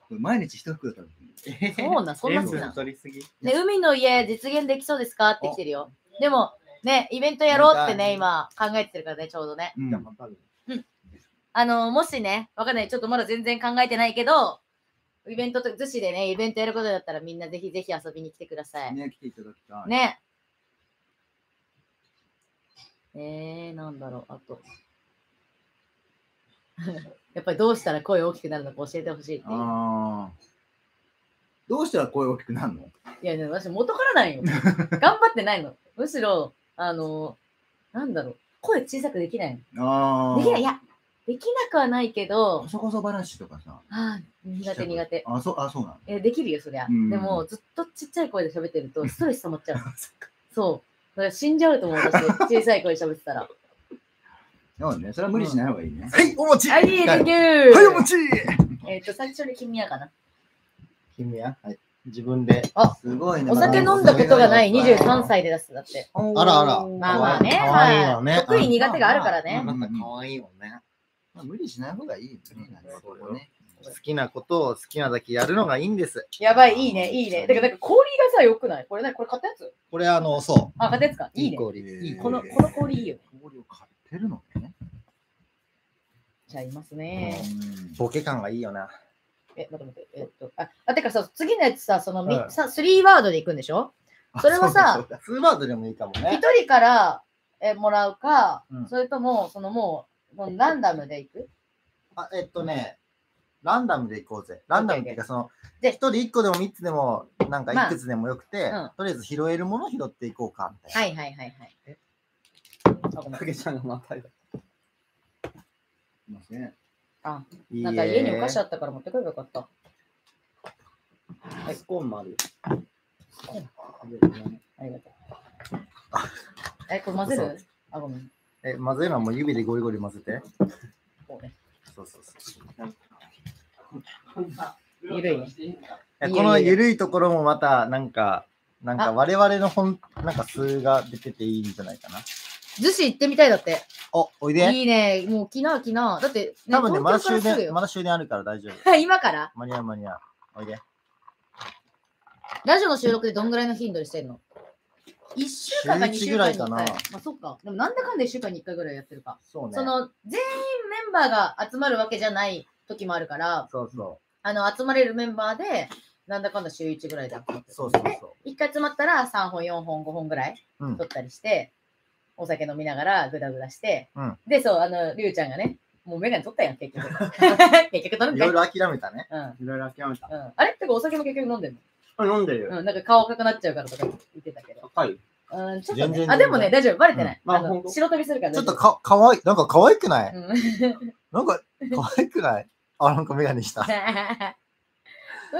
[SPEAKER 4] これ毎日一袋食べてみる。
[SPEAKER 1] そうなん、そんな
[SPEAKER 2] 塩
[SPEAKER 1] 好きな
[SPEAKER 2] 分
[SPEAKER 1] の。
[SPEAKER 2] 取りすぎ。
[SPEAKER 1] ね、海の家実現できそうですかって来てるよ。でも、ね、イベントやろうってね、今考えてるからね、ちょうどね。
[SPEAKER 4] うん
[SPEAKER 2] じゃあまたある
[SPEAKER 1] あの、もしね、わかんない、ちょっとまだ全然考えてないけど、イベントと、逗子でね、イベントやることだったらみんなぜひぜひ遊びに来てください。ね。
[SPEAKER 4] ね、来ていただきたい。
[SPEAKER 1] えー、なんだろう、あと。 [LAUGHS] やっぱりどうしたら声大きくなるのか教えてほしいっていう。
[SPEAKER 4] ああ。どうしたら声大きくなるの
[SPEAKER 1] いや、でも私元からないよ。頑張ってないの。むしろ、あの、なんだろう、声小さくできない
[SPEAKER 4] あ
[SPEAKER 1] の。
[SPEAKER 4] あ。
[SPEAKER 1] できない、いや、できなくはないけど
[SPEAKER 4] こ、そこそ話とかさ。
[SPEAKER 1] ああ、苦手苦手。
[SPEAKER 4] あ、そう、あ、そうな
[SPEAKER 1] えできるよ、そりゃ。
[SPEAKER 4] うん
[SPEAKER 1] でも、ずっとちっちゃい声で喋ってると、ストレス溜まっちゃう。そう。だから死んじゃうと思う、私、小さい声で喋ってたら。
[SPEAKER 4] の。そうね。それは無理しない方がいいね。
[SPEAKER 3] はい、お餅
[SPEAKER 1] はい、でき
[SPEAKER 3] はい、
[SPEAKER 1] る
[SPEAKER 4] はい、お餅
[SPEAKER 1] えっと、最初に君やかな。
[SPEAKER 3] 君や。はい。自分で。
[SPEAKER 4] すごいね。
[SPEAKER 1] お酒飲んだことがない
[SPEAKER 3] まだ
[SPEAKER 1] 23歳で出す、だって。
[SPEAKER 4] あ
[SPEAKER 3] あらあら
[SPEAKER 1] まあまあね。
[SPEAKER 3] かわいいよね
[SPEAKER 1] まあ得意苦手があるからね。
[SPEAKER 4] まあ
[SPEAKER 3] なんか可愛いもんね。
[SPEAKER 4] まあ、無理しない方がいいよね。
[SPEAKER 3] そう
[SPEAKER 4] こね。
[SPEAKER 3] 好きなことを好きなだけやるのがいいんです。
[SPEAKER 1] やばい、いいね、いいね。だから、なんか氷がさ、よくないこれ何これ買ったやつ
[SPEAKER 3] これあの、そ
[SPEAKER 1] あ、買ったやつか。
[SPEAKER 3] う。
[SPEAKER 1] いいね。
[SPEAKER 3] 氷。
[SPEAKER 4] い
[SPEAKER 1] この、
[SPEAKER 4] えー
[SPEAKER 1] この氷いいよね。
[SPEAKER 4] 氷を買ってるのね。
[SPEAKER 1] ちゃいますね。
[SPEAKER 3] ボケ感がいいよな。
[SPEAKER 1] え、待って待って。えっと、あ、あてかさ、次のやつさ、そのみ、
[SPEAKER 3] はい
[SPEAKER 1] さ、3ワードでいくんでしょそれはさ
[SPEAKER 4] そうだそうだ
[SPEAKER 3] ツーバードでもいいかも
[SPEAKER 1] 一
[SPEAKER 3] ね。
[SPEAKER 1] 人からえもらうか、
[SPEAKER 3] うん
[SPEAKER 1] それとも、そのもう、もうランダムでいく
[SPEAKER 3] あ、えっとね、ランダムでいこうぜ。ランダムっていうか、その、
[SPEAKER 1] で
[SPEAKER 3] 一人一個でも三つでも、なんか
[SPEAKER 1] まあ
[SPEAKER 3] いくつでもよくて
[SPEAKER 1] うん、
[SPEAKER 3] とりあえず拾えるもの拾っていこうか、みたい
[SPEAKER 1] はいはいはいはい。あごめん
[SPEAKER 2] けちゃんがまた
[SPEAKER 4] いますね。
[SPEAKER 3] な。
[SPEAKER 1] なんか家にお菓子
[SPEAKER 3] あ
[SPEAKER 1] あったから持ってくればよかった。
[SPEAKER 2] スコーンもある。
[SPEAKER 1] ありがとう。え、これ混ぜるあ、ごめん。
[SPEAKER 3] え、混ぜるのはもう指でゴリゴリ混ぜて。
[SPEAKER 1] こうね。
[SPEAKER 3] そうそうそう。
[SPEAKER 1] ゆるいね。
[SPEAKER 3] え
[SPEAKER 1] いいよ
[SPEAKER 3] この
[SPEAKER 1] いいよ
[SPEAKER 3] ゆるいところもまた、なんか、なん
[SPEAKER 1] あ
[SPEAKER 3] か我々の本、なんか数が出てていいんじゃないかな。
[SPEAKER 1] 樹脂行ってみたいだって。
[SPEAKER 3] お、おいで。
[SPEAKER 1] いいね。もう昨日昨日。だって、ね、
[SPEAKER 3] 多分ね、まだ
[SPEAKER 1] 東京からす
[SPEAKER 3] 終
[SPEAKER 1] ぐ
[SPEAKER 3] 電、
[SPEAKER 1] よ [LAUGHS]
[SPEAKER 3] まだ終電あるから大丈夫。
[SPEAKER 1] 今から
[SPEAKER 3] 間に合う間に合う。おいで。
[SPEAKER 1] ラジオの収録でどんぐらいの頻度にしてんの ?1 週間か2週間に1回。
[SPEAKER 3] 週一ぐらいかな
[SPEAKER 1] まあそっか。でもなんだかんだ1週間に1回ぐらいやってるか。
[SPEAKER 3] そうね。
[SPEAKER 1] その全員メンバーが集まるわけじゃない時もあるから
[SPEAKER 3] そうそ
[SPEAKER 1] あの集まれるメンバーでなんだかんだ週1ぐらいで集まって
[SPEAKER 3] う。そうそうそう。
[SPEAKER 1] 1回集まったら3本4本5本ぐらい
[SPEAKER 3] うん
[SPEAKER 1] 取ったりして、お酒飲みながらグダグダして、
[SPEAKER 3] うん
[SPEAKER 1] でそうあのりゅうちゃんがねもうメガネ取ったやん結
[SPEAKER 3] [LAUGHS]
[SPEAKER 1] 局結局取るん
[SPEAKER 3] い
[SPEAKER 1] かい
[SPEAKER 3] ろいろ諦めたね。
[SPEAKER 1] うん
[SPEAKER 2] いろいろ諦めた。
[SPEAKER 1] うん、あれってかお酒も結局飲んでんの、
[SPEAKER 2] あ、飲んでるよ。
[SPEAKER 1] うん、なんか顔赤くなっちゃうからとか言ってたけど。
[SPEAKER 2] 高い。
[SPEAKER 1] うん、ちょっと
[SPEAKER 3] 全
[SPEAKER 1] ね。
[SPEAKER 3] 然
[SPEAKER 1] あ、でもね、大丈夫。バレてない。
[SPEAKER 2] うんまあ
[SPEAKER 1] あ
[SPEAKER 2] ほん
[SPEAKER 1] の
[SPEAKER 2] と
[SPEAKER 1] 白飛びするから
[SPEAKER 3] ち
[SPEAKER 1] 大
[SPEAKER 3] ょっ
[SPEAKER 1] 丈
[SPEAKER 3] と
[SPEAKER 1] 夫。
[SPEAKER 3] かかわいい。なんかかわいくない
[SPEAKER 1] うん
[SPEAKER 3] なんかかわいくない
[SPEAKER 1] [LAUGHS]
[SPEAKER 3] あ、なんかメガネした。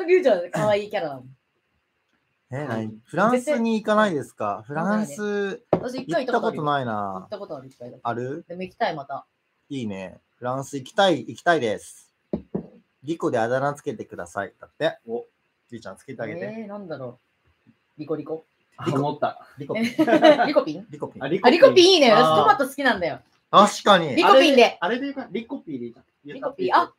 [SPEAKER 1] リュウちゃん、可愛いキャラだもん。
[SPEAKER 3] え何フランスに行かないですかフランス
[SPEAKER 1] 私一
[SPEAKER 3] 行っ
[SPEAKER 1] 回行
[SPEAKER 3] た
[SPEAKER 1] ったこ
[SPEAKER 3] ことと
[SPEAKER 1] ない。
[SPEAKER 3] ない
[SPEAKER 1] 行っ
[SPEAKER 3] な。
[SPEAKER 1] たことある一回だけ。
[SPEAKER 3] ある
[SPEAKER 1] でも行きたい、また。
[SPEAKER 3] いいね。フランス行きたい、行きたいです。リコであだ名つけてください。だって。お、リーちゃんつけてあげて。
[SPEAKER 1] えー、なんだろう。リコリコ。
[SPEAKER 2] あ思った。
[SPEAKER 3] リコピン。
[SPEAKER 1] リコピン
[SPEAKER 3] リコピン。
[SPEAKER 2] リ
[SPEAKER 1] あ、リコピンいいね。
[SPEAKER 2] あー
[SPEAKER 1] 私トマト好きなんだよ。
[SPEAKER 3] 確かに。
[SPEAKER 1] リ
[SPEAKER 3] い
[SPEAKER 1] コピンで。
[SPEAKER 2] あれで言うか、リコピーでいいじゃん。
[SPEAKER 1] リコピー、あ、
[SPEAKER 3] や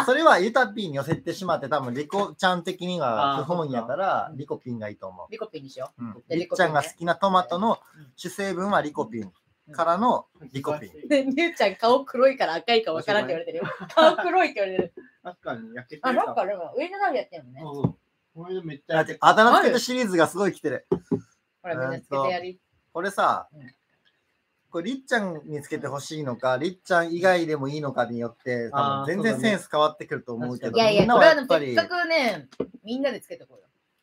[SPEAKER 1] あ、
[SPEAKER 3] それはユタピーに寄せてしまって、多分リコちゃん的には
[SPEAKER 2] あー
[SPEAKER 3] 不本意やから
[SPEAKER 1] そっか、
[SPEAKER 3] リコピンがいいと思
[SPEAKER 1] リコピンにしよ
[SPEAKER 3] う。うん
[SPEAKER 1] じゃあ
[SPEAKER 3] り
[SPEAKER 1] リ
[SPEAKER 3] っ
[SPEAKER 1] コ
[SPEAKER 3] ち
[SPEAKER 1] ピン
[SPEAKER 3] ゃ
[SPEAKER 1] ね
[SPEAKER 3] んが好きなトマトの主成分はリコピンからのリコピン。
[SPEAKER 1] う。で、みゆちゃん顔黒いから赤いかわからんって言われてるよ。顔黒いって言われてる。
[SPEAKER 2] 確かに焼けて
[SPEAKER 1] あ、
[SPEAKER 2] る
[SPEAKER 1] なんかあれは上の鍋やってるのね。
[SPEAKER 2] そうそう。これでめっちゃ
[SPEAKER 3] だっ
[SPEAKER 2] 焼けて
[SPEAKER 3] てあだ名つけてシリーズがすごい来てる。
[SPEAKER 1] ほら、みんなつけてやり。
[SPEAKER 3] これさ
[SPEAKER 1] うん、
[SPEAKER 3] これりっちゃんにつけてほしいのか、りっちゃん以外でもいいのかによって、多
[SPEAKER 2] あー
[SPEAKER 3] 分全
[SPEAKER 2] そ
[SPEAKER 3] 然
[SPEAKER 2] うだね
[SPEAKER 3] センス変わってくると思うけ
[SPEAKER 2] 確
[SPEAKER 3] ど、
[SPEAKER 1] いやいや、
[SPEAKER 3] みんな
[SPEAKER 1] こ
[SPEAKER 3] は
[SPEAKER 1] れは
[SPEAKER 3] や
[SPEAKER 1] で
[SPEAKER 3] っ
[SPEAKER 1] も
[SPEAKER 3] ぱ
[SPEAKER 1] せっ
[SPEAKER 3] り
[SPEAKER 1] か、くね、みんなでつけてこ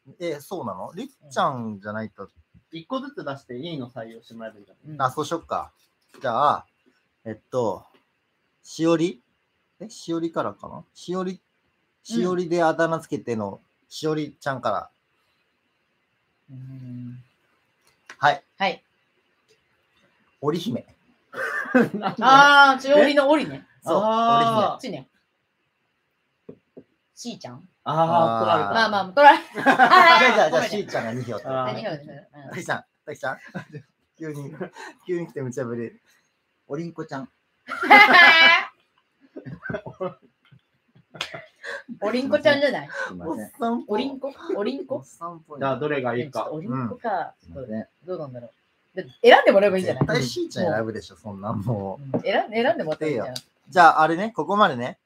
[SPEAKER 1] うよ。
[SPEAKER 3] え、そうなのりっちゃんじゃないと、
[SPEAKER 2] 一個ずつ出していいの採用してもらえばいいじゃん。
[SPEAKER 1] うん
[SPEAKER 3] あ、そうしよっか。じゃあ、えっと、しおりえ、しおりからかなしおり、しおりであだ名つけての、しおりちゃんから。
[SPEAKER 1] うん
[SPEAKER 3] はい、
[SPEAKER 1] はい。
[SPEAKER 3] 織姫。
[SPEAKER 1] ああ、ちおりのおりね。
[SPEAKER 3] そ
[SPEAKER 1] こ
[SPEAKER 3] う、
[SPEAKER 2] あ
[SPEAKER 3] 織
[SPEAKER 1] っちね。しーちゃん
[SPEAKER 2] あー、取られ
[SPEAKER 3] あ
[SPEAKER 2] た。
[SPEAKER 1] まあまあ、取られ。
[SPEAKER 3] 姫。じゃあ、じゃあ、じゃあ、
[SPEAKER 1] ごめん
[SPEAKER 3] し
[SPEAKER 1] ね
[SPEAKER 3] ーちゃんが2票取る
[SPEAKER 2] あー
[SPEAKER 1] 何がです
[SPEAKER 3] たきちゃん、たきちゃん。急に、急に来て無茶ぶり。
[SPEAKER 4] おりんこちゃん。
[SPEAKER 1] うんおりんこちゃんじゃない
[SPEAKER 4] すいま
[SPEAKER 3] おっ
[SPEAKER 4] せん。
[SPEAKER 3] さんっぽ
[SPEAKER 1] お
[SPEAKER 3] い
[SPEAKER 1] りんこおりん
[SPEAKER 3] お
[SPEAKER 1] こ
[SPEAKER 3] っさんっぽい
[SPEAKER 2] じゃあ、どれがい
[SPEAKER 1] ちょ
[SPEAKER 2] い
[SPEAKER 1] っと
[SPEAKER 2] か。
[SPEAKER 1] おりんこか。
[SPEAKER 4] す
[SPEAKER 1] ちょ
[SPEAKER 4] い
[SPEAKER 1] っ
[SPEAKER 4] ま
[SPEAKER 1] と
[SPEAKER 4] せん。
[SPEAKER 1] どうなんだろう。で選んでもらえばいいんじゃない
[SPEAKER 3] 絶対しーちゃん選ぶでしょ、そんなんも
[SPEAKER 1] うん選ん選んでもらったらいいじゃん。
[SPEAKER 3] う。じゃあ、あれね、ここまでね。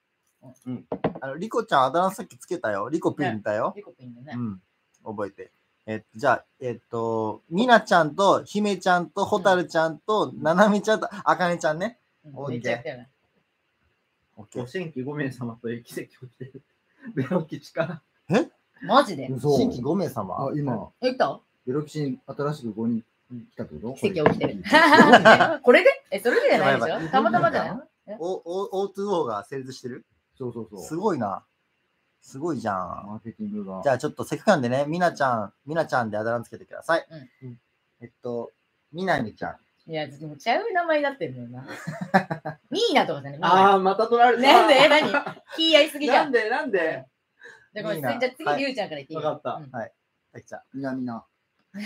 [SPEAKER 2] うん。
[SPEAKER 3] あの、リコちゃん、あだ名さっきつけたよ。リコピンだよ。
[SPEAKER 1] リコピンでね
[SPEAKER 3] う。ん。覚えて。えっと、じゃあ、えっと、ニナちゃんと、ヒメちゃんと、ホタルちゃんと、ナナミちゃんと、アカネちゃんね。
[SPEAKER 1] うんめっちゃやったよね
[SPEAKER 3] オッケ
[SPEAKER 2] ご
[SPEAKER 3] ー。
[SPEAKER 2] 新規5名様という奇跡を起きてる。ベロ吉から。
[SPEAKER 1] マジで
[SPEAKER 4] 嘘
[SPEAKER 3] 新規5名様。
[SPEAKER 4] あ、今、
[SPEAKER 1] え、来た
[SPEAKER 4] ベロキシに新しく5人来たってこと。
[SPEAKER 1] 奇跡起きてる [LAUGHS] えこれでえ、それでじゃないで
[SPEAKER 3] や
[SPEAKER 1] しょたまたまじゃない
[SPEAKER 3] お、お、O2O が成立してる
[SPEAKER 4] そうそうそ
[SPEAKER 3] す
[SPEAKER 4] う。
[SPEAKER 3] ごいな。すごいじゃん。
[SPEAKER 4] マーケティングが。
[SPEAKER 3] じゃあちょっとせっかくなんでね、ミナちゃん、ミナちゃんであだ名つけてください。
[SPEAKER 2] うんうん
[SPEAKER 3] えっと、ミナミちゃん。
[SPEAKER 1] いや、もうちゃう名前になってるのよな。ミーナとかじゃない
[SPEAKER 2] ああ、また取られた。
[SPEAKER 1] なん
[SPEAKER 2] [LAUGHS]
[SPEAKER 1] で何気合いすぎじゃ。
[SPEAKER 2] なんん
[SPEAKER 1] じ
[SPEAKER 2] でなんで
[SPEAKER 1] ゃあこれ
[SPEAKER 3] ミ
[SPEAKER 1] じ
[SPEAKER 3] ーナ
[SPEAKER 1] ゃあ次、
[SPEAKER 3] はい
[SPEAKER 1] りゅうちゃんから言っていい
[SPEAKER 2] わかった
[SPEAKER 1] うん
[SPEAKER 3] たきちゃん。
[SPEAKER 4] みなみな。
[SPEAKER 1] [LAUGHS] なんで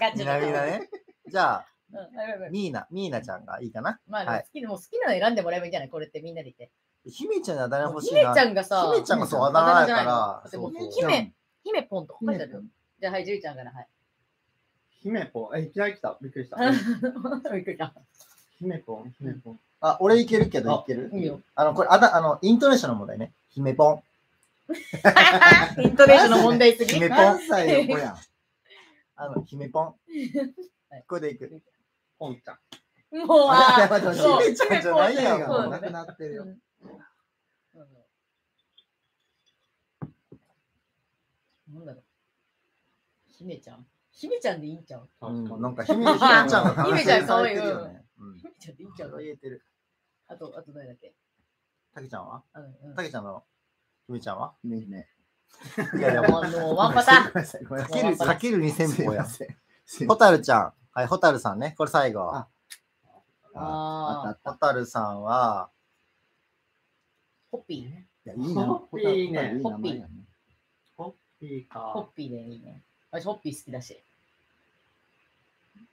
[SPEAKER 1] ガチ
[SPEAKER 3] み
[SPEAKER 1] ャ
[SPEAKER 3] なみなね。じゃあ、
[SPEAKER 1] うんあやばいやばい
[SPEAKER 3] ミーナ、ミーナちゃんがいいかな。
[SPEAKER 1] まあ、
[SPEAKER 3] はい
[SPEAKER 1] 好きでもう好きなの選んでもらえばいいんじゃないこれってみんなで言って。
[SPEAKER 3] 姫ちゃんのあだ名欲しい
[SPEAKER 1] 姫
[SPEAKER 3] な。
[SPEAKER 1] ちゃんがさ、
[SPEAKER 3] 姫ちゃんがそう、あ
[SPEAKER 1] あだ
[SPEAKER 3] だ
[SPEAKER 1] 名
[SPEAKER 3] 名
[SPEAKER 1] じ
[SPEAKER 3] だ
[SPEAKER 1] ゃないの
[SPEAKER 3] か
[SPEAKER 1] だっ
[SPEAKER 3] ら。
[SPEAKER 1] てもう
[SPEAKER 3] そう
[SPEAKER 1] 姫、姫ポンと書いてあるよ。
[SPEAKER 4] ね
[SPEAKER 1] じゃあ、はい、じゅうちゃんから、はい。
[SPEAKER 2] 姫ぽん。え、いきなり来た。びっくり
[SPEAKER 1] [LAUGHS]
[SPEAKER 2] した。
[SPEAKER 1] びっくりした
[SPEAKER 2] 姫ぽん、姫ぽん。
[SPEAKER 3] あ、俺いけるけど、
[SPEAKER 2] あ
[SPEAKER 3] いける
[SPEAKER 1] いいよ。
[SPEAKER 3] あの、これ、あだ、あの、イントネーションの問題ね。姫ポン。
[SPEAKER 1] [LAUGHS] イントネーションの問題すぎ。
[SPEAKER 3] 姫ポン
[SPEAKER 4] 関。西の子
[SPEAKER 1] [LAUGHS]
[SPEAKER 4] やん。
[SPEAKER 3] あの、姫ポン。これでいく。
[SPEAKER 2] ぽんちゃん。
[SPEAKER 1] もう、
[SPEAKER 4] あ
[SPEAKER 3] [LAUGHS]
[SPEAKER 1] あ
[SPEAKER 4] 待って待って
[SPEAKER 1] そう
[SPEAKER 3] 姫ちゃんじゃないや
[SPEAKER 4] 声
[SPEAKER 3] ん。
[SPEAKER 4] が
[SPEAKER 1] そう
[SPEAKER 4] も
[SPEAKER 1] だ
[SPEAKER 4] うな
[SPEAKER 1] ね
[SPEAKER 4] くなってる
[SPEAKER 1] ー
[SPEAKER 4] よ。
[SPEAKER 1] うんなんだろう。姫ちゃん姫ちゃんでいいんちゃう
[SPEAKER 3] うん、なん
[SPEAKER 2] か
[SPEAKER 3] か姫、姫ちゃんが
[SPEAKER 1] 姫ちゃん可愛い
[SPEAKER 3] よね。うん。
[SPEAKER 1] 姫ちゃんでいいんちゃ
[SPEAKER 3] それは
[SPEAKER 1] う
[SPEAKER 3] 言えてる。
[SPEAKER 1] あと、あと誰だっけ
[SPEAKER 3] たけちゃんは
[SPEAKER 1] あのうん
[SPEAKER 3] たけちゃんの、姫ちゃんは
[SPEAKER 4] 姫姫。
[SPEAKER 3] いやいや、も
[SPEAKER 1] もうもうワンパタ
[SPEAKER 4] ごめんなさいごめん
[SPEAKER 3] う、
[SPEAKER 4] な
[SPEAKER 3] か
[SPEAKER 4] さ
[SPEAKER 3] け
[SPEAKER 1] [LAUGHS]
[SPEAKER 3] る、かける
[SPEAKER 4] い。す
[SPEAKER 3] 2000
[SPEAKER 4] い
[SPEAKER 3] 歩や
[SPEAKER 4] ま。せん。すいま
[SPEAKER 3] ホタルちゃん。はい、ホタルさんね。これ最後。
[SPEAKER 4] あ
[SPEAKER 1] ーン。
[SPEAKER 4] あったあ
[SPEAKER 1] ああ、
[SPEAKER 4] った
[SPEAKER 3] ホタルさんは、
[SPEAKER 1] ホッピーね。
[SPEAKER 4] いや。いいな。
[SPEAKER 2] ホッピーね
[SPEAKER 4] ホタルいい名前やね
[SPEAKER 2] いい
[SPEAKER 1] ホッ
[SPEAKER 2] か。
[SPEAKER 1] ピーでいいね。私、ホッピー好きだし。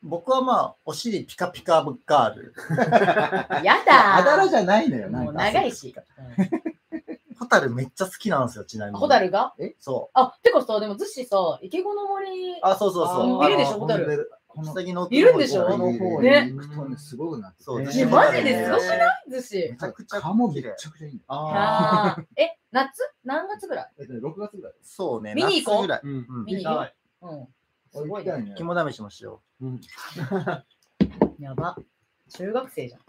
[SPEAKER 3] 僕はまあ、お尻ピカピカガール。
[SPEAKER 1] や
[SPEAKER 4] いや
[SPEAKER 1] だー
[SPEAKER 4] あだ名じゃないのよ。なん
[SPEAKER 1] も
[SPEAKER 4] か
[SPEAKER 1] う長いし。うん
[SPEAKER 3] ホタルめっちゃ好きなんですよ、ちなみに。
[SPEAKER 1] ホタルが
[SPEAKER 3] そ
[SPEAKER 1] あ、てかさ、でも、ずっしーさ、池子の森、
[SPEAKER 3] う。あ、そうそうそう。
[SPEAKER 1] あいるでしょ
[SPEAKER 3] あの
[SPEAKER 1] ホタル
[SPEAKER 3] 飛んでる
[SPEAKER 4] この
[SPEAKER 3] 下着の
[SPEAKER 1] いるんでしょ
[SPEAKER 4] こ
[SPEAKER 3] こ
[SPEAKER 4] の
[SPEAKER 3] の
[SPEAKER 4] 方
[SPEAKER 3] 方
[SPEAKER 4] に
[SPEAKER 1] ね
[SPEAKER 4] 行くとね、すごくなってて。
[SPEAKER 3] そう
[SPEAKER 2] ね
[SPEAKER 4] え
[SPEAKER 2] え
[SPEAKER 4] ー
[SPEAKER 2] マジですごく
[SPEAKER 1] なずっし
[SPEAKER 3] めちゃくちゃ
[SPEAKER 4] 蚊もめ
[SPEAKER 3] 綺
[SPEAKER 4] ち
[SPEAKER 3] 麗
[SPEAKER 4] ゃくちゃいいんだよ。
[SPEAKER 2] ああ。
[SPEAKER 1] ああ。え、夏何月ぐらい
[SPEAKER 4] えっとね6月ぐらい。
[SPEAKER 3] そうね。
[SPEAKER 1] 見に行こう
[SPEAKER 3] 夏ぐらい。
[SPEAKER 2] うん。
[SPEAKER 3] うん
[SPEAKER 1] 見に行こ
[SPEAKER 2] は
[SPEAKER 1] うん。す
[SPEAKER 4] 俺
[SPEAKER 1] ご
[SPEAKER 4] 行
[SPEAKER 1] い
[SPEAKER 4] きた
[SPEAKER 1] ね。
[SPEAKER 4] いね。
[SPEAKER 3] 肝試しもしよう。
[SPEAKER 2] い。
[SPEAKER 1] やば。中学生じゃん。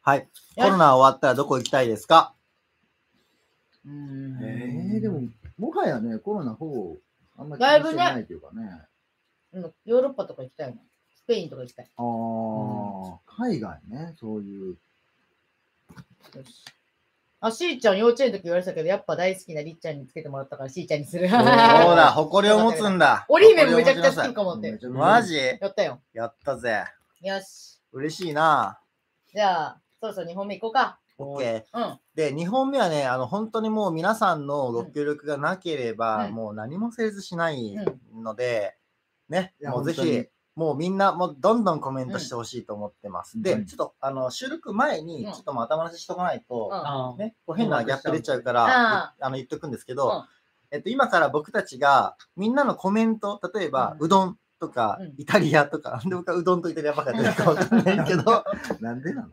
[SPEAKER 3] はい。コロナ終わったらどこ行きたいです
[SPEAKER 1] [LAUGHS]
[SPEAKER 3] か
[SPEAKER 1] うーん。
[SPEAKER 4] えー、でも、もはやね、コロナほぼ、あんまり
[SPEAKER 1] だいぶね
[SPEAKER 4] 気にしてないというかね。
[SPEAKER 1] でもヨーロッパとか行きたいもん。スペインとか行きたい。
[SPEAKER 4] ああ、海外ね、そういう。
[SPEAKER 1] よし。あ、しーちゃん幼稚園の時言われてたけど、やっぱ大好きなりっちゃんにつけてもらったからしーちゃんにする。
[SPEAKER 3] そう
[SPEAKER 1] [LAUGHS]
[SPEAKER 3] だ、誇りを持つんだ。
[SPEAKER 1] オリーメンもめちゃくちゃ好き
[SPEAKER 3] 誇
[SPEAKER 1] かもって。
[SPEAKER 4] めちゃ
[SPEAKER 3] りを持ちなさい
[SPEAKER 4] めちゃ
[SPEAKER 3] マジ
[SPEAKER 1] やったよ。
[SPEAKER 3] やったぜ。
[SPEAKER 1] よし。
[SPEAKER 3] 嬉しいな。
[SPEAKER 1] じゃあ、そろそろ2本目いこうか。
[SPEAKER 3] オッケー。
[SPEAKER 1] うん。
[SPEAKER 3] で、2本目はね、あの、本当にもう皆さんのご協力がなければ、
[SPEAKER 1] うん
[SPEAKER 3] もう何も成立しないので、ね、
[SPEAKER 4] いや
[SPEAKER 3] もうぜ
[SPEAKER 4] 本当
[SPEAKER 3] ひ
[SPEAKER 4] に、
[SPEAKER 3] もうみんな、もうどんどんコメントしてほしいと思ってます。
[SPEAKER 4] うん
[SPEAKER 3] で、
[SPEAKER 4] うん
[SPEAKER 3] ちょっと、あの、収録前に、
[SPEAKER 1] うん
[SPEAKER 3] ちょっともう頭出ししとかな
[SPEAKER 1] う
[SPEAKER 3] い
[SPEAKER 1] ん
[SPEAKER 3] と、
[SPEAKER 2] あ
[SPEAKER 3] ね、こう変なギャップ出ちゃうか
[SPEAKER 1] うん
[SPEAKER 3] ら、いあの、言っとくんですけど、
[SPEAKER 1] うん
[SPEAKER 3] えっと、今から僕たちが、みんなのコメント、例えば、
[SPEAKER 1] う
[SPEAKER 3] うどんとか、
[SPEAKER 1] うん
[SPEAKER 3] イタリアとか、なんで僕はうどんとイタリアばっか出るかわかんないけど、
[SPEAKER 4] なんでなの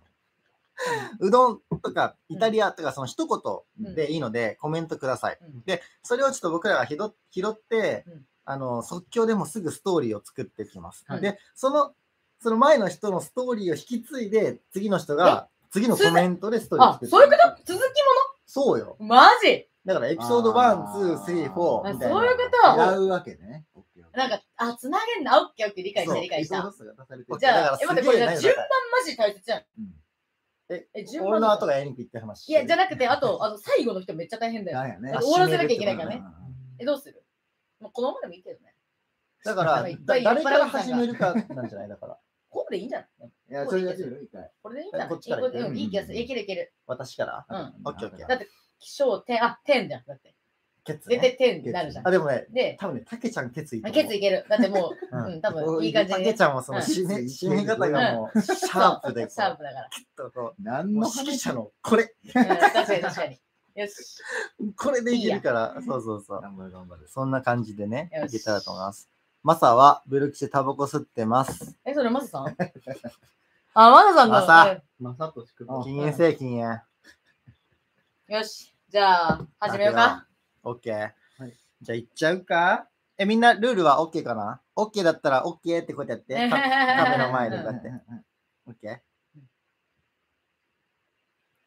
[SPEAKER 3] うどんとかイタリアとかその一言でいいのでコメントください。
[SPEAKER 1] うん
[SPEAKER 3] で、それをちょっと僕らが拾っ拾って、
[SPEAKER 1] うん
[SPEAKER 3] あの、即興でもうすぐストーリーを作っていきます。
[SPEAKER 1] はい
[SPEAKER 3] で、その、その前の人のストーリーを引き継いで、次の人が、次のコメントでストーリーを
[SPEAKER 1] あ
[SPEAKER 3] 作、る。
[SPEAKER 1] そういうこと続き
[SPEAKER 3] そうよ。
[SPEAKER 1] ものマジ
[SPEAKER 3] だからエピソード
[SPEAKER 4] あ
[SPEAKER 3] 1、
[SPEAKER 4] ー
[SPEAKER 3] 2、3、4
[SPEAKER 1] あそうい
[SPEAKER 3] みたいな。
[SPEAKER 1] うこ
[SPEAKER 4] 違
[SPEAKER 1] と
[SPEAKER 4] うわけね。
[SPEAKER 1] なんか、あ、つなげんな。オッケーオッケー、理解し
[SPEAKER 3] そ
[SPEAKER 1] た、
[SPEAKER 3] う
[SPEAKER 1] 理解した。
[SPEAKER 3] と
[SPEAKER 1] じゃあ、え、待
[SPEAKER 3] だ
[SPEAKER 1] っ
[SPEAKER 3] から
[SPEAKER 1] て、
[SPEAKER 3] す
[SPEAKER 1] こ
[SPEAKER 3] げ
[SPEAKER 1] れ、じ
[SPEAKER 3] え
[SPEAKER 1] ゃあ順番
[SPEAKER 3] だか
[SPEAKER 1] マジ大切じゃん。え、順
[SPEAKER 3] 俺
[SPEAKER 1] 番
[SPEAKER 3] の後がエニピって話。
[SPEAKER 1] いや、じゃなくて、あと、あの、最後の人めっちゃ大変だよ。
[SPEAKER 4] だよね
[SPEAKER 1] だって
[SPEAKER 3] あ
[SPEAKER 1] 終わらせなきゃいけないから
[SPEAKER 3] 締
[SPEAKER 1] ね。え、どうするもうこのままでもいいけどね。
[SPEAKER 3] だか
[SPEAKER 1] なん
[SPEAKER 3] ら
[SPEAKER 1] かいっ、ぱ
[SPEAKER 3] だ
[SPEAKER 1] い
[SPEAKER 3] 誰から
[SPEAKER 1] いっぱいある
[SPEAKER 3] 始めるかなんじゃないだから。
[SPEAKER 1] こうでいいんじゃない
[SPEAKER 4] いや、それやってみる一回。
[SPEAKER 1] これでいいんじゃない
[SPEAKER 3] こっちからいく
[SPEAKER 1] うんいい気がする。いけるいける。
[SPEAKER 3] 私から。
[SPEAKER 1] うん
[SPEAKER 3] オッケーオッケー
[SPEAKER 1] だって起承点、あ、点じゃん。だって。
[SPEAKER 3] ケツね、
[SPEAKER 1] 絶対点になるじゃん。
[SPEAKER 3] あ、でもね、
[SPEAKER 1] で、
[SPEAKER 3] 多分ね、たけちゃん決意。
[SPEAKER 1] あケツいける。だっても
[SPEAKER 3] う。
[SPEAKER 1] う、うんん、多分いい感じ
[SPEAKER 3] た
[SPEAKER 1] で
[SPEAKER 3] け
[SPEAKER 1] ね。
[SPEAKER 3] ちゃんもその
[SPEAKER 1] うん
[SPEAKER 3] 締め、
[SPEAKER 4] うん
[SPEAKER 3] 締め方がもう、シャープで、こ
[SPEAKER 1] シャープだか
[SPEAKER 3] う、こ
[SPEAKER 4] 何
[SPEAKER 3] う、も
[SPEAKER 4] の
[SPEAKER 3] う指揮
[SPEAKER 4] 話
[SPEAKER 3] 者の、これ、
[SPEAKER 1] ら。うん確かに確かに。よし。
[SPEAKER 3] これでいけるから、そうそうそう。
[SPEAKER 4] 頑張る頑張る。
[SPEAKER 3] そんな感じでね
[SPEAKER 1] よ、
[SPEAKER 3] い
[SPEAKER 1] し
[SPEAKER 3] けたらと思います。マサは、ブルキシでタバコ吸ってます。
[SPEAKER 1] え、それマサさんあ、マサさんだ。
[SPEAKER 3] マサ
[SPEAKER 2] まさとしくん。
[SPEAKER 3] 禁煙せえ、禁煙。
[SPEAKER 1] うんよし。じゃあ、始めようか。
[SPEAKER 3] オッケー
[SPEAKER 2] はい。
[SPEAKER 3] じゃあ、行っちゃうかえ、みんな、ルールはオッケーかなオッケーだったら、オッケーってこうやってやってカ、カメラ前でこうやって。オッケー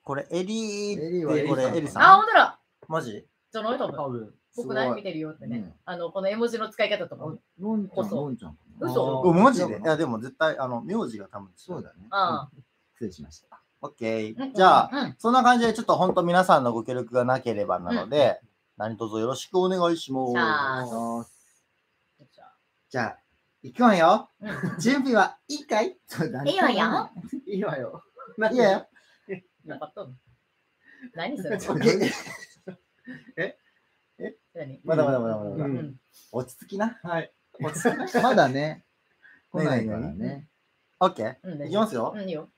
[SPEAKER 3] これ、エリ
[SPEAKER 4] エリー
[SPEAKER 3] ーっ
[SPEAKER 4] はエ
[SPEAKER 3] て、
[SPEAKER 4] リー
[SPEAKER 3] これ、
[SPEAKER 4] さん
[SPEAKER 3] エリ
[SPEAKER 1] [LAUGHS]
[SPEAKER 3] ー
[SPEAKER 1] あ、
[SPEAKER 3] さん
[SPEAKER 1] ほんとだ。
[SPEAKER 3] マジ
[SPEAKER 1] じゃない多分。
[SPEAKER 2] 分。
[SPEAKER 1] 僕何
[SPEAKER 4] み
[SPEAKER 1] 見てるよって
[SPEAKER 4] う
[SPEAKER 1] ね
[SPEAKER 4] ん。
[SPEAKER 1] あの、この絵文字の使い方とかも。
[SPEAKER 4] ロンちゃん、ロンちゃんかな。
[SPEAKER 1] 嘘
[SPEAKER 3] おマジ
[SPEAKER 4] 違
[SPEAKER 3] で
[SPEAKER 4] う
[SPEAKER 3] い
[SPEAKER 4] かな
[SPEAKER 3] や、でも絶対、あの、名字が多分
[SPEAKER 4] そう
[SPEAKER 3] だ。
[SPEAKER 4] だね。
[SPEAKER 1] あ
[SPEAKER 4] 失礼しました。
[SPEAKER 3] オッケ
[SPEAKER 1] あ。
[SPEAKER 3] ー。じゃあ、
[SPEAKER 1] あ、うん
[SPEAKER 3] そんな感じで、ちょっと本当皆さんのご協力がなければなので、何卒よろしくお願いします。
[SPEAKER 1] じゃあじゃあ
[SPEAKER 3] じゃあ、行くわよ。
[SPEAKER 1] うん
[SPEAKER 3] 準備はいいかい
[SPEAKER 4] そうだ
[SPEAKER 1] いいわよ。
[SPEAKER 2] いいわよ。
[SPEAKER 3] いいよ。
[SPEAKER 1] なんかあったの何それ何
[SPEAKER 3] まだまだまだまだ。
[SPEAKER 2] うん
[SPEAKER 1] うん
[SPEAKER 3] 落ち着きな。
[SPEAKER 2] はい。
[SPEAKER 3] 落ち着きな。
[SPEAKER 4] まだね。
[SPEAKER 3] [LAUGHS]
[SPEAKER 4] 来
[SPEAKER 3] ねえ
[SPEAKER 4] ないから
[SPEAKER 3] ね
[SPEAKER 4] ね。
[SPEAKER 3] オッケ
[SPEAKER 1] うん
[SPEAKER 3] ー。
[SPEAKER 1] 大丈夫
[SPEAKER 3] いきますよ
[SPEAKER 1] う。ん、いいよ。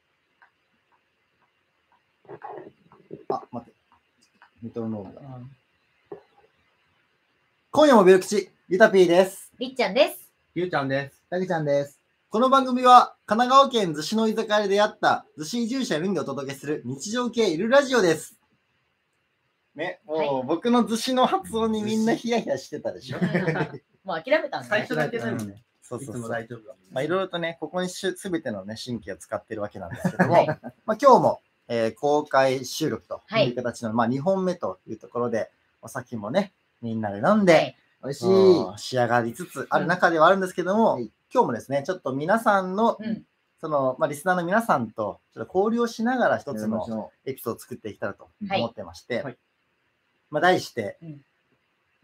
[SPEAKER 3] あ、待って。メトロノームだ。
[SPEAKER 1] うん
[SPEAKER 3] 今夜もベル吉、ゆたぴーです。
[SPEAKER 1] りっちゃんです。
[SPEAKER 2] ゆうちゃんです。
[SPEAKER 4] たけちゃんです。
[SPEAKER 3] この番組は、神奈川県逗子の居酒屋で出会った逗子移住者4人でお届けする日常系いるラジオです。ね、もう、
[SPEAKER 1] は
[SPEAKER 3] 僕の逗子の発音にみんなヒヤヒヤしてたでしょ。
[SPEAKER 1] もう諦めたんだ
[SPEAKER 2] 最
[SPEAKER 1] ね
[SPEAKER 2] 初。だけだよね。
[SPEAKER 3] そう
[SPEAKER 2] い
[SPEAKER 3] そ
[SPEAKER 2] つ
[SPEAKER 3] うそ
[SPEAKER 2] も
[SPEAKER 3] う。
[SPEAKER 2] 大丈夫だ。
[SPEAKER 3] まあ、いろいろとね、ここにすべてのね、神経を使ってるわけなん [LAUGHS] ですけども、
[SPEAKER 1] はい
[SPEAKER 3] まあ、今日も、えー公開収録と
[SPEAKER 1] はい
[SPEAKER 3] いう形の、まあ、2本目というところで、お酒もね、みんなで飲んで、
[SPEAKER 1] はい
[SPEAKER 4] 美味しい。
[SPEAKER 3] うん仕上がりつつある中ではあるんですけども、
[SPEAKER 4] うん
[SPEAKER 3] 今日もですね、ちょっと皆さんの、
[SPEAKER 1] うん
[SPEAKER 3] その、まあ、リスナーの皆さんと、ちょっと交流をしながら一つの
[SPEAKER 4] の。
[SPEAKER 3] エピソードを作っていきたいなと
[SPEAKER 1] はい
[SPEAKER 3] 思ってまして、
[SPEAKER 2] はい
[SPEAKER 3] まあ、題して、
[SPEAKER 1] うん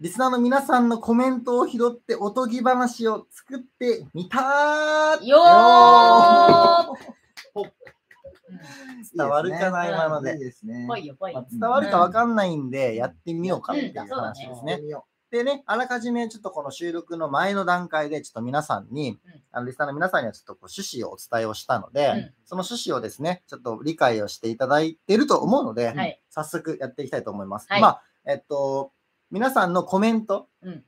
[SPEAKER 3] リスナーの皆さんのコメントを拾っておとぎ話を作ってみたー
[SPEAKER 1] よー
[SPEAKER 3] 伝わるかな、
[SPEAKER 1] いいですね
[SPEAKER 3] 今の
[SPEAKER 4] いい
[SPEAKER 3] で。
[SPEAKER 4] ですね。
[SPEAKER 1] ぽいよ、ぽい
[SPEAKER 3] まあ
[SPEAKER 1] よ。
[SPEAKER 3] 伝わるかわかんないんで、やってみようかっていう
[SPEAKER 1] うんそうだね
[SPEAKER 3] 話です
[SPEAKER 4] やっ
[SPEAKER 3] ね
[SPEAKER 4] て。みよ
[SPEAKER 3] でね、あらかじめちょっとこの収録の前の段階で、ちょっと皆さんに、
[SPEAKER 1] うん
[SPEAKER 3] あのリスナーの皆さんにはちょっとこう趣旨をお伝えをしたので、
[SPEAKER 1] うん
[SPEAKER 3] その趣旨をですね、ちょっと理解をしていただいてると思うので、
[SPEAKER 1] はい
[SPEAKER 3] 早速やっていきたいと思います。
[SPEAKER 1] はい
[SPEAKER 3] まあ、えっと、皆さんのコメント、
[SPEAKER 1] うん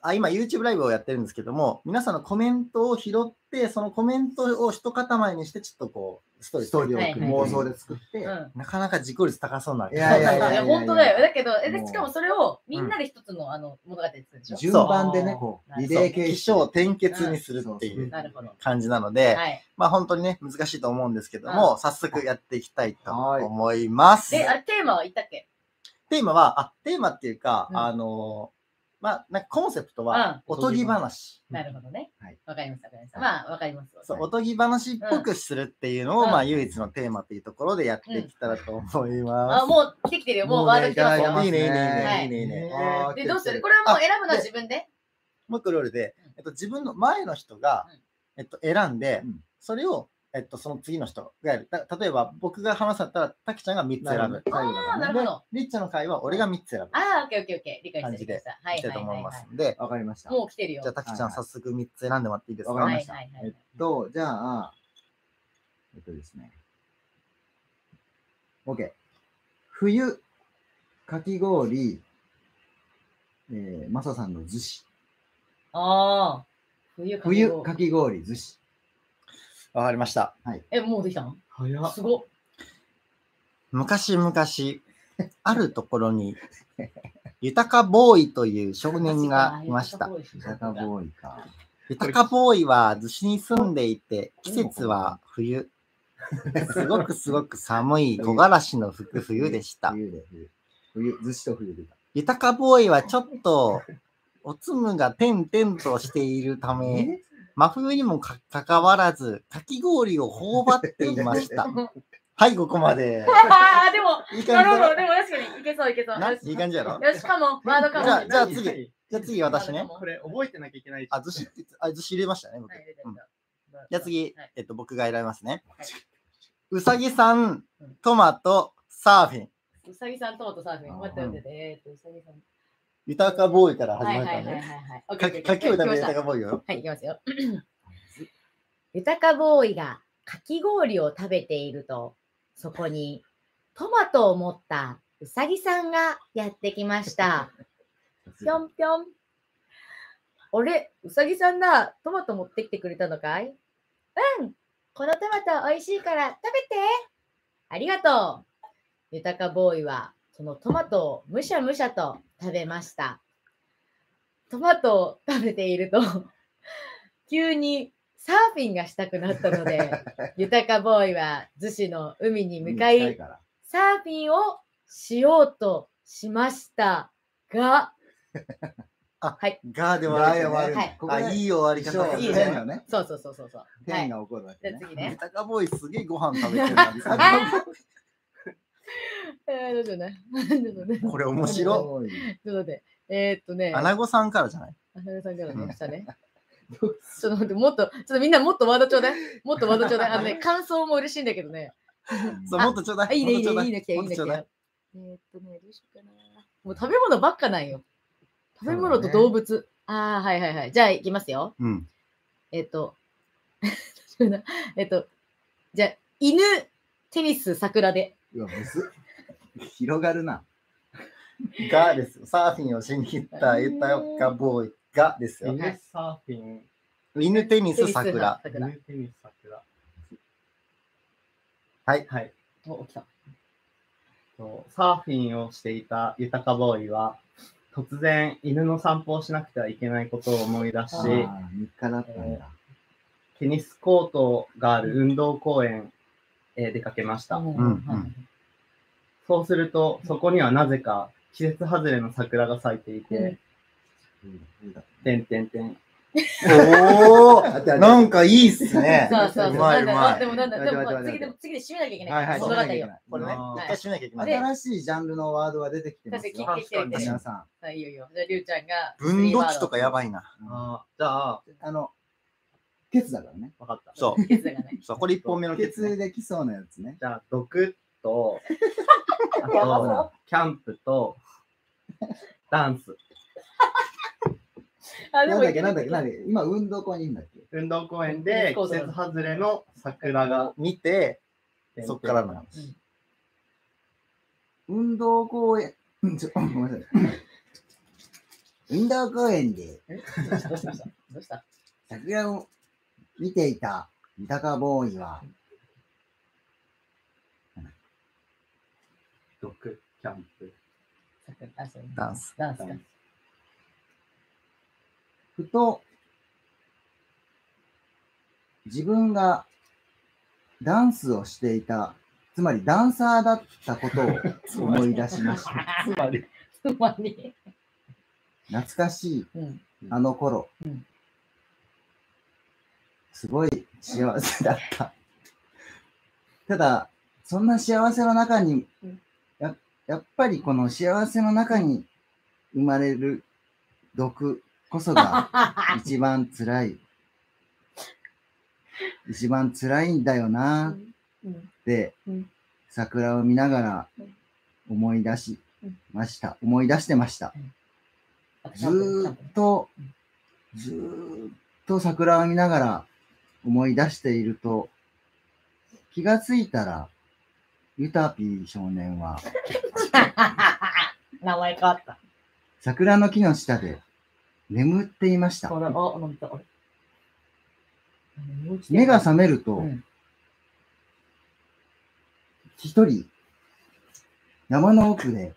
[SPEAKER 3] あ今 YouTube ライブをやってるんですけども、皆さんのコメントを拾って、そのコメントを一塊にして、ちょっとこう、ストー
[SPEAKER 4] う。
[SPEAKER 3] リー
[SPEAKER 4] ストーリーを
[SPEAKER 1] はい
[SPEAKER 4] 送る
[SPEAKER 3] は
[SPEAKER 4] 妄
[SPEAKER 3] い
[SPEAKER 4] 想で作って。
[SPEAKER 1] うん
[SPEAKER 3] なかなか自己率高 [LAUGHS] そうなんで
[SPEAKER 4] い
[SPEAKER 1] そう
[SPEAKER 4] やい
[SPEAKER 1] なん
[SPEAKER 4] やい
[SPEAKER 1] だ
[SPEAKER 4] や
[SPEAKER 1] ね、
[SPEAKER 4] いや
[SPEAKER 1] 本当だよ。だけど、え
[SPEAKER 4] も
[SPEAKER 1] で
[SPEAKER 4] う
[SPEAKER 1] しかもそれをみんなで一つのあの物語にするでしょ。
[SPEAKER 4] 順番でね、
[SPEAKER 2] そう
[SPEAKER 4] こう、
[SPEAKER 1] はい
[SPEAKER 4] リ
[SPEAKER 3] そ
[SPEAKER 4] レ
[SPEAKER 3] う
[SPEAKER 4] ー形
[SPEAKER 3] 起
[SPEAKER 4] 式。
[SPEAKER 3] 承転結にするって
[SPEAKER 4] うん
[SPEAKER 3] いう
[SPEAKER 1] なるほど。
[SPEAKER 3] 感じなので、
[SPEAKER 1] はい。
[SPEAKER 3] まあ本当にね、難しいと思うんですけども、早速やっていきたいと
[SPEAKER 4] はい
[SPEAKER 3] 思います。
[SPEAKER 1] で、あれテーマは言ったっけ
[SPEAKER 3] テーマは、あ、テーマっていうか、
[SPEAKER 1] うん
[SPEAKER 3] あのまあ、なんかコンセプト
[SPEAKER 1] う
[SPEAKER 3] は、
[SPEAKER 1] ん
[SPEAKER 3] おとぎ話。
[SPEAKER 1] なるほどね
[SPEAKER 4] はい。
[SPEAKER 1] わかります、わかります。
[SPEAKER 4] はい
[SPEAKER 1] まあ、わかります。
[SPEAKER 3] そう、おとぎ話っぽくするっていうのを、
[SPEAKER 1] うん
[SPEAKER 3] まあ、唯一のテーマというところでやっていけたらと思います。
[SPEAKER 1] あ、もう来てきてるよ。もうワード来てます
[SPEAKER 4] もう
[SPEAKER 1] よ。
[SPEAKER 4] ね
[SPEAKER 3] いいね、いい
[SPEAKER 1] はい
[SPEAKER 3] ね、いいね、いいね。
[SPEAKER 4] はい
[SPEAKER 1] で、どうするこれはもう選ぶのは自分で。
[SPEAKER 3] もう一個ルールで、えっと、自分の前の人が
[SPEAKER 1] うん、
[SPEAKER 3] えっと、選んで
[SPEAKER 4] うん、
[SPEAKER 3] それを、えっと、その次の人がやる。た例えば、僕が話されたら、たきちゃんが3つ選ぶ。
[SPEAKER 1] ああー、なるほど。
[SPEAKER 3] りっちゃんの回は、俺が3つ選ぶ。
[SPEAKER 1] ああ、オッケーオッケーオッケー。理解した。
[SPEAKER 3] 感じで
[SPEAKER 1] 理解したはい
[SPEAKER 3] きたいと
[SPEAKER 1] はいは
[SPEAKER 3] 思い
[SPEAKER 1] い
[SPEAKER 3] ま
[SPEAKER 1] は
[SPEAKER 3] すんで、
[SPEAKER 4] わかりました。
[SPEAKER 1] い。もう来てるよ。
[SPEAKER 3] じゃあ、たきちゃん、
[SPEAKER 4] はいは
[SPEAKER 3] 早速3つ選んでもらっていいですか
[SPEAKER 4] わかりました
[SPEAKER 1] はいはいは
[SPEAKER 4] えっ
[SPEAKER 1] い
[SPEAKER 4] と、じゃあ、えっとですね。OK。冬、かき氷、えー、マサさんの寿司。
[SPEAKER 1] ああ。冬かき
[SPEAKER 4] 冬、
[SPEAKER 1] 氷
[SPEAKER 4] かき氷、寿司。
[SPEAKER 3] わかりました。
[SPEAKER 1] え、もうできたの
[SPEAKER 2] 早
[SPEAKER 1] すごっ。
[SPEAKER 3] 昔々、あるところに、 [LAUGHS] 豊かボーイという少年がいました。。
[SPEAKER 4] サタボーイか。
[SPEAKER 3] 豊かボーイは逗子に住んでいて、季節は冬。すごくすごく寒い木枯らしの吹く冬でした。
[SPEAKER 4] 冬で、冬。冬、寿司と冬でた。
[SPEAKER 3] 豊かボーイはちょっと、おつむが点々としているため、真冬にもかかかわらず、かき氷を頬張っていました。はい、ここまで。
[SPEAKER 1] ああ、でも、
[SPEAKER 3] いい感じ
[SPEAKER 1] なるほど。
[SPEAKER 3] だ
[SPEAKER 1] でも確かに、いけそういけそう。
[SPEAKER 3] な
[SPEAKER 1] よ
[SPEAKER 3] い
[SPEAKER 1] し
[SPEAKER 3] い感じやろ
[SPEAKER 1] よし、かも、ワードかも。
[SPEAKER 3] じゃあじゃあ
[SPEAKER 1] はい
[SPEAKER 3] 次じゃあ次私ね。
[SPEAKER 2] これ覚えてなきゃいけない。
[SPEAKER 3] あ、ずし、あ、ずし入れましたね、僕。
[SPEAKER 1] 入れて
[SPEAKER 3] うん
[SPEAKER 1] じゃあ
[SPEAKER 3] じゃあ次
[SPEAKER 1] はい、
[SPEAKER 3] えっと、僕が選びますね
[SPEAKER 1] はい。
[SPEAKER 3] うさぎさん
[SPEAKER 1] うん、
[SPEAKER 3] トマト、サーフィン。
[SPEAKER 1] うさぎさんとうとサーフィン。待って待って待って。えーっと、うさぎさん。
[SPEAKER 3] 豊かボーイから
[SPEAKER 1] は
[SPEAKER 3] 始
[SPEAKER 1] い
[SPEAKER 3] ま
[SPEAKER 1] はいは
[SPEAKER 3] っ
[SPEAKER 1] い
[SPEAKER 3] た
[SPEAKER 1] はい
[SPEAKER 3] ね。
[SPEAKER 1] はい。
[SPEAKER 3] かきかきを食べる豊
[SPEAKER 1] は
[SPEAKER 3] かボーイよ。
[SPEAKER 1] い、いきます [CLEARS THROAT] よ。豊かボーイがかき氷を食べていると、そこにトマトを持ったうさぎさんがやってきました。ぴょんぴょん。あれ、うさぎさんだ。トマト持ってきてくれたのかいうん。このトマト美味しいから食べて。ありがとう。豊かボーイはそのトマトをむしゃむしゃと食べました。トマトを食べていると [LAUGHS] 急にサーフィンがしたくなったの [LAUGHS] で豊かボーイは逗子の海に向かい
[SPEAKER 4] から。
[SPEAKER 1] サーフィンをしようとしましたが
[SPEAKER 3] ガーで
[SPEAKER 4] ガーで
[SPEAKER 3] 終
[SPEAKER 4] 終わ
[SPEAKER 3] わ
[SPEAKER 4] る
[SPEAKER 3] る
[SPEAKER 1] は
[SPEAKER 3] ね。
[SPEAKER 1] い
[SPEAKER 4] ここ
[SPEAKER 3] あ、
[SPEAKER 4] で
[SPEAKER 3] いい終わり
[SPEAKER 4] そ
[SPEAKER 3] 方
[SPEAKER 4] う、
[SPEAKER 1] いい
[SPEAKER 4] 天
[SPEAKER 1] ね
[SPEAKER 4] がね。
[SPEAKER 1] そうそうそうそうそう。は
[SPEAKER 4] 天
[SPEAKER 1] い、
[SPEAKER 4] が起こるわ
[SPEAKER 1] じ
[SPEAKER 4] け
[SPEAKER 1] ゃあ
[SPEAKER 4] ね。
[SPEAKER 1] 次ね。
[SPEAKER 3] 豊かボーイすげえご飯食べてるな
[SPEAKER 1] あ [LAUGHS] ーどうしようね。 [LAUGHS] どうしようね。
[SPEAKER 3] これ面
[SPEAKER 4] す
[SPEAKER 3] 白
[SPEAKER 4] ごい。
[SPEAKER 1] ちょっと待って。えーっとね
[SPEAKER 3] い。、アナゴさんからじゃない
[SPEAKER 1] 浅野さんから
[SPEAKER 3] うん
[SPEAKER 1] ね、した [LAUGHS] ね。ちょっと待って、もっと、ちょっとみんなもっとワードちょうだい。もっとワードちょうだい。あ [LAUGHS] のね、感想も嬉しいんだけどね。
[SPEAKER 3] そう、もっとちょうだ
[SPEAKER 1] あ、
[SPEAKER 3] い。
[SPEAKER 1] いいね、いい
[SPEAKER 3] もっと
[SPEAKER 1] ね、いいね、来た
[SPEAKER 3] ちょ
[SPEAKER 1] いうい
[SPEAKER 3] だ
[SPEAKER 1] ね、
[SPEAKER 3] いもっと
[SPEAKER 1] 来たよえーっと
[SPEAKER 3] ちょうだい。
[SPEAKER 1] ね、どうしようかな。もう食べ物ばっかないよ。食べ物と動物。ああ、はいはいはい。じゃあ、いきますよ。
[SPEAKER 3] うん。
[SPEAKER 1] えーっと、 [LAUGHS] どうしようかなえーっと、じゃあ、犬、テニス、桜で。
[SPEAKER 4] うわ、むずっ。広がるな。
[SPEAKER 3] ガーです。サーフィンをしに行った豊かボーイがですよ。
[SPEAKER 2] 犬サーフィン、
[SPEAKER 3] 犬テニ
[SPEAKER 1] テ
[SPEAKER 3] ス
[SPEAKER 1] ニス
[SPEAKER 3] 桜。
[SPEAKER 1] 桜。
[SPEAKER 2] 犬テニス桜。
[SPEAKER 3] はい
[SPEAKER 2] はい。
[SPEAKER 1] お、来た。
[SPEAKER 2] とサーフィンをしていた豊かボーイは、突然犬の散歩をしなくてはいけないことを思い出し
[SPEAKER 4] あ、ー日課だったんだ。
[SPEAKER 2] テニスコートがある運動公園へ出かけました。
[SPEAKER 1] うん
[SPEAKER 3] うん
[SPEAKER 1] はい
[SPEAKER 2] そうすると、そこにはなぜか季節外れの桜が咲いていて、てんてんてん。
[SPEAKER 3] お
[SPEAKER 4] あってあ
[SPEAKER 3] ー
[SPEAKER 4] って
[SPEAKER 3] なんかいいっすね。
[SPEAKER 1] そうそうそう。
[SPEAKER 3] うまいうま
[SPEAKER 1] で
[SPEAKER 3] い。
[SPEAKER 1] もなんだ、で
[SPEAKER 4] 待って
[SPEAKER 1] も
[SPEAKER 4] 待って待って
[SPEAKER 1] 次でも次で締めなきゃいけ
[SPEAKER 4] はい
[SPEAKER 1] な。
[SPEAKER 4] はいい、
[SPEAKER 1] 物語を。
[SPEAKER 4] そう
[SPEAKER 1] は
[SPEAKER 4] なきゃいけない
[SPEAKER 3] これね、一回締めなきゃいけない。
[SPEAKER 4] 新しいジャンルのワードが出てきてます
[SPEAKER 1] で
[SPEAKER 4] よ。
[SPEAKER 1] 聞いてきて
[SPEAKER 2] 確かに
[SPEAKER 1] 聞い
[SPEAKER 4] 皆
[SPEAKER 1] て
[SPEAKER 4] さん。
[SPEAKER 1] い、いいよいいよ。じゃあ、りゅうちゃんが。
[SPEAKER 3] 分度器とかや
[SPEAKER 1] い。
[SPEAKER 3] ばいな。
[SPEAKER 2] ああ、じゃあ、
[SPEAKER 4] あの、ケツだからね。
[SPEAKER 2] わかった。
[SPEAKER 3] そう。
[SPEAKER 1] ケツだから
[SPEAKER 3] [LAUGHS]
[SPEAKER 1] ね。
[SPEAKER 3] そう、これ一本目の
[SPEAKER 4] ケ
[SPEAKER 3] ケツね
[SPEAKER 4] ツできそうなやつね。
[SPEAKER 2] じゃあ、毒
[SPEAKER 1] [LAUGHS]
[SPEAKER 2] と、あ
[SPEAKER 1] やばそ
[SPEAKER 2] と、キャンプと、ダンス。
[SPEAKER 1] あ
[SPEAKER 4] なんだっけ、なんだっけ、なん
[SPEAKER 1] だ
[SPEAKER 4] だっけ。今、運動公園にいるんだっけ。
[SPEAKER 2] 運動公園で季節外れの桜が。
[SPEAKER 3] 見て、
[SPEAKER 2] てんてんてん
[SPEAKER 3] そっからの。
[SPEAKER 4] 運動公園、うんちょ、ごめんなさい。 [LAUGHS] 運動公園で
[SPEAKER 1] どうしたどうしたどうした
[SPEAKER 4] 桜を見ていた三鷹ボーイは、
[SPEAKER 2] 毒、キャンプ。
[SPEAKER 1] あ、そう。
[SPEAKER 3] ダンス。
[SPEAKER 1] ダンスか。
[SPEAKER 4] ふと、自分がダンスをしていた、つまりダンサ
[SPEAKER 1] [LAUGHS]
[SPEAKER 4] ーだったことを思い出しました。
[SPEAKER 2] つまり、
[SPEAKER 1] つまり。
[SPEAKER 4] 懐かしい
[SPEAKER 1] うん。
[SPEAKER 4] あの頃、
[SPEAKER 1] うん
[SPEAKER 4] すごい幸せだった。ただ、そんな幸せの中に
[SPEAKER 1] うん、
[SPEAKER 4] ややっぱりこの幸せの中に生まれる毒こそが一番辛い。一番辛いんだよな
[SPEAKER 1] うん
[SPEAKER 4] って
[SPEAKER 1] うん、
[SPEAKER 4] 桜を見ながら
[SPEAKER 1] うん
[SPEAKER 4] 思い出し
[SPEAKER 1] うん
[SPEAKER 4] ました。思い出してました。ずーっと、ずーっと桜を見ながら思い出していると、気がついたら、ユタピー少年は
[SPEAKER 1] 名前変わった。
[SPEAKER 4] 桜の木の下で眠っていました。
[SPEAKER 1] そうなの。あ、飲みた。あれ
[SPEAKER 4] 目が覚めると
[SPEAKER 1] うん、
[SPEAKER 4] 一人、山の奥で、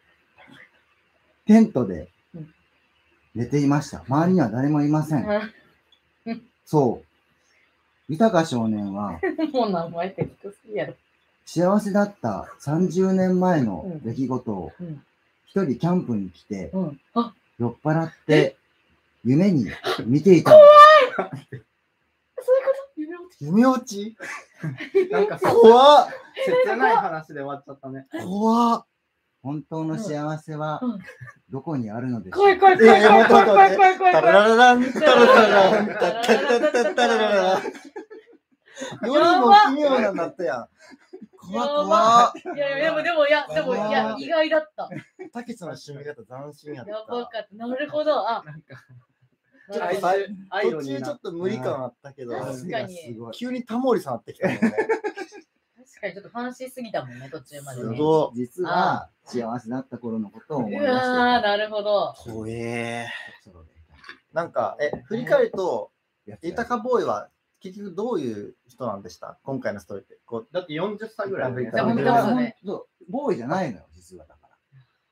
[SPEAKER 4] テントで
[SPEAKER 1] うん
[SPEAKER 4] 寝ていました。周りには誰もいません。そう。豊か少
[SPEAKER 1] [LAUGHS]
[SPEAKER 4] 年は、
[SPEAKER 1] [LAUGHS] もう名前ってきっと好きやろ。
[SPEAKER 4] 幸せだった30年前
[SPEAKER 1] う
[SPEAKER 4] の
[SPEAKER 1] ん
[SPEAKER 4] 出来事を
[SPEAKER 1] うん。
[SPEAKER 4] 一人キャンプに来て
[SPEAKER 1] うん。あ、
[SPEAKER 4] 酔っ払って夢に見ていたの
[SPEAKER 1] そういうこと夢落ち。
[SPEAKER 3] 夢落ち
[SPEAKER 2] なんかそう
[SPEAKER 3] 怖っ
[SPEAKER 2] 切ない話で終わっちゃったね。
[SPEAKER 3] 怖っ
[SPEAKER 4] 本当の幸せは
[SPEAKER 1] うん
[SPEAKER 4] どこにあるのでしょう
[SPEAKER 1] 怖い怖い怖い怖い怖い怖い怖い怖い
[SPEAKER 3] タラ
[SPEAKER 1] 怖い。
[SPEAKER 3] ラランタララランタッタッタッタッタララランよりも奇妙なんだったやん怖っ怖っ
[SPEAKER 1] いやいや、でもでも、いや、でも、いや、意外だった。
[SPEAKER 3] たけちの趣味方斬新やっ
[SPEAKER 1] やばか
[SPEAKER 3] た
[SPEAKER 1] った。なるほど。あ、
[SPEAKER 2] なんか、
[SPEAKER 1] なるほ
[SPEAKER 2] あい
[SPEAKER 1] ど
[SPEAKER 2] つアイロ
[SPEAKER 3] 途
[SPEAKER 2] ニ
[SPEAKER 3] 中
[SPEAKER 2] ー
[SPEAKER 3] ちょ
[SPEAKER 2] な
[SPEAKER 3] っ。と無理感あったけど
[SPEAKER 1] 確かに
[SPEAKER 4] すごい
[SPEAKER 3] 急にタモリさんなってきたもんね
[SPEAKER 1] 確かにちょっと話しすぎたもんね、途中まですね。うわ
[SPEAKER 3] ご
[SPEAKER 4] 実は幸せだった頃のことを思い出してい
[SPEAKER 1] ー、
[SPEAKER 4] た
[SPEAKER 1] なるほど。
[SPEAKER 3] い怖え
[SPEAKER 4] そうだ
[SPEAKER 3] なんかえ振り返ると
[SPEAKER 4] やってた
[SPEAKER 3] イタカボーイは結局どういう人なんでした今回のストーリーってこう
[SPEAKER 2] だって40歳ぐらいだよ
[SPEAKER 1] や本当
[SPEAKER 2] ね。
[SPEAKER 1] だよね
[SPEAKER 4] そうボーイじゃないのよ実はだから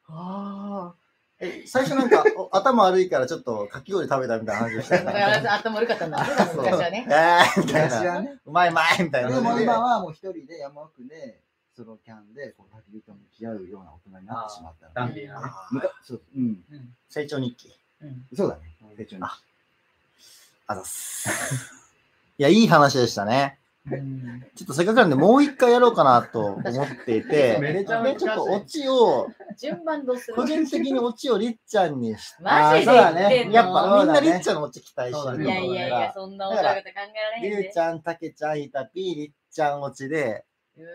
[SPEAKER 3] ああ。え、最初なんか、お [LAUGHS] 頭悪いからちょっとかき氷食べたみたいな話をした
[SPEAKER 1] [LAUGHS]
[SPEAKER 3] よ
[SPEAKER 1] だか
[SPEAKER 3] ね
[SPEAKER 1] ら私頭悪かったんだ。
[SPEAKER 3] そう
[SPEAKER 1] 昔はね。
[SPEAKER 3] [LAUGHS] えー、みたい
[SPEAKER 4] 昔
[SPEAKER 3] な。
[SPEAKER 4] はね
[SPEAKER 3] うまいうまいみたい
[SPEAKER 4] で
[SPEAKER 3] な。
[SPEAKER 4] も今はもう一人で山奥でソロキャンでこう焚き火と向き合うような大人になってしまったの
[SPEAKER 2] ダンディーなね。
[SPEAKER 3] あー
[SPEAKER 4] むかそううん
[SPEAKER 3] 成長日記。
[SPEAKER 1] うん
[SPEAKER 4] そうだね成長に
[SPEAKER 3] あざっす。いや、いい話でしたね。
[SPEAKER 1] うん
[SPEAKER 3] ちょっとせっかくなんで、もう一回やろうかなと思ってい
[SPEAKER 1] [LAUGHS]
[SPEAKER 3] て、
[SPEAKER 2] めちゃめ
[SPEAKER 3] で
[SPEAKER 2] ち
[SPEAKER 3] ちょ
[SPEAKER 2] ゃ
[SPEAKER 3] っとオチを、
[SPEAKER 1] 順番どうする
[SPEAKER 3] 個人的にオチをりっちゃんにし
[SPEAKER 1] マジで言ってんの
[SPEAKER 3] やっぱみんなりっ
[SPEAKER 1] い
[SPEAKER 3] ちゃんのオチ期待してる
[SPEAKER 1] やいやいや、そんな面白いこと考えられ
[SPEAKER 3] り
[SPEAKER 1] へん
[SPEAKER 3] ゅう
[SPEAKER 1] で
[SPEAKER 3] ち。ゃん、たけちゃん、いたぴー、りっちゃんオチで、
[SPEAKER 1] うわ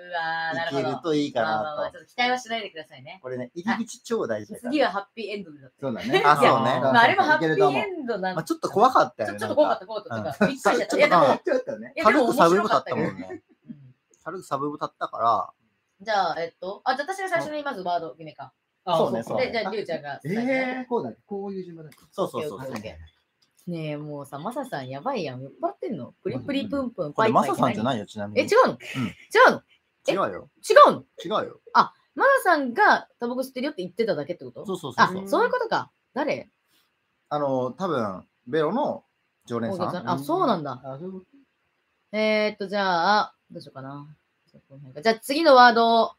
[SPEAKER 1] ー、ないる
[SPEAKER 3] け
[SPEAKER 1] ほど。
[SPEAKER 3] るといいか
[SPEAKER 1] まあまあま
[SPEAKER 3] な
[SPEAKER 1] あ、
[SPEAKER 3] と
[SPEAKER 1] ち。ょっと期待はしないでくださいね。
[SPEAKER 3] これね、入り口超大事だから。
[SPEAKER 1] 次はハッピーエンドだった。
[SPEAKER 4] そうだね。
[SPEAKER 3] あそうね
[SPEAKER 1] まあ、あれもハッ
[SPEAKER 4] いけ
[SPEAKER 1] ピ
[SPEAKER 4] ると
[SPEAKER 1] ー
[SPEAKER 4] 思
[SPEAKER 1] エ
[SPEAKER 4] う
[SPEAKER 1] ンドなん
[SPEAKER 3] まあ、
[SPEAKER 1] ち
[SPEAKER 3] ちょっと怖かったよ
[SPEAKER 1] ょ
[SPEAKER 3] ね。。
[SPEAKER 1] ちょっと怖かったた、怖か
[SPEAKER 3] うん
[SPEAKER 1] った。びっくりしちゃった。いや、でも、
[SPEAKER 3] ち
[SPEAKER 4] ちょっとね。
[SPEAKER 1] いやで
[SPEAKER 3] 軽
[SPEAKER 1] も
[SPEAKER 3] く
[SPEAKER 1] 面
[SPEAKER 3] サブイ
[SPEAKER 1] 白
[SPEAKER 3] ブ
[SPEAKER 1] かっ
[SPEAKER 3] だったた
[SPEAKER 1] け
[SPEAKER 3] も
[SPEAKER 1] ど。
[SPEAKER 3] んね。
[SPEAKER 1] うん
[SPEAKER 3] 軽くサブイブだったから、
[SPEAKER 1] じゃあ、えっと、あ、じゃあ私が最初にまずワードを決めか。
[SPEAKER 3] あそうねそう
[SPEAKER 1] で、じゃあ、りゅうちゃんが
[SPEAKER 4] え
[SPEAKER 1] 伝えて。
[SPEAKER 4] ー、こうだね。こういう順番だね。
[SPEAKER 3] そうそうそう
[SPEAKER 1] オッケーオッケーオ
[SPEAKER 3] そ
[SPEAKER 1] ッ。
[SPEAKER 3] う
[SPEAKER 1] ケーねえ、もうさ、マサさんやばいやん。酔っ払ってんのプリプリプンプン、
[SPEAKER 3] こ
[SPEAKER 1] パ
[SPEAKER 3] れ、
[SPEAKER 1] イ
[SPEAKER 3] マ
[SPEAKER 1] パイ
[SPEAKER 3] サさんじゃ
[SPEAKER 1] い
[SPEAKER 3] ないよ、ちなみ
[SPEAKER 1] え、
[SPEAKER 3] に。
[SPEAKER 1] 違うの、違うのえ
[SPEAKER 3] 違うよ。
[SPEAKER 1] 違うの
[SPEAKER 3] 違うよ。
[SPEAKER 1] マサさんがタバコ吸ってるよって言ってただけってこと
[SPEAKER 3] そうそうそう
[SPEAKER 1] あ
[SPEAKER 3] そう。、
[SPEAKER 1] そういうことか。誰
[SPEAKER 3] あの、多分ベロの常連さ
[SPEAKER 1] 大
[SPEAKER 3] ん。
[SPEAKER 1] あそうなんだ
[SPEAKER 4] あ、そういうこ
[SPEAKER 1] えー、っと、じゃあ、どうしようかな。じゃあこの辺かじゃあ次のワードを、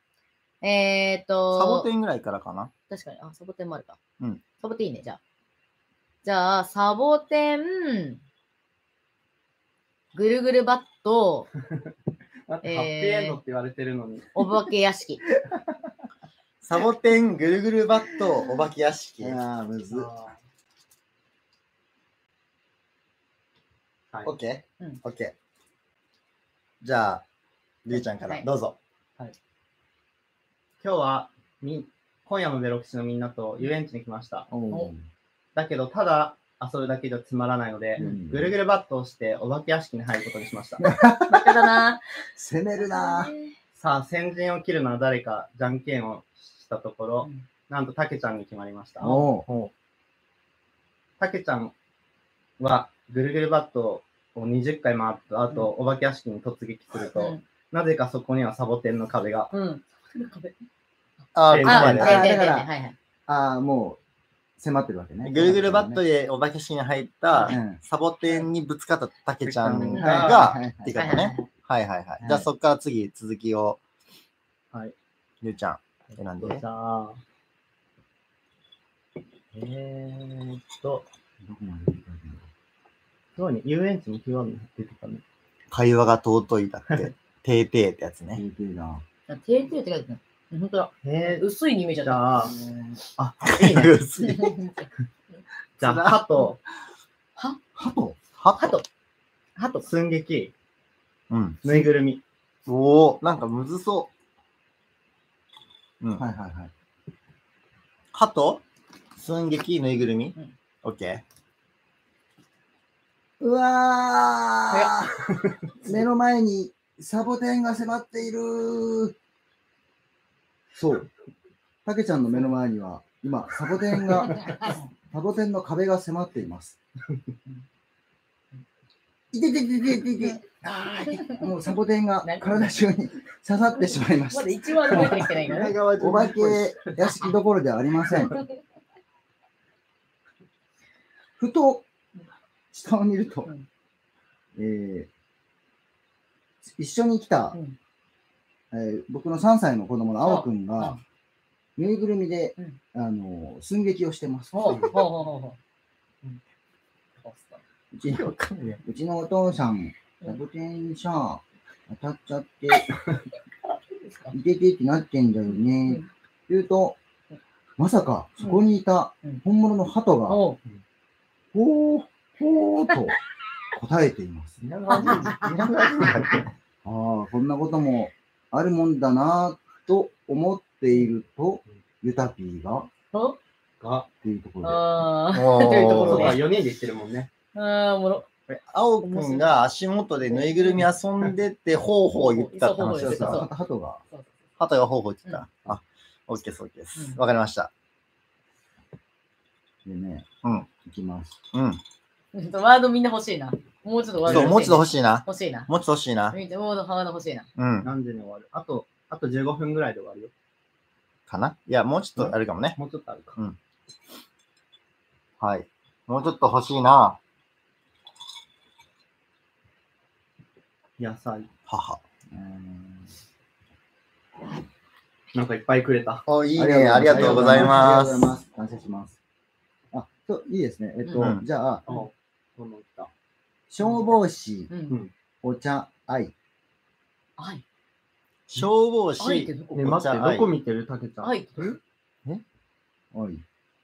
[SPEAKER 1] えー、っと、
[SPEAKER 3] サボテンぐらいからかな。
[SPEAKER 1] 確かに、あ、サボテンもあるか。
[SPEAKER 3] うん。
[SPEAKER 1] サボテンいいね、じゃあ。じゃあ、サボテン、ぐるぐるバット、
[SPEAKER 2] だってハッピーエンドって言われてるのに。
[SPEAKER 1] お化け屋敷。
[SPEAKER 3] サボテン、ぐるぐるバット、お化け屋敷
[SPEAKER 4] と。あー、むず。
[SPEAKER 2] あーはい
[SPEAKER 3] オッケ
[SPEAKER 1] う
[SPEAKER 3] ー
[SPEAKER 1] ん
[SPEAKER 3] オッケー。じゃあ、りゅうちゃんか
[SPEAKER 1] は
[SPEAKER 3] ら、
[SPEAKER 1] い
[SPEAKER 3] どうぞ。
[SPEAKER 2] 今日はみ今夜もベロキシのみんなと遊園地に来ました。
[SPEAKER 4] おー
[SPEAKER 2] だけど、ただ遊ぶだけじゃつまらないので、
[SPEAKER 4] うん
[SPEAKER 2] ぐるぐるバットをしてお化け屋敷に入ることにしました。
[SPEAKER 1] バカだな。
[SPEAKER 4] 攻めるな
[SPEAKER 2] さあ、先陣を切るのは誰か、じゃんけんをしたところ、
[SPEAKER 1] うん
[SPEAKER 2] なんとたけちゃんに決まりました
[SPEAKER 4] ー。。おお。
[SPEAKER 2] たけちゃんはぐるぐるバットを20回回った後、お化け屋敷に突撃すると、
[SPEAKER 1] うん。
[SPEAKER 2] なぜかそこにはサボテンの壁が。
[SPEAKER 1] うん。
[SPEAKER 3] あ
[SPEAKER 2] えー
[SPEAKER 3] ー、ここ
[SPEAKER 1] あ、
[SPEAKER 3] ま
[SPEAKER 1] で
[SPEAKER 3] で
[SPEAKER 1] で
[SPEAKER 4] あ
[SPEAKER 1] で
[SPEAKER 4] ー
[SPEAKER 1] で
[SPEAKER 4] だか
[SPEAKER 1] は
[SPEAKER 4] ら
[SPEAKER 1] いはい。
[SPEAKER 4] あー、もう、迫ってるわけね。
[SPEAKER 3] ぐるぐるバット
[SPEAKER 4] で。
[SPEAKER 3] でお化け室に入った
[SPEAKER 4] うん
[SPEAKER 3] サボテンにぶつかったたけちゃん
[SPEAKER 2] うん
[SPEAKER 3] が
[SPEAKER 4] はいはいはい
[SPEAKER 3] っていうことね。はいはいはい。じゃあそっから次、続きを、
[SPEAKER 2] はい。
[SPEAKER 3] りゅうちゃん、選ん
[SPEAKER 2] じ
[SPEAKER 3] で。
[SPEAKER 2] ゃあ、えーっと、
[SPEAKER 4] どこまで行くか
[SPEAKER 2] すごいね、遊園地も QR に出てたね。
[SPEAKER 3] 会話が尊いだって。てーてーってやつ
[SPEAKER 4] な。
[SPEAKER 3] ね。
[SPEAKER 4] 定型だ。
[SPEAKER 1] あ定型って書いてない。本当だ。
[SPEAKER 2] えー、
[SPEAKER 1] 薄いに見えちゃっ
[SPEAKER 2] じ
[SPEAKER 1] た。
[SPEAKER 2] ゃあ、あ、い
[SPEAKER 3] [LAUGHS]
[SPEAKER 2] いね。
[SPEAKER 3] は
[SPEAKER 2] じゃあ、歯と
[SPEAKER 4] ハト
[SPEAKER 1] ハト。ハト。
[SPEAKER 2] 寸劇、
[SPEAKER 3] うん。
[SPEAKER 2] ぬいぐるみ。
[SPEAKER 3] おおなんかむずそう。うん。
[SPEAKER 4] はいはいはい。
[SPEAKER 3] ハト寸劇ぬいぐるみ、
[SPEAKER 1] うん
[SPEAKER 3] オッケ
[SPEAKER 4] うわー目の前にサボテンが迫っているそう。たけちゃんの目の前には、今、サボテンが、サボテンの壁が迫っています。いててててててあー痛いもうサボテンが体中に刺さってしまいまし
[SPEAKER 1] ま
[SPEAKER 4] た
[SPEAKER 1] だ。一話覚えてきてない
[SPEAKER 3] ー。
[SPEAKER 1] から。
[SPEAKER 3] 川
[SPEAKER 4] お化け屋敷どころではありません。ふと、下を見ると
[SPEAKER 1] うん、
[SPEAKER 4] えー一緒に来た
[SPEAKER 1] うん、
[SPEAKER 4] えー僕の3歳の子供の青くんが、ぬいぐるみで
[SPEAKER 1] うん、
[SPEAKER 4] あのー、寸劇をしてます。
[SPEAKER 1] ほうほうほうほうほううん。
[SPEAKER 4] うち
[SPEAKER 3] わかんない。
[SPEAKER 4] うちのお父さ
[SPEAKER 1] う
[SPEAKER 4] ん、
[SPEAKER 1] ん
[SPEAKER 4] サボテンにさ、当たっちゃって、いててってなってんだよね。言うと
[SPEAKER 1] うん、
[SPEAKER 4] まさか、そこにいた
[SPEAKER 1] うん
[SPEAKER 4] 本物の鳩が、
[SPEAKER 1] おう
[SPEAKER 4] ほー、ほーと答えています。
[SPEAKER 2] 稲川淳二稲川淳二だっ
[SPEAKER 4] [LAUGHS] ああ、こんなこともあるもんだなぁと思っていると、ユタピーがっ
[SPEAKER 1] お
[SPEAKER 2] けが、
[SPEAKER 4] ていうところ
[SPEAKER 1] あ
[SPEAKER 3] お
[SPEAKER 1] というところ
[SPEAKER 2] そう
[SPEAKER 1] で
[SPEAKER 2] か、
[SPEAKER 3] ー
[SPEAKER 2] 4人で行ってるもんね。
[SPEAKER 1] ーあー、おもろ。
[SPEAKER 3] 青くんが足元でぬいぐるみ遊んでって、ほうほう言ったって
[SPEAKER 1] そう
[SPEAKER 3] 話
[SPEAKER 4] で。
[SPEAKER 1] そ
[SPEAKER 3] で
[SPEAKER 1] う
[SPEAKER 3] す
[SPEAKER 1] そ
[SPEAKER 4] さ
[SPEAKER 1] う
[SPEAKER 3] か。
[SPEAKER 4] あ鳩が、
[SPEAKER 3] ハトがほうほう言ってた。
[SPEAKER 1] うん
[SPEAKER 3] あ、オッケーです、オッケーです
[SPEAKER 1] う。ん
[SPEAKER 3] わかりました。
[SPEAKER 4] でね、
[SPEAKER 3] うん
[SPEAKER 4] 行きます。
[SPEAKER 3] うん。ち
[SPEAKER 1] ちょっとワードみんな欲しいな。もうちょっと
[SPEAKER 3] ょ
[SPEAKER 1] ワ
[SPEAKER 3] っ
[SPEAKER 1] ード
[SPEAKER 3] ともうちょっと欲
[SPEAKER 1] しい。
[SPEAKER 3] しいな。
[SPEAKER 1] 欲しいな。
[SPEAKER 3] もうちょっと欲しいな。
[SPEAKER 1] みんなもうワード欲しいな。
[SPEAKER 3] うん。
[SPEAKER 2] 何時に終わるあと、あと15分ぐらいで終わるよ。
[SPEAKER 3] かないや、もうちょっとあるかもね。
[SPEAKER 2] もうちょっとあるか。
[SPEAKER 3] はい。もうちょっと欲しいな。
[SPEAKER 2] 野菜。
[SPEAKER 3] 母。
[SPEAKER 4] うーん
[SPEAKER 2] なんかいっぱいくれた。
[SPEAKER 3] お、いいね。ありがとうございま
[SPEAKER 4] あり
[SPEAKER 3] す
[SPEAKER 4] がとうござい。ます。感謝します。あ、そう、いいですね。えっと、
[SPEAKER 3] うん
[SPEAKER 4] じゃあ、
[SPEAKER 2] あ、この歌。
[SPEAKER 4] 消防士、
[SPEAKER 1] うん。
[SPEAKER 4] お茶、愛。
[SPEAKER 1] 愛。
[SPEAKER 3] 消防
[SPEAKER 1] 愛って
[SPEAKER 3] 士。
[SPEAKER 1] どこ
[SPEAKER 2] ね、待って、
[SPEAKER 3] お茶
[SPEAKER 2] どこ見てるたけちゃん。
[SPEAKER 1] 愛ってどこ
[SPEAKER 4] おい。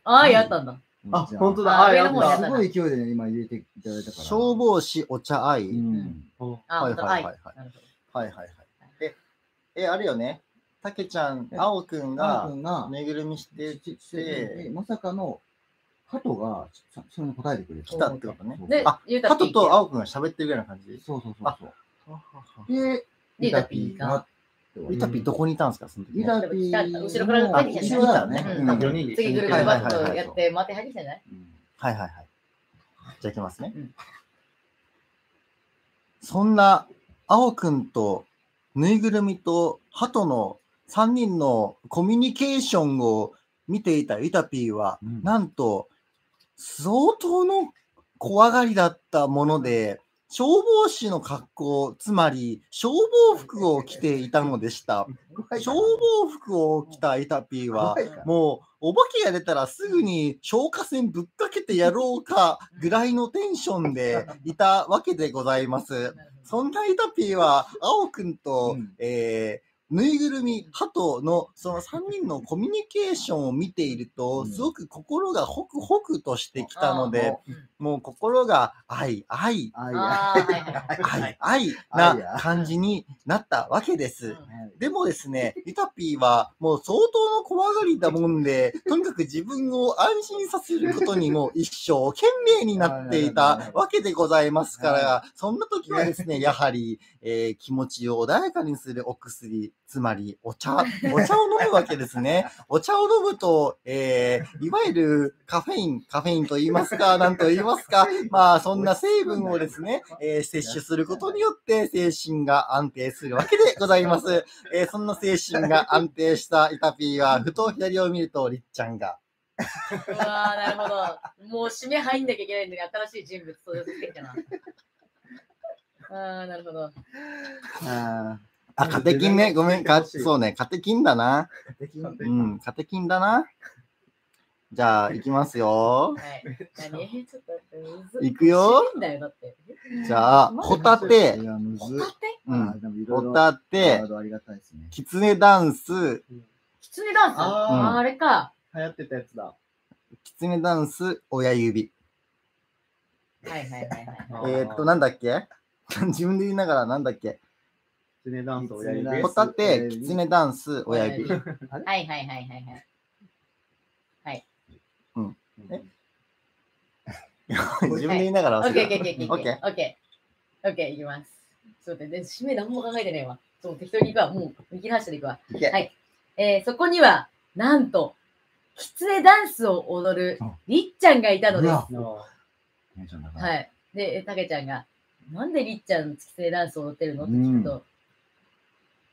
[SPEAKER 1] 愛あったんだ。
[SPEAKER 2] あ、
[SPEAKER 4] じゃ
[SPEAKER 2] 本当だ。
[SPEAKER 1] あ
[SPEAKER 2] あ、
[SPEAKER 1] 上
[SPEAKER 2] や
[SPEAKER 1] の
[SPEAKER 2] っ
[SPEAKER 1] 方や
[SPEAKER 2] た
[SPEAKER 1] っ。
[SPEAKER 4] すごい勢いで、ね、今入れていただいたから。
[SPEAKER 3] 消防士、お茶愛。
[SPEAKER 4] う
[SPEAKER 3] はい
[SPEAKER 4] ん。
[SPEAKER 1] あ、
[SPEAKER 3] はい
[SPEAKER 1] 本当
[SPEAKER 3] は
[SPEAKER 1] 愛。
[SPEAKER 3] いはい
[SPEAKER 1] なるほど
[SPEAKER 3] はいはい。え、え、あれよね。たけちゃん、
[SPEAKER 4] え
[SPEAKER 3] あおくん
[SPEAKER 4] あ
[SPEAKER 3] が
[SPEAKER 4] ーくんが、
[SPEAKER 3] ぬいぐるみして
[SPEAKER 4] ち
[SPEAKER 3] き
[SPEAKER 4] ちで
[SPEAKER 3] て、
[SPEAKER 4] まさかの、ハトが、そそれに答えてくれ
[SPEAKER 3] 来
[SPEAKER 4] た。
[SPEAKER 3] たってことね。
[SPEAKER 1] で
[SPEAKER 3] あ、
[SPEAKER 1] ゆう
[SPEAKER 3] ハ
[SPEAKER 1] たピ
[SPEAKER 3] ト
[SPEAKER 1] ー
[SPEAKER 3] と
[SPEAKER 1] が
[SPEAKER 3] あおくんが喋ってるような感じ。
[SPEAKER 4] そうそうそうそう。で、
[SPEAKER 1] で
[SPEAKER 4] リタピーが、
[SPEAKER 3] リタピーどこにいたんですかその時
[SPEAKER 4] リタピーの、
[SPEAKER 1] 後ろから出てきた
[SPEAKER 4] 後ろだね。
[SPEAKER 1] うん
[SPEAKER 4] うん
[SPEAKER 2] 4人で一緒
[SPEAKER 1] 次
[SPEAKER 2] に
[SPEAKER 1] ぐ
[SPEAKER 2] 行
[SPEAKER 1] る
[SPEAKER 2] け
[SPEAKER 1] ぐ
[SPEAKER 2] ば
[SPEAKER 1] る
[SPEAKER 3] はい
[SPEAKER 1] バ
[SPEAKER 3] はい
[SPEAKER 1] ッ
[SPEAKER 3] はい
[SPEAKER 1] とやって、待て入ってきたんじゃない
[SPEAKER 3] はいはいはい。じゃあいきますね。
[SPEAKER 1] うん
[SPEAKER 3] そんな、青くんと、ぬいぐるみと、鳩の3人のコミュニケーションを見ていたイタピーは、
[SPEAKER 4] うん
[SPEAKER 3] なんと、相当の怖がりだったもので、消防士の格好、つまり消防服を着ていたのでした。消防服を着たイタピーは、もう、お化けが出たらすぐに消火栓ぶっかけてやろうかぐらいのテンションでいたわけでございます。
[SPEAKER 1] なるほど
[SPEAKER 3] そんなイタピーは、青くんと、
[SPEAKER 4] うん
[SPEAKER 3] えーぬいぐるみ、鳩の、その3人のコミュニケーションを見ていると、
[SPEAKER 4] うん
[SPEAKER 3] すごく心がホクホクとしてきたので、
[SPEAKER 1] あー
[SPEAKER 3] もう心が愛、愛、
[SPEAKER 4] あいや。
[SPEAKER 1] あー、はいはいはい。
[SPEAKER 3] 愛、愛
[SPEAKER 4] 愛
[SPEAKER 3] な
[SPEAKER 4] や
[SPEAKER 3] 感じになったわけです。
[SPEAKER 1] うん
[SPEAKER 3] でもですね、 [LAUGHS] リタピーはもう相当の怖がりだもんで、 [LAUGHS] とにかく自分を安心させることにも一生懸命になっていたわけでございますから、そんな時は [LAUGHS] ですね、やはり、えー気持ちを穏やかにするお薬、つまりお茶、お茶を飲むわけですね。 [LAUGHS] お茶を飲むと、えーいわゆるカフェイン、カフェインと言いますか、なんと言いますか、 [LAUGHS] まあ、そんな成分をです [LAUGHS] ね、えー摂取することによって、精神が安定するわけでございます。えーそんな精神が安定したイタピーは、ふと左を見ると、りっちゃんが、
[SPEAKER 1] うわー、なるほど。もう締め入んなきゃいけないんだけど、新しい人物登場してきたな。あー、なるほど。
[SPEAKER 3] あー、あカテキンね、ごめん、かそうね、カテキンだな。
[SPEAKER 4] 素敵
[SPEAKER 3] うん、カテキンだな。じゃあ、行きます
[SPEAKER 1] は
[SPEAKER 3] よ。
[SPEAKER 1] い。何 [LAUGHS] ちょっと待って、むず
[SPEAKER 3] 行くよ。
[SPEAKER 1] むずいんだよ、だって。
[SPEAKER 3] じ [LAUGHS] ゃあ、ホタテ
[SPEAKER 4] い、や、む
[SPEAKER 1] ホ
[SPEAKER 4] ず
[SPEAKER 1] タテ
[SPEAKER 3] うん、
[SPEAKER 4] でもいろい
[SPEAKER 3] ホ
[SPEAKER 4] ろ
[SPEAKER 3] タテ
[SPEAKER 4] ワー、ドありがたいですね。
[SPEAKER 3] キツネダンス、
[SPEAKER 1] キツネダンスあ
[SPEAKER 2] あ
[SPEAKER 1] ーあれか。
[SPEAKER 2] あ、流行ってたやつだ。
[SPEAKER 3] キツネダンス、親指。
[SPEAKER 1] はいはいはいはい。
[SPEAKER 3] えー、っと、なんだっけ [LAUGHS] 自分で言いながらなんだっけ
[SPEAKER 2] キツネダンスをやり
[SPEAKER 4] キツネダン
[SPEAKER 3] ホ
[SPEAKER 4] ス
[SPEAKER 3] タテ、キツネダンス、親指。
[SPEAKER 1] はいはいはいはいはい。
[SPEAKER 3] え [LAUGHS] 自分で言いなが
[SPEAKER 1] オ
[SPEAKER 3] ら
[SPEAKER 1] ッ
[SPEAKER 3] 忘
[SPEAKER 1] ケー
[SPEAKER 3] れ
[SPEAKER 1] オッケーオ
[SPEAKER 3] た。
[SPEAKER 1] ッケーオッケー。オッケー、いきます。そうで、で締め何も考えてねえわ。そう、適当に行くわ。もう、右端で行くわ。
[SPEAKER 3] いけ
[SPEAKER 1] はい。えー、そこには、なんと、キツネダンスを踊るりっちゃんがいたのです。
[SPEAKER 4] あ
[SPEAKER 2] の
[SPEAKER 4] テンション高い
[SPEAKER 1] はい。で、えたけちゃんが、なんでりっちゃん、きつねダンスを踊ってるのって
[SPEAKER 4] うん
[SPEAKER 1] 聞くと、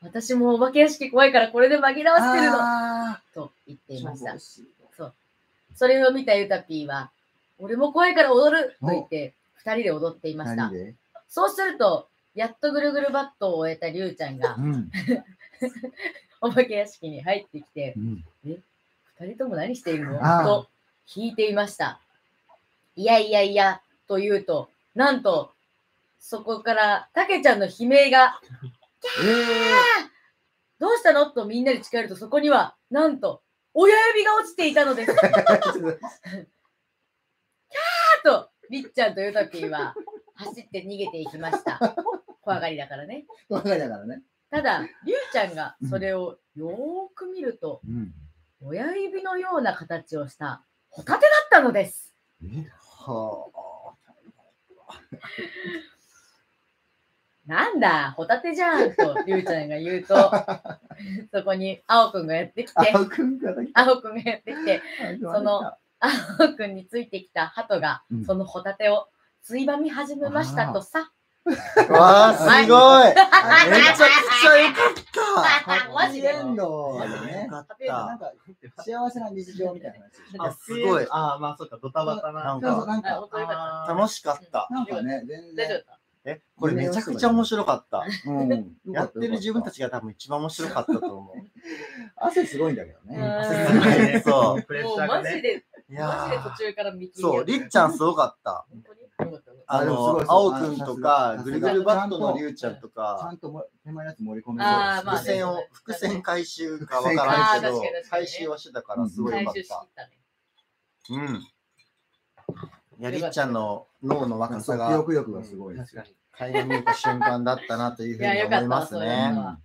[SPEAKER 1] 私もお化け屋敷怖いからこれで紛らわせてるの
[SPEAKER 4] あ
[SPEAKER 1] と言ってい
[SPEAKER 4] ー
[SPEAKER 1] ました。
[SPEAKER 4] そう
[SPEAKER 1] それを見たゆたぴーは、俺も怖いから踊ると言って、二人で踊っていまし
[SPEAKER 4] 何
[SPEAKER 1] た。
[SPEAKER 4] で
[SPEAKER 1] そうすると、やっとぐるぐるバットを終えたりゅうちゃんが
[SPEAKER 4] うん。
[SPEAKER 1] お化け屋敷に入ってきて
[SPEAKER 4] う、ん [LAUGHS]
[SPEAKER 1] 二人とも何しているの
[SPEAKER 4] あー
[SPEAKER 1] と聞いていました。いやいやいや、と言うと、なんと、そこから、たけちゃんの悲鳴が、どうしたのとみんなで近寄ると、そこには、なんと、親指が落ちていたの
[SPEAKER 4] [LAUGHS]
[SPEAKER 1] です。あと、りっちゃんとヨタピーは、走って逃げていきました。怖がりだからね。
[SPEAKER 4] 若いだからね。
[SPEAKER 1] ただ、りゅうちゃんがそれをよーく見ると、
[SPEAKER 4] うん。
[SPEAKER 1] 親指のような形をしたホタテだったのです。
[SPEAKER 3] は
[SPEAKER 1] なんだ、ホタテじゃんと、りゅうちゃんが言う
[SPEAKER 3] [LAUGHS]
[SPEAKER 1] と、そこに、あおくんがやってきて、
[SPEAKER 4] 青くんがだけ。
[SPEAKER 1] あおくんがやってきて、
[SPEAKER 4] そ
[SPEAKER 1] の、あおくんについてきた鳩が、
[SPEAKER 4] うん
[SPEAKER 1] そのホタテをついばみ始めましたとさ。
[SPEAKER 3] ぁ。わー、すごいめちゃくちゃよかっ
[SPEAKER 1] マジで
[SPEAKER 4] エンド
[SPEAKER 3] た
[SPEAKER 4] だね
[SPEAKER 3] よ。かっ
[SPEAKER 4] な
[SPEAKER 3] た
[SPEAKER 4] ん。か幸せな日常みたいな話。
[SPEAKER 3] あすごい
[SPEAKER 2] ああ、まあそうか、ドタバタな。
[SPEAKER 3] なん
[SPEAKER 4] そうそう、
[SPEAKER 3] か、
[SPEAKER 4] なん
[SPEAKER 1] あ
[SPEAKER 4] か、
[SPEAKER 1] 本当よか
[SPEAKER 2] あー
[SPEAKER 3] 楽しかった。
[SPEAKER 4] なんかね、全
[SPEAKER 1] った。大丈夫だ
[SPEAKER 4] 然
[SPEAKER 1] っ。た
[SPEAKER 3] え、これめちゃくちゃ面白かった。
[SPEAKER 4] うん
[SPEAKER 3] やってる自分た
[SPEAKER 4] ち。
[SPEAKER 3] ちが多分一番面白かったと思
[SPEAKER 1] [LAUGHS]
[SPEAKER 4] 汗すごいんだけど
[SPEAKER 1] う
[SPEAKER 4] ね。
[SPEAKER 1] ん
[SPEAKER 3] う。そう。
[SPEAKER 2] プレッシ
[SPEAKER 1] もう
[SPEAKER 2] ャーが
[SPEAKER 1] マ
[SPEAKER 2] ね
[SPEAKER 1] ジ。で、
[SPEAKER 3] い
[SPEAKER 1] マジで途中
[SPEAKER 3] や
[SPEAKER 1] から見切り
[SPEAKER 3] ー
[SPEAKER 1] や
[SPEAKER 3] そう、りっちゃんすごかった。
[SPEAKER 1] 本当によかったよかっ
[SPEAKER 3] あ
[SPEAKER 4] あでもすご
[SPEAKER 3] の
[SPEAKER 4] い、すごい
[SPEAKER 3] 青くんとか、
[SPEAKER 4] あさすが
[SPEAKER 3] ぐるぐるバットのりゅうちゃんと
[SPEAKER 4] ちゃ
[SPEAKER 3] か、
[SPEAKER 4] んとも手前のやつ盛り込め
[SPEAKER 1] あーまあ
[SPEAKER 3] 伏
[SPEAKER 1] ね
[SPEAKER 4] そう。
[SPEAKER 3] 線を、伏線回収かわからんけ
[SPEAKER 1] あー確
[SPEAKER 3] ど
[SPEAKER 1] かに確かにね、
[SPEAKER 3] 回収はしてたからすご
[SPEAKER 1] た
[SPEAKER 3] いよか
[SPEAKER 1] 回収
[SPEAKER 3] っ
[SPEAKER 1] しきったね。
[SPEAKER 3] た。うん。いや、りっちゃんの脳の
[SPEAKER 4] な
[SPEAKER 3] 若
[SPEAKER 4] んか
[SPEAKER 3] さ
[SPEAKER 4] 記
[SPEAKER 3] が
[SPEAKER 4] 憶力がすごいですよ。
[SPEAKER 3] 垣間見えた瞬間だったなというふうに思います
[SPEAKER 1] いやよかったわそれ
[SPEAKER 3] ね。
[SPEAKER 1] は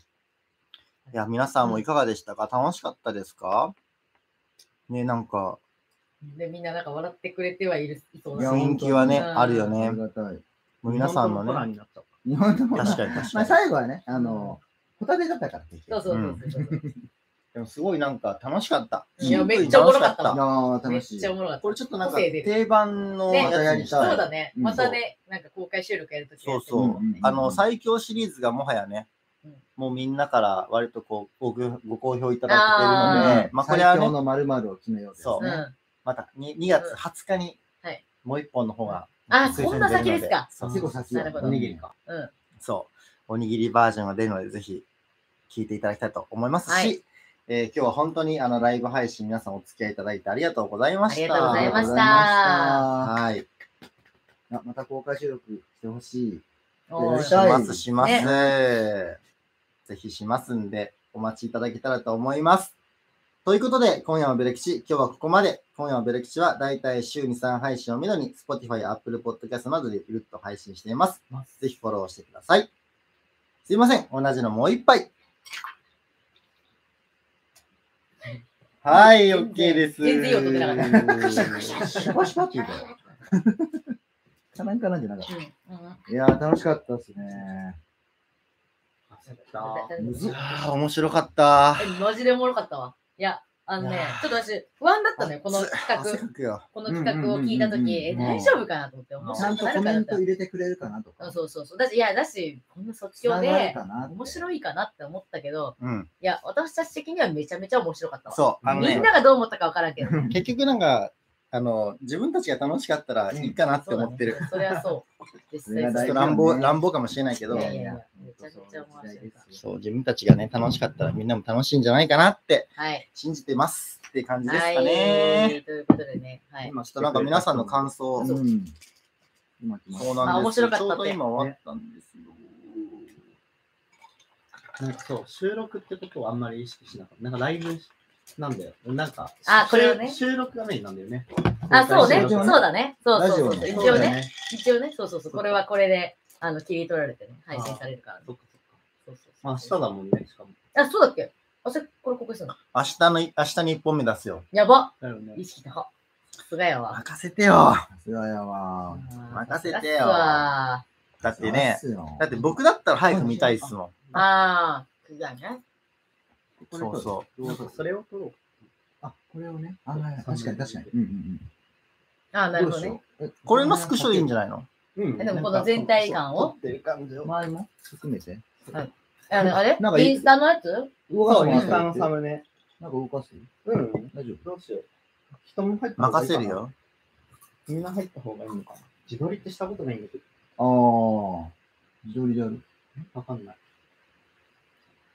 [SPEAKER 3] いや、皆さんもいかがでしたか楽しかったですかね、なんか、
[SPEAKER 1] で、みんななんか笑ってくれてはいる、いそう
[SPEAKER 4] いや
[SPEAKER 1] な。
[SPEAKER 3] 雰囲気はね、
[SPEAKER 1] うん
[SPEAKER 3] あるよ
[SPEAKER 4] あ
[SPEAKER 3] ね
[SPEAKER 4] り。がたい。
[SPEAKER 3] もう皆さんの
[SPEAKER 2] 日本とホラー
[SPEAKER 3] ね、
[SPEAKER 2] になっちゃっ
[SPEAKER 4] 日本のも
[SPEAKER 3] 確かに確
[SPEAKER 4] まあ
[SPEAKER 3] かに。
[SPEAKER 4] 最後はね、あの、ホタテだったからって
[SPEAKER 1] そうそうそうそう。
[SPEAKER 3] でもすごいなんか楽しかった。
[SPEAKER 1] いや
[SPEAKER 3] シンプルに
[SPEAKER 1] めっちゃおもろかった
[SPEAKER 3] 楽し
[SPEAKER 4] ああ、
[SPEAKER 1] め
[SPEAKER 4] 楽
[SPEAKER 1] っ
[SPEAKER 4] しい
[SPEAKER 1] ち。ゃおもろかった
[SPEAKER 3] こ。れちょっとなんか
[SPEAKER 1] 個性出る
[SPEAKER 3] 定番の
[SPEAKER 1] ね
[SPEAKER 3] やつにし
[SPEAKER 1] そ
[SPEAKER 3] た
[SPEAKER 1] う
[SPEAKER 3] い。
[SPEAKER 1] だね。
[SPEAKER 4] うん
[SPEAKER 1] またね、なんか公開収録やるとき
[SPEAKER 3] そうそう
[SPEAKER 4] うんうんう。ん
[SPEAKER 3] あの、最強シリーズがもはやね
[SPEAKER 1] うん、
[SPEAKER 3] もうみんなから割とこう、ごごご好評いただけてるの
[SPEAKER 4] ね
[SPEAKER 3] で、まあこれは
[SPEAKER 4] 最強
[SPEAKER 3] ね、
[SPEAKER 4] の〇〇を決めようです
[SPEAKER 3] そう
[SPEAKER 1] うん。
[SPEAKER 4] ね。
[SPEAKER 1] あ、
[SPEAKER 3] また 2, 月20日に
[SPEAKER 1] はい、
[SPEAKER 3] もう一本の方が、
[SPEAKER 1] そんな先ですか。
[SPEAKER 3] そう
[SPEAKER 4] 結構さす
[SPEAKER 1] なるほど
[SPEAKER 2] た。おにぎりか。
[SPEAKER 1] うん。
[SPEAKER 3] そう、おにぎりバージョンが出るので、ぜひ聞いていただきたいと思いますし、
[SPEAKER 1] はい
[SPEAKER 3] えー今日は本当にあのライブ配信皆さんお付き合いいただいてありがとうございまし
[SPEAKER 1] あ
[SPEAKER 3] た。
[SPEAKER 1] りがとうございました
[SPEAKER 4] あ
[SPEAKER 3] はい。
[SPEAKER 4] りがとうございましたあまた公開収録してほしい。
[SPEAKER 1] おー
[SPEAKER 4] よっ
[SPEAKER 3] し
[SPEAKER 4] しゃい
[SPEAKER 3] ます、します。ぜひしますんで、お待ちいただけたらと思います。ということで、今夜はベレキシ、今日はここまで。今夜はベレキシは、だいたい週に3配信をめどに、Spotify、Apple Podcast などでゆるっと配信しています。ぜひフォローしてください。すいません、同じのもう一杯。はい、OK です。
[SPEAKER 1] 全然いい音出なか
[SPEAKER 4] シャバシャバって言う
[SPEAKER 1] [LAUGHS]
[SPEAKER 4] から。かなんかなんじゃなかっ
[SPEAKER 1] うんうん
[SPEAKER 4] た。いやー、楽しかったですね。
[SPEAKER 2] 焦った
[SPEAKER 4] むずっ
[SPEAKER 3] [LAUGHS] あー面白か
[SPEAKER 1] [LAUGHS]
[SPEAKER 3] った。
[SPEAKER 1] えマジでおもろかったわ。いや、あの
[SPEAKER 3] い
[SPEAKER 1] ね
[SPEAKER 3] や、
[SPEAKER 1] ちょっと私、不安だったね、この
[SPEAKER 3] 汗
[SPEAKER 1] 企
[SPEAKER 3] か
[SPEAKER 1] 画。
[SPEAKER 3] くよ。
[SPEAKER 1] この企画を聞いたとき、え
[SPEAKER 4] うんうんうんうん
[SPEAKER 1] 大丈夫かなと思って、面
[SPEAKER 4] ちゃ
[SPEAKER 1] 白
[SPEAKER 4] ん
[SPEAKER 1] く
[SPEAKER 4] と
[SPEAKER 1] な
[SPEAKER 4] コ
[SPEAKER 1] るか
[SPEAKER 4] メ
[SPEAKER 1] なっ
[SPEAKER 4] ン
[SPEAKER 1] て
[SPEAKER 4] ト。入れてくれるかなと
[SPEAKER 1] う
[SPEAKER 4] か
[SPEAKER 1] ん。そうそうそう。だし、いや、だし、こんな卒業
[SPEAKER 4] つながる
[SPEAKER 1] で、
[SPEAKER 4] かなって
[SPEAKER 1] 面白いかなって思ったけど、
[SPEAKER 3] うん。
[SPEAKER 1] いや、私たち的にはめちゃめちゃ面白かったわ。
[SPEAKER 3] そう、あの
[SPEAKER 1] み
[SPEAKER 3] ね
[SPEAKER 1] ん、ながどう思ったかわからんけど。
[SPEAKER 4] [LAUGHS]
[SPEAKER 3] 結局なんか、あの、自分たちが楽しかったらいいかなって思ってる。
[SPEAKER 1] それはそう。実
[SPEAKER 4] それ
[SPEAKER 1] 際
[SPEAKER 3] ち
[SPEAKER 4] が
[SPEAKER 3] ょっと
[SPEAKER 4] 大事
[SPEAKER 3] 乱暴、乱暴かもしれないけど
[SPEAKER 1] い
[SPEAKER 4] い、
[SPEAKER 1] や
[SPEAKER 4] や
[SPEAKER 1] い
[SPEAKER 4] い
[SPEAKER 1] やい
[SPEAKER 4] やい
[SPEAKER 1] や
[SPEAKER 4] や、
[SPEAKER 1] めちゃめちゃ面白い。
[SPEAKER 3] そう、自分たちがね、楽しかったらみんなも楽しいんじゃないかなって
[SPEAKER 1] はい。
[SPEAKER 3] 信じてます。っていう感じです
[SPEAKER 1] は
[SPEAKER 3] かね。
[SPEAKER 1] い。ということでね。はい。
[SPEAKER 3] 今ちょっとなんか皆さんの感想、
[SPEAKER 4] う。
[SPEAKER 3] そうん
[SPEAKER 4] 今来ま
[SPEAKER 3] なんで
[SPEAKER 4] し
[SPEAKER 3] す。
[SPEAKER 1] あ面白かったって
[SPEAKER 3] ちょうど今終わったんですよ。
[SPEAKER 2] なんかそう、収録ってことをあんまり意識しなかった。なんかライブなんだよ。なんか、
[SPEAKER 1] あこれをね
[SPEAKER 2] 収収録がメインなんだよね。
[SPEAKER 1] あ、そうね。
[SPEAKER 2] ラジ
[SPEAKER 1] そ
[SPEAKER 2] オ
[SPEAKER 1] う
[SPEAKER 2] ね
[SPEAKER 1] だね。そうそうそう。
[SPEAKER 4] ラジ
[SPEAKER 1] 一応
[SPEAKER 4] オね
[SPEAKER 2] そうだ
[SPEAKER 1] ね。。一応ね。そうそうそう。これはこれで、あの、切り取られてね。配信されるからね。
[SPEAKER 2] そっかそっか。
[SPEAKER 1] そうそうそう
[SPEAKER 2] まあ明日だもんね、しかも。
[SPEAKER 1] あ、そうだっけあ、それ、これここするの
[SPEAKER 3] 明日の、明日に一本目出すよ。
[SPEAKER 1] やば
[SPEAKER 2] だよね
[SPEAKER 1] 意。識高さすがやわ。
[SPEAKER 3] 任せてよ。
[SPEAKER 4] た。さすがやわ。
[SPEAKER 3] 任せて
[SPEAKER 1] さす
[SPEAKER 3] よ
[SPEAKER 1] がっすわ
[SPEAKER 3] だってね、
[SPEAKER 4] そうっすよ
[SPEAKER 3] だって僕だったら早く見たいっすもん。
[SPEAKER 1] あー、くだね。
[SPEAKER 3] そうそ
[SPEAKER 2] なんかそれを撮ろう。
[SPEAKER 4] あ、これをね。あ、はいはい確かに確かに。うんうん
[SPEAKER 1] あー、
[SPEAKER 4] うん。
[SPEAKER 1] なるほど
[SPEAKER 4] うし
[SPEAKER 1] ね
[SPEAKER 4] よ。う。え
[SPEAKER 3] これのスクショでいいんじゃないの
[SPEAKER 2] うん
[SPEAKER 1] でもこの全体感を
[SPEAKER 2] 撮ってる感じを。
[SPEAKER 4] 周りも含めて。
[SPEAKER 1] あの、あれ
[SPEAKER 4] なんかいい
[SPEAKER 1] インスタのやつ
[SPEAKER 4] 動
[SPEAKER 2] そう、イン
[SPEAKER 4] な
[SPEAKER 2] スタのサムネ。
[SPEAKER 4] んか動かす
[SPEAKER 2] うん。
[SPEAKER 4] 大丈夫
[SPEAKER 2] どうしよう。人も入った方がい
[SPEAKER 3] 任
[SPEAKER 2] いかな
[SPEAKER 3] せる。よ。
[SPEAKER 2] みんな入った方がいいのかな。自撮りってしたことないんだけど。
[SPEAKER 4] ああ。自撮りでやる。
[SPEAKER 2] わかんない。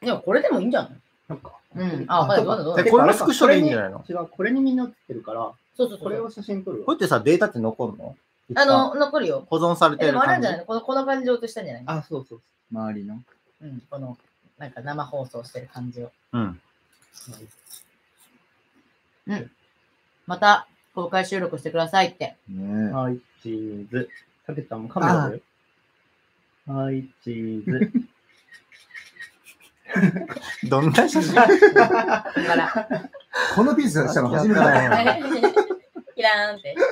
[SPEAKER 1] でもこれでもいいんじゃない
[SPEAKER 2] なんか。
[SPEAKER 1] うん。あ、まだまだまだ
[SPEAKER 3] えこれもスクショでいいんじゃないの
[SPEAKER 2] 違う、これにみんな映ってるから、
[SPEAKER 1] そうそうそ
[SPEAKER 2] これ
[SPEAKER 1] う。
[SPEAKER 2] を写真撮る
[SPEAKER 3] こ
[SPEAKER 2] わ。
[SPEAKER 3] れってさ、データって残るの
[SPEAKER 1] あの、残るよ。
[SPEAKER 3] 保存され
[SPEAKER 1] え、
[SPEAKER 3] て
[SPEAKER 1] で
[SPEAKER 3] る
[SPEAKER 1] もあれなん
[SPEAKER 3] 感
[SPEAKER 1] じ
[SPEAKER 3] じ
[SPEAKER 1] ゃないのこのこの感じを落としたんじゃないの
[SPEAKER 2] あ、そうそう
[SPEAKER 4] 周りの。
[SPEAKER 1] うん。この、なんか生放送してる感じを。
[SPEAKER 3] うん。
[SPEAKER 2] そう。
[SPEAKER 1] また、公開収録してくださいって。
[SPEAKER 4] ねえ。
[SPEAKER 2] はい、チーズ。かけたもんカメラだよ。はい、チーズ。
[SPEAKER 3] どんな写真
[SPEAKER 1] だから、
[SPEAKER 4] このピースがしたの初めてだね。
[SPEAKER 1] キラーンって。 [LAUGHS]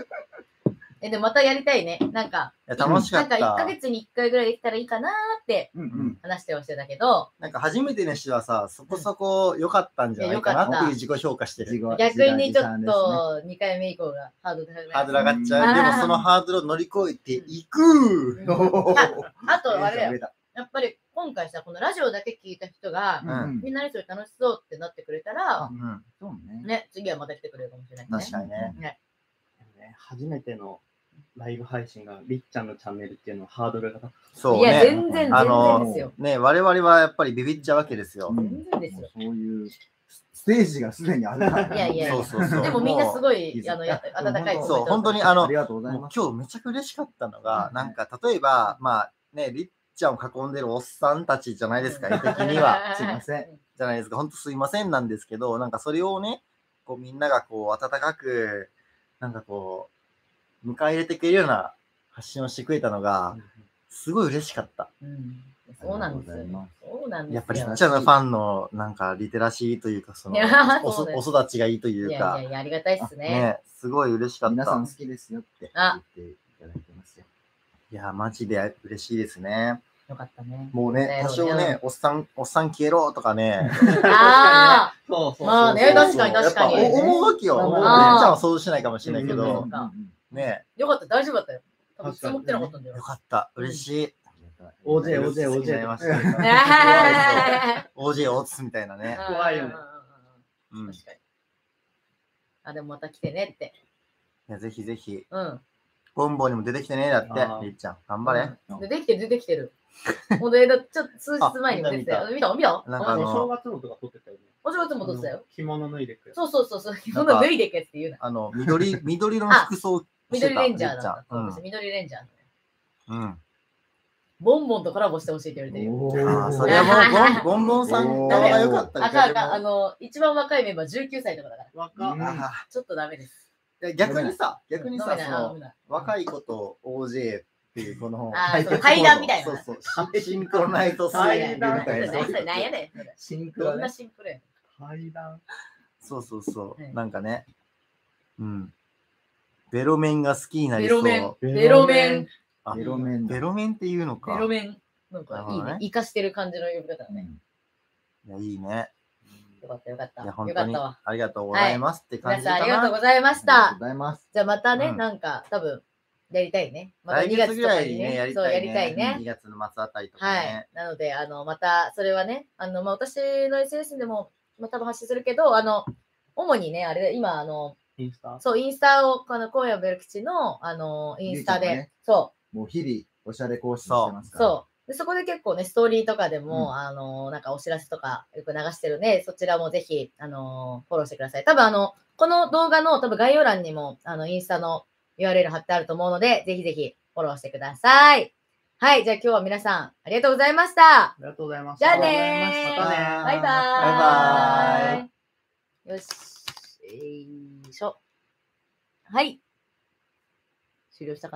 [SPEAKER 1] え、でもまたやりたいね。なんか、
[SPEAKER 3] いや楽しか
[SPEAKER 1] なん
[SPEAKER 3] っ
[SPEAKER 1] か
[SPEAKER 3] た。
[SPEAKER 1] 1ヶ月に1回ぐらいできたらいいかなーって
[SPEAKER 4] うんうん。
[SPEAKER 1] 話してはしてたけど、
[SPEAKER 3] なんか初めての人はさ、そこそこ良かったんじゃないかなっていう自己評価してる。
[SPEAKER 1] 逆にちょっと2回目以降がハードル高く
[SPEAKER 3] ハード
[SPEAKER 1] な
[SPEAKER 3] ル上
[SPEAKER 1] い。
[SPEAKER 3] がっちゃう。で
[SPEAKER 1] あー
[SPEAKER 3] もそのハードルを乗り越えていく。
[SPEAKER 1] うんあと、あれだよ。やっぱり今回さ、このラジオだけ聞いた人が、
[SPEAKER 3] ん
[SPEAKER 4] うん
[SPEAKER 1] みんなでそれ楽しそうってなってくれたら
[SPEAKER 4] あ、
[SPEAKER 3] うん。
[SPEAKER 4] そうね。
[SPEAKER 1] ね、次はまた来てくれるかもしれないね
[SPEAKER 3] 確。かにね。
[SPEAKER 2] 初めてのライブ配信がりっちゃんのチャンネルっていうのはハードルが高く
[SPEAKER 3] そう
[SPEAKER 1] いや、
[SPEAKER 3] ね。
[SPEAKER 1] 全然、全
[SPEAKER 3] あの
[SPEAKER 1] 然ですよ。
[SPEAKER 3] ね、我々はやっぱりビビっちゃうわけですよ
[SPEAKER 4] う。ん
[SPEAKER 1] 全然ですよ。
[SPEAKER 4] そういうステージがすでにあるから。
[SPEAKER 1] いやいや
[SPEAKER 3] そうそうそう。
[SPEAKER 1] でもみんなす
[SPEAKER 3] い。
[SPEAKER 1] ごい、あの、や温かいコメント
[SPEAKER 3] そう本当にあ
[SPEAKER 4] あ
[SPEAKER 3] の
[SPEAKER 4] りがとうござい
[SPEAKER 3] もう
[SPEAKER 4] ます。
[SPEAKER 3] 今日めちゃくちゃ嬉しかったのが
[SPEAKER 4] う、ん
[SPEAKER 3] なんか例えば、まあね、りっちゃんを囲んでるおっさんたちじゃないですか、絵的には。
[SPEAKER 1] [LAUGHS]
[SPEAKER 4] すいません。
[SPEAKER 3] じゃないですか、本当すいませんなんですけど、なんかそれをね、こうみんながこう温かく、なんかこう、迎え入れてくれるような発信をしてくれたのが、すごい嬉しかった。
[SPEAKER 1] うんそうなんです
[SPEAKER 4] ありがとうございま
[SPEAKER 1] よ。そうなんですよ。
[SPEAKER 3] やっぱり、ちっちゃなファンの、なんか、リテラシーというか、その
[SPEAKER 1] いや、
[SPEAKER 3] お
[SPEAKER 1] そうだよ
[SPEAKER 3] おそお育ちがいいという
[SPEAKER 1] やい
[SPEAKER 3] か
[SPEAKER 1] や、いや、ありがたいっすね。
[SPEAKER 3] ね、すごい嬉しかっ
[SPEAKER 4] 皆さん
[SPEAKER 3] た
[SPEAKER 4] 好。きですよって
[SPEAKER 1] あ
[SPEAKER 4] 言っていただいてますよ。
[SPEAKER 3] いや、マジで嬉しいですね。
[SPEAKER 1] よかったね。
[SPEAKER 3] もう
[SPEAKER 1] ね
[SPEAKER 3] ね、多少
[SPEAKER 1] そうね
[SPEAKER 3] ね、おっさん、おっさん消えろとかね、
[SPEAKER 1] ああ
[SPEAKER 2] [LAUGHS] そうそうそう。
[SPEAKER 1] まあ [LAUGHS] ね確かに確かに
[SPEAKER 3] やっぱお思うわけよ。
[SPEAKER 2] まあ
[SPEAKER 3] お
[SPEAKER 2] ま
[SPEAKER 3] 姉
[SPEAKER 2] あ
[SPEAKER 3] ち
[SPEAKER 1] まあ
[SPEAKER 3] ゃんは想像しないかもしれないけ
[SPEAKER 1] うんうんう
[SPEAKER 3] ど
[SPEAKER 1] ん、
[SPEAKER 3] ね、
[SPEAKER 1] よかった、大丈夫だったよ。多分積もってなかったんだよ
[SPEAKER 3] よ。かった、嬉しい。
[SPEAKER 2] OJ、OJ、
[SPEAKER 3] 好きになり
[SPEAKER 2] OJ
[SPEAKER 3] ま。した
[SPEAKER 1] え
[SPEAKER 3] ね。
[SPEAKER 1] ー [LAUGHS]
[SPEAKER 3] OJ オツみたいなね。
[SPEAKER 2] 怖いよね
[SPEAKER 1] うんうんうんうん
[SPEAKER 3] うん。い
[SPEAKER 1] 確かに。あ、でもまた来てねって。
[SPEAKER 3] や、ぜひぜひ、
[SPEAKER 1] うん。
[SPEAKER 3] ボンボンにも出てきてね、だ
[SPEAKER 2] あ
[SPEAKER 3] っ
[SPEAKER 2] ー
[SPEAKER 3] て、りっちゃん。頑張れ。
[SPEAKER 1] うんでできてる、出てきて
[SPEAKER 3] [LAUGHS]
[SPEAKER 1] る。ほんで、だちょっと数日前にも
[SPEAKER 3] あ
[SPEAKER 1] 出て
[SPEAKER 3] 見
[SPEAKER 1] た
[SPEAKER 3] た
[SPEAKER 1] よ。見た見た
[SPEAKER 3] なんか
[SPEAKER 2] あ
[SPEAKER 3] あ
[SPEAKER 2] の、
[SPEAKER 3] の
[SPEAKER 1] あ
[SPEAKER 2] 正月のとか撮ってたよね。
[SPEAKER 1] お正月も撮ってた
[SPEAKER 2] あ
[SPEAKER 1] よ
[SPEAKER 2] の。。着物脱いでくれた。
[SPEAKER 1] そうそうそう。そうそ
[SPEAKER 3] なんんか
[SPEAKER 1] な脱いでけって言うな。
[SPEAKER 3] あの、緑、緑色の服装着て
[SPEAKER 1] 緑
[SPEAKER 3] た、
[SPEAKER 1] レ
[SPEAKER 3] り
[SPEAKER 1] ン
[SPEAKER 3] っ
[SPEAKER 1] ジ
[SPEAKER 3] ち
[SPEAKER 1] ャーだ
[SPEAKER 3] ゃ
[SPEAKER 1] った。
[SPEAKER 3] ん。うん
[SPEAKER 1] 私、緑レンジャーだね。
[SPEAKER 3] うん。
[SPEAKER 1] ボンボンとコラボしてほしいって言われてるよ。
[SPEAKER 4] お
[SPEAKER 3] ああ、そ
[SPEAKER 4] ー
[SPEAKER 3] れ
[SPEAKER 1] [LAUGHS]
[SPEAKER 3] はもう、ボンボンボンさん側が良かった
[SPEAKER 1] あかんあかんあの、一番若いメンバー19歳とかだから、
[SPEAKER 2] 若っ
[SPEAKER 4] うん
[SPEAKER 3] あ
[SPEAKER 1] ちょっとダメです。
[SPEAKER 3] ーいや逆にさ、逆に
[SPEAKER 1] 飲め
[SPEAKER 3] さ、
[SPEAKER 1] ない
[SPEAKER 3] そ
[SPEAKER 1] あ
[SPEAKER 3] の
[SPEAKER 1] 飲、めない
[SPEAKER 3] 若い子と OJ っていうこの
[SPEAKER 1] あー
[SPEAKER 3] 対立
[SPEAKER 1] そう対談みたいな
[SPEAKER 3] そうそうシンクロナイトスイン
[SPEAKER 1] そ
[SPEAKER 3] グみた
[SPEAKER 1] れ
[SPEAKER 3] いな
[SPEAKER 1] 何それ何やねん。
[SPEAKER 2] シンク
[SPEAKER 1] どん
[SPEAKER 2] ロ
[SPEAKER 1] な
[SPEAKER 2] ね。
[SPEAKER 1] シンプルやねん。
[SPEAKER 2] 階段。
[SPEAKER 3] そうそうそ
[SPEAKER 1] はいう
[SPEAKER 3] なんかねうんベロメンが好きになり
[SPEAKER 1] ベ
[SPEAKER 3] そ
[SPEAKER 1] ロ
[SPEAKER 3] う
[SPEAKER 1] メン、ベロメン、
[SPEAKER 3] あ
[SPEAKER 4] ベロメンだ
[SPEAKER 3] ベロメンっていうの
[SPEAKER 1] ベ
[SPEAKER 3] か
[SPEAKER 1] ロメン。なん
[SPEAKER 3] なる
[SPEAKER 1] かい
[SPEAKER 3] ほ
[SPEAKER 1] い
[SPEAKER 3] どね
[SPEAKER 1] ね。生かしてる感じの呼び方だね。
[SPEAKER 3] いやいいね
[SPEAKER 1] よかったよかった。
[SPEAKER 3] いや
[SPEAKER 1] よ
[SPEAKER 3] 本
[SPEAKER 1] か
[SPEAKER 3] 当
[SPEAKER 1] っ
[SPEAKER 3] に
[SPEAKER 1] たわ。
[SPEAKER 3] ありがとうございますって感
[SPEAKER 1] 皆
[SPEAKER 3] じ
[SPEAKER 1] さん
[SPEAKER 3] か
[SPEAKER 1] ありがとう
[SPEAKER 3] な
[SPEAKER 1] ございまし
[SPEAKER 4] ありがとう
[SPEAKER 1] た。
[SPEAKER 4] ございます。
[SPEAKER 1] じゃあまたね、
[SPEAKER 3] うん
[SPEAKER 1] なんか多分やりたいね。また
[SPEAKER 3] 来
[SPEAKER 1] 2
[SPEAKER 3] 月
[SPEAKER 1] 月
[SPEAKER 3] ぐ
[SPEAKER 1] とから
[SPEAKER 3] い
[SPEAKER 1] に
[SPEAKER 3] にねやり
[SPEAKER 1] そう
[SPEAKER 3] た
[SPEAKER 1] や
[SPEAKER 3] い
[SPEAKER 1] りたい
[SPEAKER 3] ね
[SPEAKER 1] ね。
[SPEAKER 3] 2月の末あたりとか
[SPEAKER 1] は
[SPEAKER 3] ね
[SPEAKER 1] い。なので、あの、またそれはね、あの、まあ、私の SNS でも、まあ、多分発信するけど、あの、主にね、あれで、今、あの、
[SPEAKER 2] インスタ。
[SPEAKER 1] そう、インスタを、この、今夜ベル吉の、あの、インスタで、
[SPEAKER 4] ゆうちゃんがね
[SPEAKER 1] そ
[SPEAKER 4] もう日々、おしゃれ更新してま
[SPEAKER 1] う、
[SPEAKER 4] すから。
[SPEAKER 1] そでそこで結構ね、ストーリーとかでも、あの、なんかお知らせとかよく流してるんで、そちらもぜひ、あの、フォローしてください。多分あの、この動画の多分概要欄にも、あの、インスタの URL 貼ってあると思うので、ぜひぜひフォローしてください。はい、じゃあ今日は皆さんありがとうございました。
[SPEAKER 2] ありがとうございまし
[SPEAKER 1] じ
[SPEAKER 2] た。
[SPEAKER 1] ゃあねー
[SPEAKER 2] またね
[SPEAKER 1] バイバーイ。
[SPEAKER 3] バイ
[SPEAKER 1] イ。
[SPEAKER 3] バ
[SPEAKER 1] よし、よいしょ。はい。終了したかな